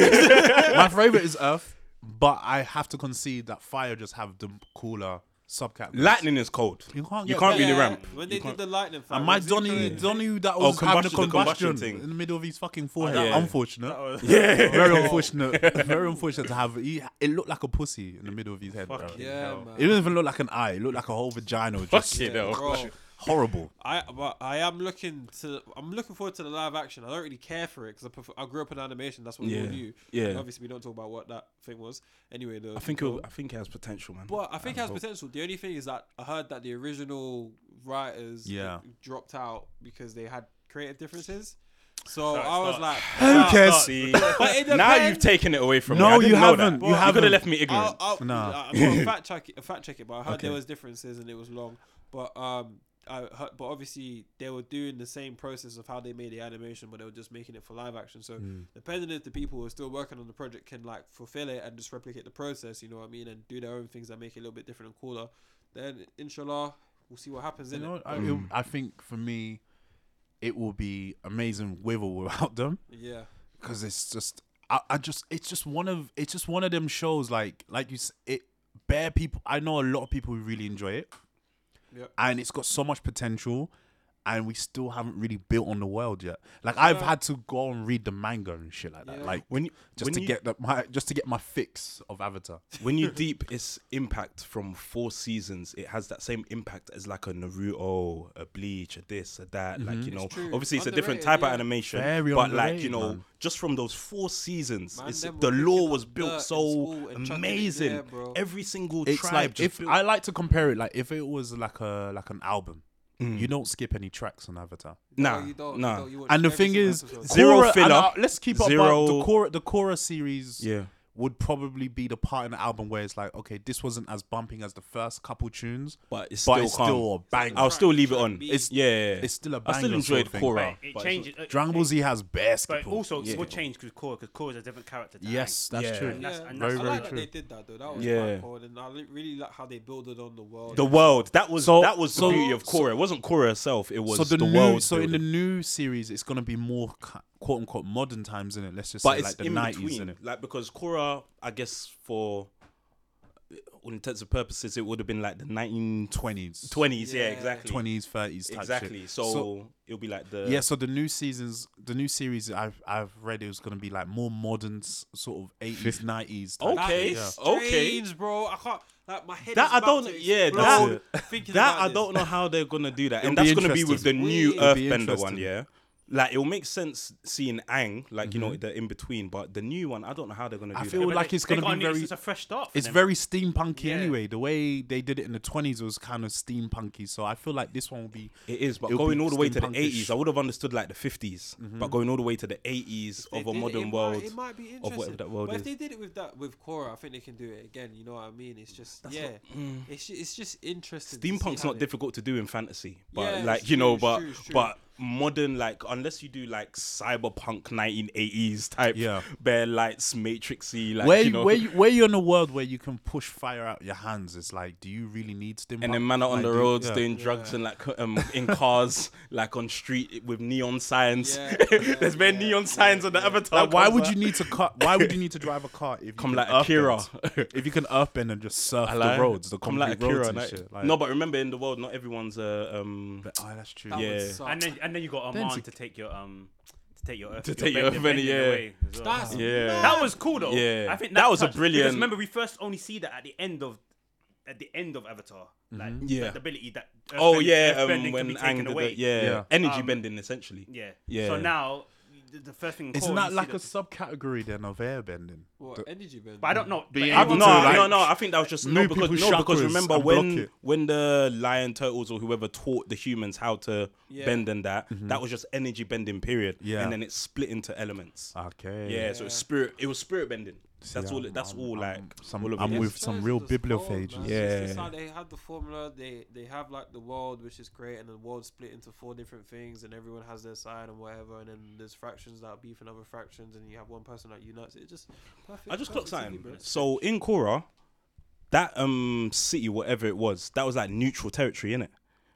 S1: My favorite is Earth, but I have to concede that Fire just have the cooler subcategory.
S3: Lightning is cold. You
S1: can't
S3: can't.
S1: get that.
S3: really
S2: Yeah,
S3: ramp.
S2: When
S3: You
S2: they
S3: can't-
S2: did the lightning, fam,
S1: And my
S2: was it
S1: Donny,
S2: crazy?
S1: Donny, that was having a
S3: combustion, the combustion
S1: Oh, combustion Oh,
S3: thing.
S1: in the middle of his fucking forehead.
S3: Yeah.
S1: Unfortunate. yeah, very unfortunate. very unfortunate to have. He, it looked like a pussy in the middle of his head. bro.
S2: Yeah, man.
S1: It didn't even look like an eye. It looked like a whole vagina. Just
S3: Fucking hell.
S2: Bro,
S1: horrible.
S2: I but I am looking to I'm looking forward to the live action. I don't really care for it because I prefer, I grew up in animation. That's what we all
S3: Yeah,
S2: knew.
S3: yeah.
S2: And obviously, we don't talk about what that thing was. Anyway, the,
S3: I think. It, I think it has potential, man.
S2: But I think it
S3: I
S2: has
S3: hope.
S2: potential. The only thing is that I heard that the original writers
S1: Yeah.
S2: dropped out because they had creative differences. So
S4: Start,
S2: I was
S4: start.
S2: like,
S1: Who
S2: nah,
S1: cares?
S3: See,
S2: But it
S3: now
S2: depends.
S3: you've taken it away from me.
S1: No,
S3: I didn't
S1: you
S3: know
S1: haven't.
S3: That.
S1: You
S3: you could
S1: haven't.
S3: have left me ignorant.
S2: I'll, I'll,
S1: Nah.
S2: nah. I'll fact check it. Fact check it, but I heard there was differences and it was long. But um, I heard, but obviously they were doing the same process of how they made the animation, but they were just making it for live action. So
S3: Hmm.
S2: depending if the people who are still working on the project can like fulfill it and just replicate the process, you know what I mean, and do their own things that make it a little bit different and cooler, then inshallah we'll see what happens.
S1: You
S2: In
S1: know, I, I think for me, it will be amazing with or without them.
S2: yeah,
S1: because it's just I, I just it's just one of it's just one of them shows like like you s- it bare people I know a lot of people who really enjoy it
S2: Yep.
S1: and it's got so much potential and we still haven't really built on the world yet like I've had to go and read the manga and shit like that
S2: Yeah.
S1: like
S3: When you-
S1: just
S3: when
S1: to
S3: you-
S1: get the, my just to get my fix of Avatar
S3: when you deep its impact from four seasons, it has that same impact as like a Naruto, a Bleach, a this, a that. Like you know,
S2: true.
S3: obviously it's a different
S2: Underrated,
S3: type of
S2: yeah.
S3: animation,
S1: Mm-hmm. Very
S3: but like you
S1: underrated,
S3: know,
S1: man.
S3: just from those four seasons,
S2: Man,
S3: it's,
S2: them
S3: the
S2: were
S3: law
S2: picking
S3: was
S2: up
S3: built
S2: dirt in
S3: so
S2: school and chucking it
S3: amazing.
S2: there, bro.
S3: Every single
S1: it's
S3: tribe
S1: like
S3: just
S1: if
S3: built-
S1: I like to compare it like if it was like a like an album
S3: Mm.
S1: you don't skip any tracks on Avatar
S3: nah,
S2: No, you don't- you
S3: nah.
S2: don't. You watch
S1: and the
S2: every
S1: thing
S2: single
S1: is,
S2: episode.
S3: Zero
S1: Korra- and,
S3: filler,
S1: uh, let's keep up. Zero,
S3: zero-
S1: the Korra, the Korra series,
S3: Yeah.
S1: would probably be the part in the album where it's like, okay, this wasn't as bumping as the first couple tunes,
S3: but it's
S1: but
S3: still,
S1: it's
S3: calm.
S1: still a bang.
S3: I'll still leave it on.
S2: beat.
S3: It's yeah, yeah, yeah.
S1: it's still a
S3: I still
S1: banger
S3: enjoyed
S1: sort of thing.
S3: Korra.
S4: it
S3: but it's-
S4: changes.
S1: Dragon Ball Z has bare
S4: But
S1: skippable.
S4: also, it will change because Korra, because Korra is a different character. To
S1: yes, that's
S3: Yeah.
S1: true.
S4: And that's- and
S1: very,
S4: that's-
S1: very
S2: I like
S1: true.
S2: that they did that though. That was
S3: Yeah.
S2: quite cool, and I li- really like how they builded on the world.
S3: The world that was
S1: So-
S3: that was the
S1: so-
S3: beauty of Korra. it wasn't Korra herself. It was
S1: So the,
S3: the
S1: new,
S3: world.
S1: so in
S3: building.
S1: the new series, it's gonna be more cu- quote unquote modern times in it. Let's just
S3: but
S1: say
S3: it's
S1: like the
S3: in
S1: nineties
S3: between,
S1: in it.
S3: like because Korra, I guess for uh, all intents and purposes, it would have been like the nineteen
S1: Twenties,
S3: twenties. Yeah,
S2: Yeah.
S3: exactly.
S1: twenties, thirties. type shit.
S3: exactly. So, it'll be like the
S1: yeah so the new seasons the new series i've i've read it was going to be like more modern s- sort of 80s 90s type
S3: Okay,
S1: shit, yeah.
S3: okay.
S2: Strange, bro. I can't. Like my head.
S3: That
S2: is
S3: I
S2: about
S3: don't-
S2: to
S3: yeah,
S2: explode
S3: that's
S2: thinking
S3: That
S2: about
S3: I
S2: this.
S3: don't know how they're gonna do that, and
S1: It'll be
S3: that's gonna be with the new
S2: It'll
S1: be
S3: Earthbender one.
S1: interesting.
S3: Yeah, like it will make sense seeing Ang, like you know, the in between. But the new one, I don't know how they're gonna do
S1: Mm-hmm. I
S3: that.
S1: feel like it's going to be very
S4: It's a fresh start. for
S1: it's
S4: them.
S1: very steampunky
S4: Yeah.
S1: anyway the way they did it in the 20s was kind of steampunky so i feel like this one will be
S3: It is, but
S1: It'll
S3: going
S1: be
S3: all the way to the
S1: steampunkish.
S3: 80s, I would have understood like the 50s, but going all the way to the 80s
S2: They
S3: of a
S2: did Mm-hmm. it,
S3: modern
S2: it
S3: world.
S2: Might, it might be
S3: of
S2: interesting.
S3: whatever that world
S2: but
S3: is.
S2: if they did it with that with Korra, I think they can do it again. You know what I mean? It's just yeah,
S3: mm.
S2: it's ju- it's just interesting. to see
S3: Steampunk's
S2: how
S3: not
S2: they-
S3: difficult to do in fantasy, but
S2: Yeah,
S3: like
S2: it's
S3: you know,
S2: true, it's
S3: but
S2: true, it's true.
S3: but modern like unless you do like cyberpunk 1980s type
S1: Yeah.
S3: bare lights, matrixy like
S1: where
S3: uh, you
S1: you
S3: know,
S1: where you, where you're in a world where you can push fire out your hands it's like do you really need steampunk
S3: and then man out on
S1: Like,
S3: the
S1: do-
S3: roads
S1: yeah.
S3: doing drugs and like um, in cars like on street with neon signs.
S2: Yeah,
S3: There's bare neon signs on the avatar.
S1: like, why
S3: cover.
S1: would you need to car, why would you need to drive a car if you
S3: Come
S1: can
S3: like
S1: earthbend?
S3: Akira.
S1: if you can earthbend and just surf
S3: I
S1: the
S3: lie.
S1: roads the
S3: Come
S1: concrete
S3: like Akira,
S1: roads and
S3: like-
S1: shit
S3: no, but remember in the world, not everyone's uh, um
S1: oh that's true
S2: That would
S3: Yeah.
S2: suck.
S4: And then and then you got
S1: Then
S4: Armand
S1: it's
S4: to take your um to take your earth to
S3: take your Earth Bender, yeah.
S2: That's
S3: Yeah.
S4: That was cool though.
S3: Yeah.
S4: I think
S3: That
S4: that,
S3: was a
S4: touched-
S3: brilliant-
S4: Because remember, we first only see that at the end of at the end of Avatar. Like
S3: Mm-hmm. Yeah.
S4: the ability that
S3: Oh
S4: earthbending-
S3: yeah,
S4: earthbending
S3: um,
S4: can
S3: when
S4: be
S3: Aang
S4: taken
S3: did
S4: away.
S3: it, yeah.
S1: Yeah.
S3: energy
S4: Um,
S3: bending essentially.
S4: yeah,
S3: Yeah.
S4: So now the- the first thing
S1: Isn't
S4: Korra, you
S1: that
S4: see
S1: like a
S4: the-
S1: subcategory then of airbending?
S2: what, energy bend.
S4: But I don't know. but
S1: you
S4: everyone-
S1: able
S3: no,
S1: to, like,
S3: no, no. I think that was just no
S1: move
S3: because
S1: people's
S3: no because
S1: chakras
S3: remember
S1: and
S3: when
S1: block it.
S3: when the lion turtles or whoever taught the humans how to
S2: Yeah.
S3: bend and that that was just energy bending period.
S1: Mm-hmm. Yeah. Ah,
S3: and then it split into elements.
S1: Okay.
S3: yeah, so it's spirit. It was spirit bending. That's all. That's all. Like
S1: some,
S3: all of
S1: I'm
S3: it.
S1: with some real bibliophages.
S3: man. Yeah.
S2: It's just how they had the formula. They they have like the world, which is great, and the world split into four different things, and everyone has their side and whatever. And then there's fractions that beef and other fractions, and you have one person that unites. It's just perfect.
S3: I just clocked
S2: perfect city,
S3: time.
S2: bro.
S3: So in Cora, that um city, whatever it was, that was like neutral territory, innit?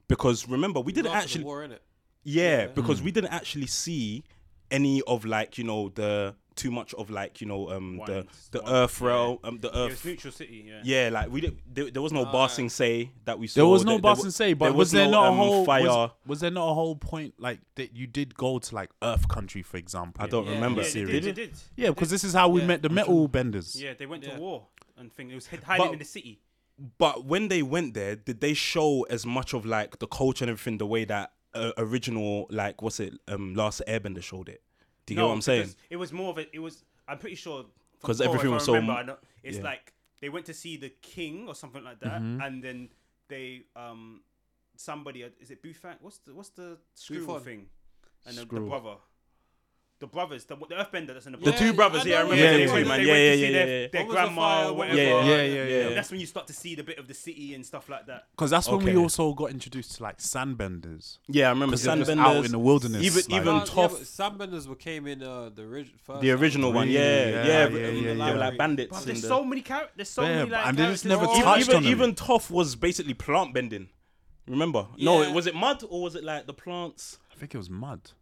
S3: Because remember, we didn't
S2: After the
S3: actually,
S2: war in it.
S3: yeah,
S2: yeah.
S3: because
S1: Hmm.
S3: we didn't actually see any of like you know the too much of like you know um the
S4: Wines,
S3: the
S4: wine,
S3: Earth
S4: yeah.
S3: realm, um, the
S4: It was
S3: Earth.
S4: neutral city. Yeah.
S3: Yeah, like we did, there, there was
S4: Ah.
S3: no Barsing say that we saw.
S1: There was no
S3: wa-
S1: bus and say, but
S3: there
S1: was, there
S3: no,
S1: not
S3: um,
S1: a whole
S3: fire?
S1: Was, was there not a whole point like that? You did go to like Earth Country, for example.
S3: I don't
S2: Yeah.
S3: remember.
S4: Yeah, they
S1: serious.
S4: did, they did.
S1: Yeah, because this is how we
S2: Yeah.
S1: met the metal benders.
S4: Yeah, they went
S2: Yeah.
S4: to war and thing. It was hid- hiding
S3: But-
S4: in the city.
S3: But when they went there, did they show as much of like the culture and everything the way that uh, original like what's it um Last Airbender showed it? Do you get what I'm saying?
S4: because It was more of a. It was. I'm pretty sure. from
S3: 'Cause
S4: Korra,
S3: everything
S4: if I
S3: was so
S4: remember,
S3: m-
S4: I know- It's
S3: yeah.
S4: like they went to see the king or something like that, and then they um somebody uh, is it Bufang? What's the what's the screw
S2: Bufang.
S4: thing? And the, the
S1: Screw.
S4: brother. The brothers, the, the Earthbender that's in the
S2: The
S4: book.
S2: two brothers, yeah, I remember
S3: Yeah,
S4: they
S3: yeah,
S4: went-
S3: yeah,
S4: they
S3: yeah,
S4: went to
S3: yeah,
S4: see
S3: yeah,
S4: their-
S3: yeah, yeah.
S4: Their
S2: One was a
S4: grandma,
S2: fire,
S4: or
S2: one was
S4: whatever.
S2: a
S3: Yeah,
S2: fire.
S3: yeah, yeah,
S4: And that's when you start to see the bit of the city and stuff like that.
S1: Because that's when
S3: Okay.
S1: we also got introduced to like sandbenders.
S3: Yeah, I remember
S1: 'Cause they're just
S3: Sandbenders
S1: out in the wilderness.
S3: Even
S1: like-
S3: even
S2: Nah, yeah,
S3: Toph,
S2: but Sandbenders were came in uh, the orig- first
S3: the original one. Yeah, yeah,
S1: Yeah,
S3: yeah,
S1: yeah, yeah,
S3: they
S1: yeah,
S3: were
S1: yeah.
S3: like bandits.
S4: But
S3: in
S4: there's
S3: the-
S4: so many characters. There's so
S1: Yeah,
S4: many
S1: but-
S4: like
S1: and they just
S4: characters.
S1: never
S4: Oh,
S1: touched
S3: even even,
S1: on them.
S3: even Toph was basically plant bending. Remember? No,
S2: Yeah.
S3: it was it mud or was it like the plants?
S1: I think it was mud.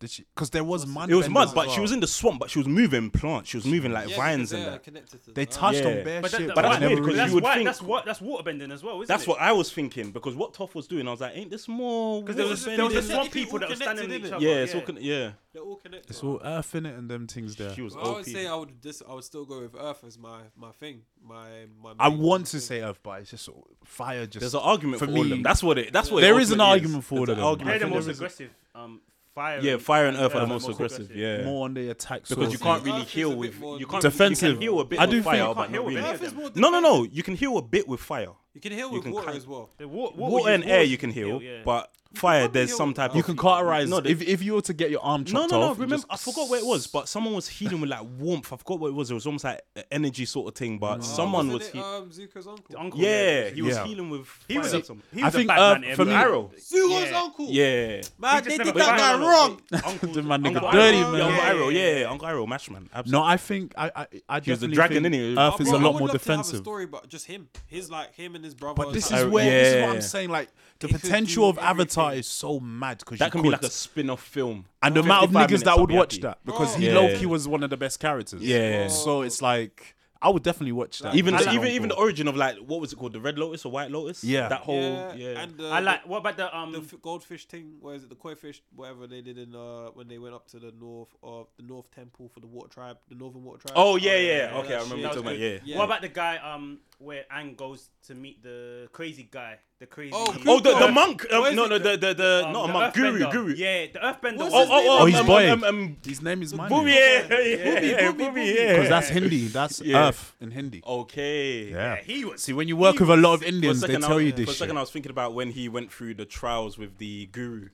S1: Did she? Because there was mud.
S3: It was mud, but she was in the swamp, but she was moving plants. She was moving like
S2: Yeah,
S3: vines
S2: because
S3: and
S2: they're
S3: that.
S2: Connected to
S1: They
S2: the-
S1: touched
S3: Yeah.
S1: on bare
S4: But, that,
S1: shit.
S4: that,
S3: but
S1: it
S3: that's
S1: never
S3: weird,
S4: that's weird
S3: because
S1: really-
S4: that's
S3: you would
S4: why-
S3: think-
S4: that's what that's waterbending as well, isn't
S3: That's
S4: it?
S3: what I was thinking because what Toph was doing, I was like, ain't this more?
S4: Because there
S3: waterbending?
S4: was, there was
S2: They're
S4: the swamp
S2: technically
S4: people that were
S2: all
S4: standing in
S2: connected,
S4: each other.
S3: yeah, it's all con- yeah.
S2: They're all connected.
S1: It's all earth in it and them things there.
S3: She was
S2: Well, I
S3: OP.
S2: would say I would dis- I would still go with Earth as my my thing. My my.
S1: I
S2: main
S1: want to
S2: thing.
S1: say earth, but it's just fire. Just
S3: There's an argument for,
S1: For
S3: all of them.
S1: me-
S3: That's what it. That's what
S1: There
S3: it
S1: is an
S3: ultimately
S1: argument for
S3: There's
S1: all of
S3: an
S1: them.
S3: argument
S4: They're the
S3: for
S4: most
S3: them.
S4: aggressive. Um, fire.
S3: Yeah, fire and earth are
S4: Yeah,
S3: the most aggressive. Yeah,
S1: more on the attack.
S3: because
S1: sort
S3: you
S1: of
S3: can't
S1: thing.
S3: really
S2: Earth is
S3: heal
S2: a bit
S3: with.
S2: more
S3: You can't You
S1: defensive.
S3: can heal a bit.
S1: I
S3: with
S1: do think-
S3: fire,
S1: You
S3: but
S4: can't
S3: not
S4: heal with
S3: really.
S4: any
S2: Earth is more
S3: No, no,
S2: defensive.
S3: no. You can heal a bit with fire.
S2: You can heal
S3: You
S2: with
S3: can
S2: water
S3: kind-
S2: as well.
S4: The wa-
S3: Water,
S4: you-
S3: and air you can heal,
S4: yeah.
S3: but fire
S2: probably
S3: there's
S2: heal
S3: some
S2: with
S3: type of.
S1: You can cauterize.
S3: No, the-
S1: if if you were to get your arm
S3: No,
S1: chopped
S3: no, no.
S1: off, you
S3: Remember,
S1: just-
S3: I forgot where it was, but someone was healing with like warmth. I forgot what it was. It was almost like an energy sort of thing, but someone
S2: Wasn't
S3: was.
S2: it,
S3: He-
S2: um, Zuko's uncle.
S4: Uncle,
S3: yeah, he was
S1: Yeah.
S3: healing with.
S4: He was.
S3: fire.
S4: a- he
S1: I
S4: was a
S1: think,
S4: Batman
S1: uh,
S4: in
S1: for me-
S3: Arrow.
S2: Zuko's
S4: Yeah.
S2: uncle.
S3: Yeah.
S2: Man, Ah, they
S4: He just
S2: did
S4: never
S2: that
S4: found
S2: guy
S4: out.
S2: wrong.
S4: Uncle,
S1: The man nigga
S4: Uncle
S1: dirty,
S4: Iroh.
S1: man.
S3: Yeah, Uncle
S4: Yeah,
S3: Iroh,
S4: yeah,
S3: yeah,
S4: yeah.
S3: Uncle Iroh, Matchman. Absolutely.
S1: No, I think I I, I
S3: He was the
S1: definitely
S3: dragon,
S1: think
S3: innit?
S1: Earth is
S2: Bro,
S1: a
S2: I
S1: lot
S2: would
S1: more
S2: love to have a
S1: defensive.
S2: story about just him. His like him and his brother.
S1: But this
S2: type
S1: is
S3: I-
S2: of-
S1: where this is what
S3: yeah.
S1: I'm saying. Like the
S2: He could
S1: potential
S2: do
S1: of Avatar
S2: everything.
S1: is so mad because
S3: that can be like a spin-off film.
S1: and the amount of
S3: 55
S1: niggas
S3: minutes,
S1: that
S3: I'll
S1: would
S3: be
S1: watch
S3: happy.
S1: that because he
S3: Yeah.
S1: low key was one of the best characters.
S3: Yeah.
S1: So it's like I would definitely watch that.
S3: Even
S1: As
S3: the,
S1: an
S3: even
S1: uncle.
S3: even the origin of like what was it called, the Red Lotus or White Lotus?
S1: Yeah.
S3: that whole yeah.
S2: Yeah, and uh,
S4: I like. What about the um?
S2: the f- goldfish thing. Where is it? The koi fish, whatever they did in uh when they went up to the north of the North Temple for the Water Tribe, the Northern Water Tribe.
S3: Oh yeah, yeah.
S2: yeah,
S3: Okay, I
S2: that
S3: remember you
S2: shit.
S3: talking about yeah.
S2: Yeah.
S4: What about the guy um where Ang goes to meet the crazy guy, the crazy?
S2: Oh,
S3: Oh, the, the
S2: Where-
S3: monk.
S2: where
S3: Um,
S2: is
S3: no,
S2: it?
S3: no, the the, the
S4: um,
S3: not
S4: the
S3: a monk. Guru,
S4: Earthbender.
S3: guru.
S4: Yeah, the Earthbender.
S2: What's
S3: Oh,
S2: his
S3: oh,
S2: name?
S3: oh,
S1: Oh, he's
S3: um,
S1: boy.
S3: Um, um, um,
S1: his name is Manu.
S3: Booby, yeah, yeah, yeah, Booby,
S2: Booby, Booby.
S3: yeah.
S1: because that's Hindi. That's
S3: Yeah. Oh.
S1: Earth in Hindi.
S3: okay.
S1: Yeah.
S4: Yeah, he was.
S1: See, when you work with a lot of Indians, they
S3: I
S1: tell
S3: was,
S1: you
S3: For a
S1: this shit.
S3: second, I was thinking about when he went through the trials with the guru.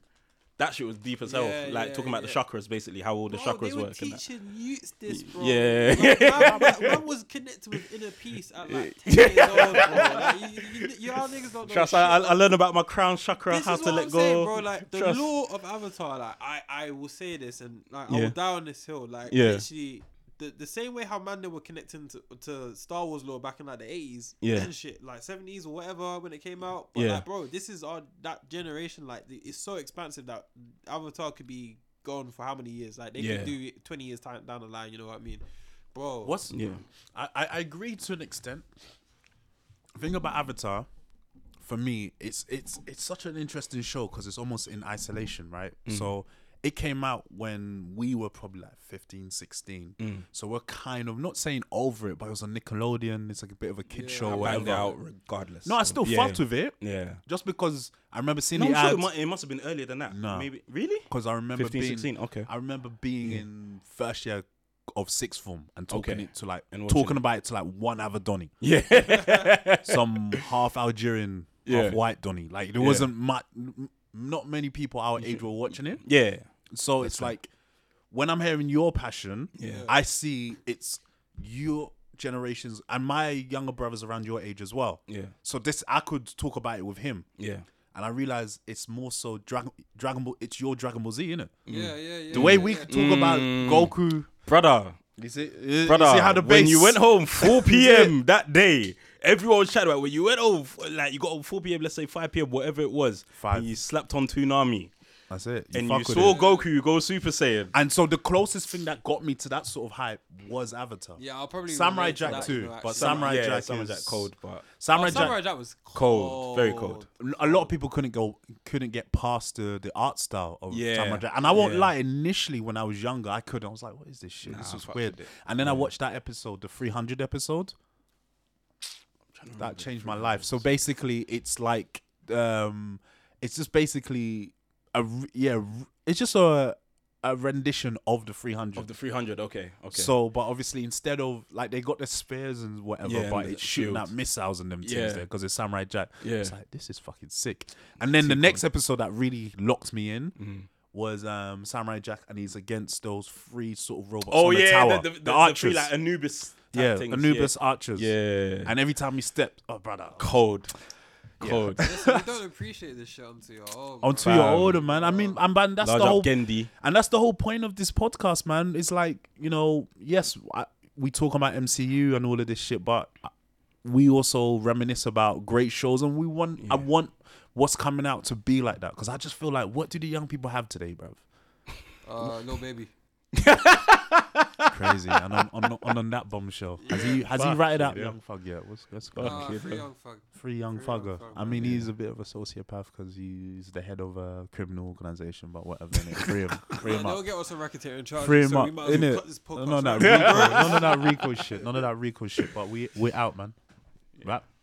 S3: That shit was deep as hell.
S2: Yeah,
S3: like
S2: yeah,
S3: talking about
S2: yeah.
S3: the chakras, basically how all the
S2: Bro,
S3: chakras
S2: they were
S3: work. and that.
S2: teaching youths this, bro.
S3: yeah.
S2: Like, man, man- man was connected with inner peace at like 10 years old, bro. Like, you, you, you, y'all niggas don't know
S3: Trust,
S2: shit.
S3: I, I, I learned about my crown chakra,
S2: this
S3: how
S2: is
S3: to
S2: what
S3: let
S2: I'm
S3: go.
S2: saying, bro. Like the
S3: Trust.
S2: law of Avatar, like I, I will say this, and like I
S3: Yeah.
S2: will die on this hill. Like
S3: Yeah.
S2: literally, the, the same way how man they were connecting to, to Star Wars lore back in like the eighties,
S3: Yeah.
S2: and shit, like seventies or whatever when it came out. But
S3: Yeah.
S2: like, bro, this is our that generation. Like the- it's so expansive that Avatar could be gone for how many years? Like they
S3: Yeah.
S2: could do it twenty years time down the line. You know what I mean, bro?
S1: What's
S3: Yeah.
S1: I, I I agree to an extent. The thing about Avatar, for me, it's it's it's such an interesting show because it's almost in isolation, right?
S3: Mm.
S1: So it came out when we were probably like 15, 16.
S3: Mm.
S1: So we're kind of not saying over it, but it was on Nickelodeon. It's like a bit of a kid show. or
S3: Banged
S1: whatever.
S3: out regardless.
S1: No, I still
S3: yeah.
S1: fucked with it.
S3: Yeah.
S1: Just because I remember seeing
S3: No,
S1: the
S3: I'm sure it,
S1: ads.
S3: might, it must have been earlier than that.
S1: No.
S3: Maybe. Really?
S1: Because I remember
S3: 15,
S1: being
S3: 16, okay.
S1: I remember being in first year of sixth form and talking
S3: Okay.
S1: it to like
S3: And watching
S1: talking
S3: it.
S1: about it to like one other Donny.
S3: Yeah.
S1: some half Algerian,
S3: Yeah.
S1: half white Donny. Like there wasn't much, not many people our age were watching it.
S3: yeah.
S1: So it's like when I'm hearing your passion,
S3: Yeah.
S1: I see it's your generations and my younger brothers around your age as well.
S3: Yeah.
S1: So this I could talk about it with him.
S3: Yeah.
S1: And I realize it's more so Dragon Dragon Ball. It's your Dragon Ball Z, innit?
S7: Yeah, yeah, yeah.
S1: The way
S7: yeah,
S1: we
S7: yeah.
S1: talk about Goku.
S3: Brother,
S1: You see, uh, you
S3: Mm. brother,
S1: see how the
S3: when
S1: base-
S3: you went home 4 p.m. that day, everyone was chatting about when you went home, f- like you got home 4 p.m., let's say 5 p.m., whatever it was,
S1: Five.
S3: and you slapped on Toonami
S1: That's it.
S3: and
S1: fuck
S3: you
S1: with
S3: saw
S1: it.
S3: Goku go Super Saiyan.
S1: And so the closest thing that got me to that sort of hype was Avatar.
S7: Yeah, I'll probably
S1: Samurai
S7: relate to
S1: Jack
S7: that,
S1: too,
S7: you know,
S1: but
S7: actually.
S1: Samurai
S3: yeah,
S1: Jack
S3: Samurai
S1: is-
S3: Jack cold, but
S1: Samurai,
S7: Oh, Samurai
S1: Jack,
S7: Jack was
S3: Cold, very cold.
S1: a lot of people couldn't go, couldn't get past the, the art style of
S3: Yeah,
S1: Samurai Jack. And I won't
S3: yeah.
S1: lie, initially when I was younger, I couldn't. I was like, what is this shit? this is weird. And then I watched that episode, the 300 episode. That changed my life. So basically, it's like, um, it's just basically a r- yeah, r- it's just a a rendition of the 300
S3: Of the 300, okay, okay.
S1: So, but obviously, instead of like they got the spears and whatever,
S3: Yeah,
S1: but
S3: and the
S1: it's shooting
S3: shields.
S1: out missiles and them things
S3: Yeah.
S1: there because it's Samurai Jack.
S3: Yeah.
S1: It's like this is fucking sick. And then the next episode that really locked me in
S3: Mm-hmm.
S1: was um Samurai Jack, and he's against those three sort of robots.
S3: oh
S1: on the
S3: yeah,
S1: tower,
S3: the, the, the,
S1: archers.
S3: three, like Anubis. type
S1: yeah,
S3: things,
S1: Anubis archers.
S3: Yeah. yeah.
S1: And every time he stepped, oh brother,
S3: cold, cold.
S7: Listen, you don't appreciate this shit until you're old. bro.
S1: onto your
S3: Fam.
S1: order, man. I mean, and, man, that's
S3: Large
S1: the
S3: up
S1: whole
S3: Gendy.
S1: And that's the whole point of this podcast, man. It's like, you know, yes, I, we talk about MCU and all of this shit, but we also reminisce about great shows and we want I want what's coming out to be like that cuz I just feel like what do the young people have today, bruv?
S7: Uh, little baby.
S1: Crazy. and on on on, on that bombshell. Has he has he ratted out young thug yet? What's what's going on?
S7: Uh, free young fuck.
S1: Free young
S7: Free Young
S1: thugger.
S7: Thug,
S1: I mean, he's a bit of a sociopath because he's the head of a criminal organization, but whatever. Innit? Free him, free him
S7: Nah,
S1: up.
S7: They'll get us on racketeering charges.
S1: Free him
S7: so
S1: up,
S7: we might as well
S1: innit?
S7: cut this podcast
S1: None of that
S7: right
S1: Rico, none of that Rico shit. None of that Rico shit. But we we're out, man. Right.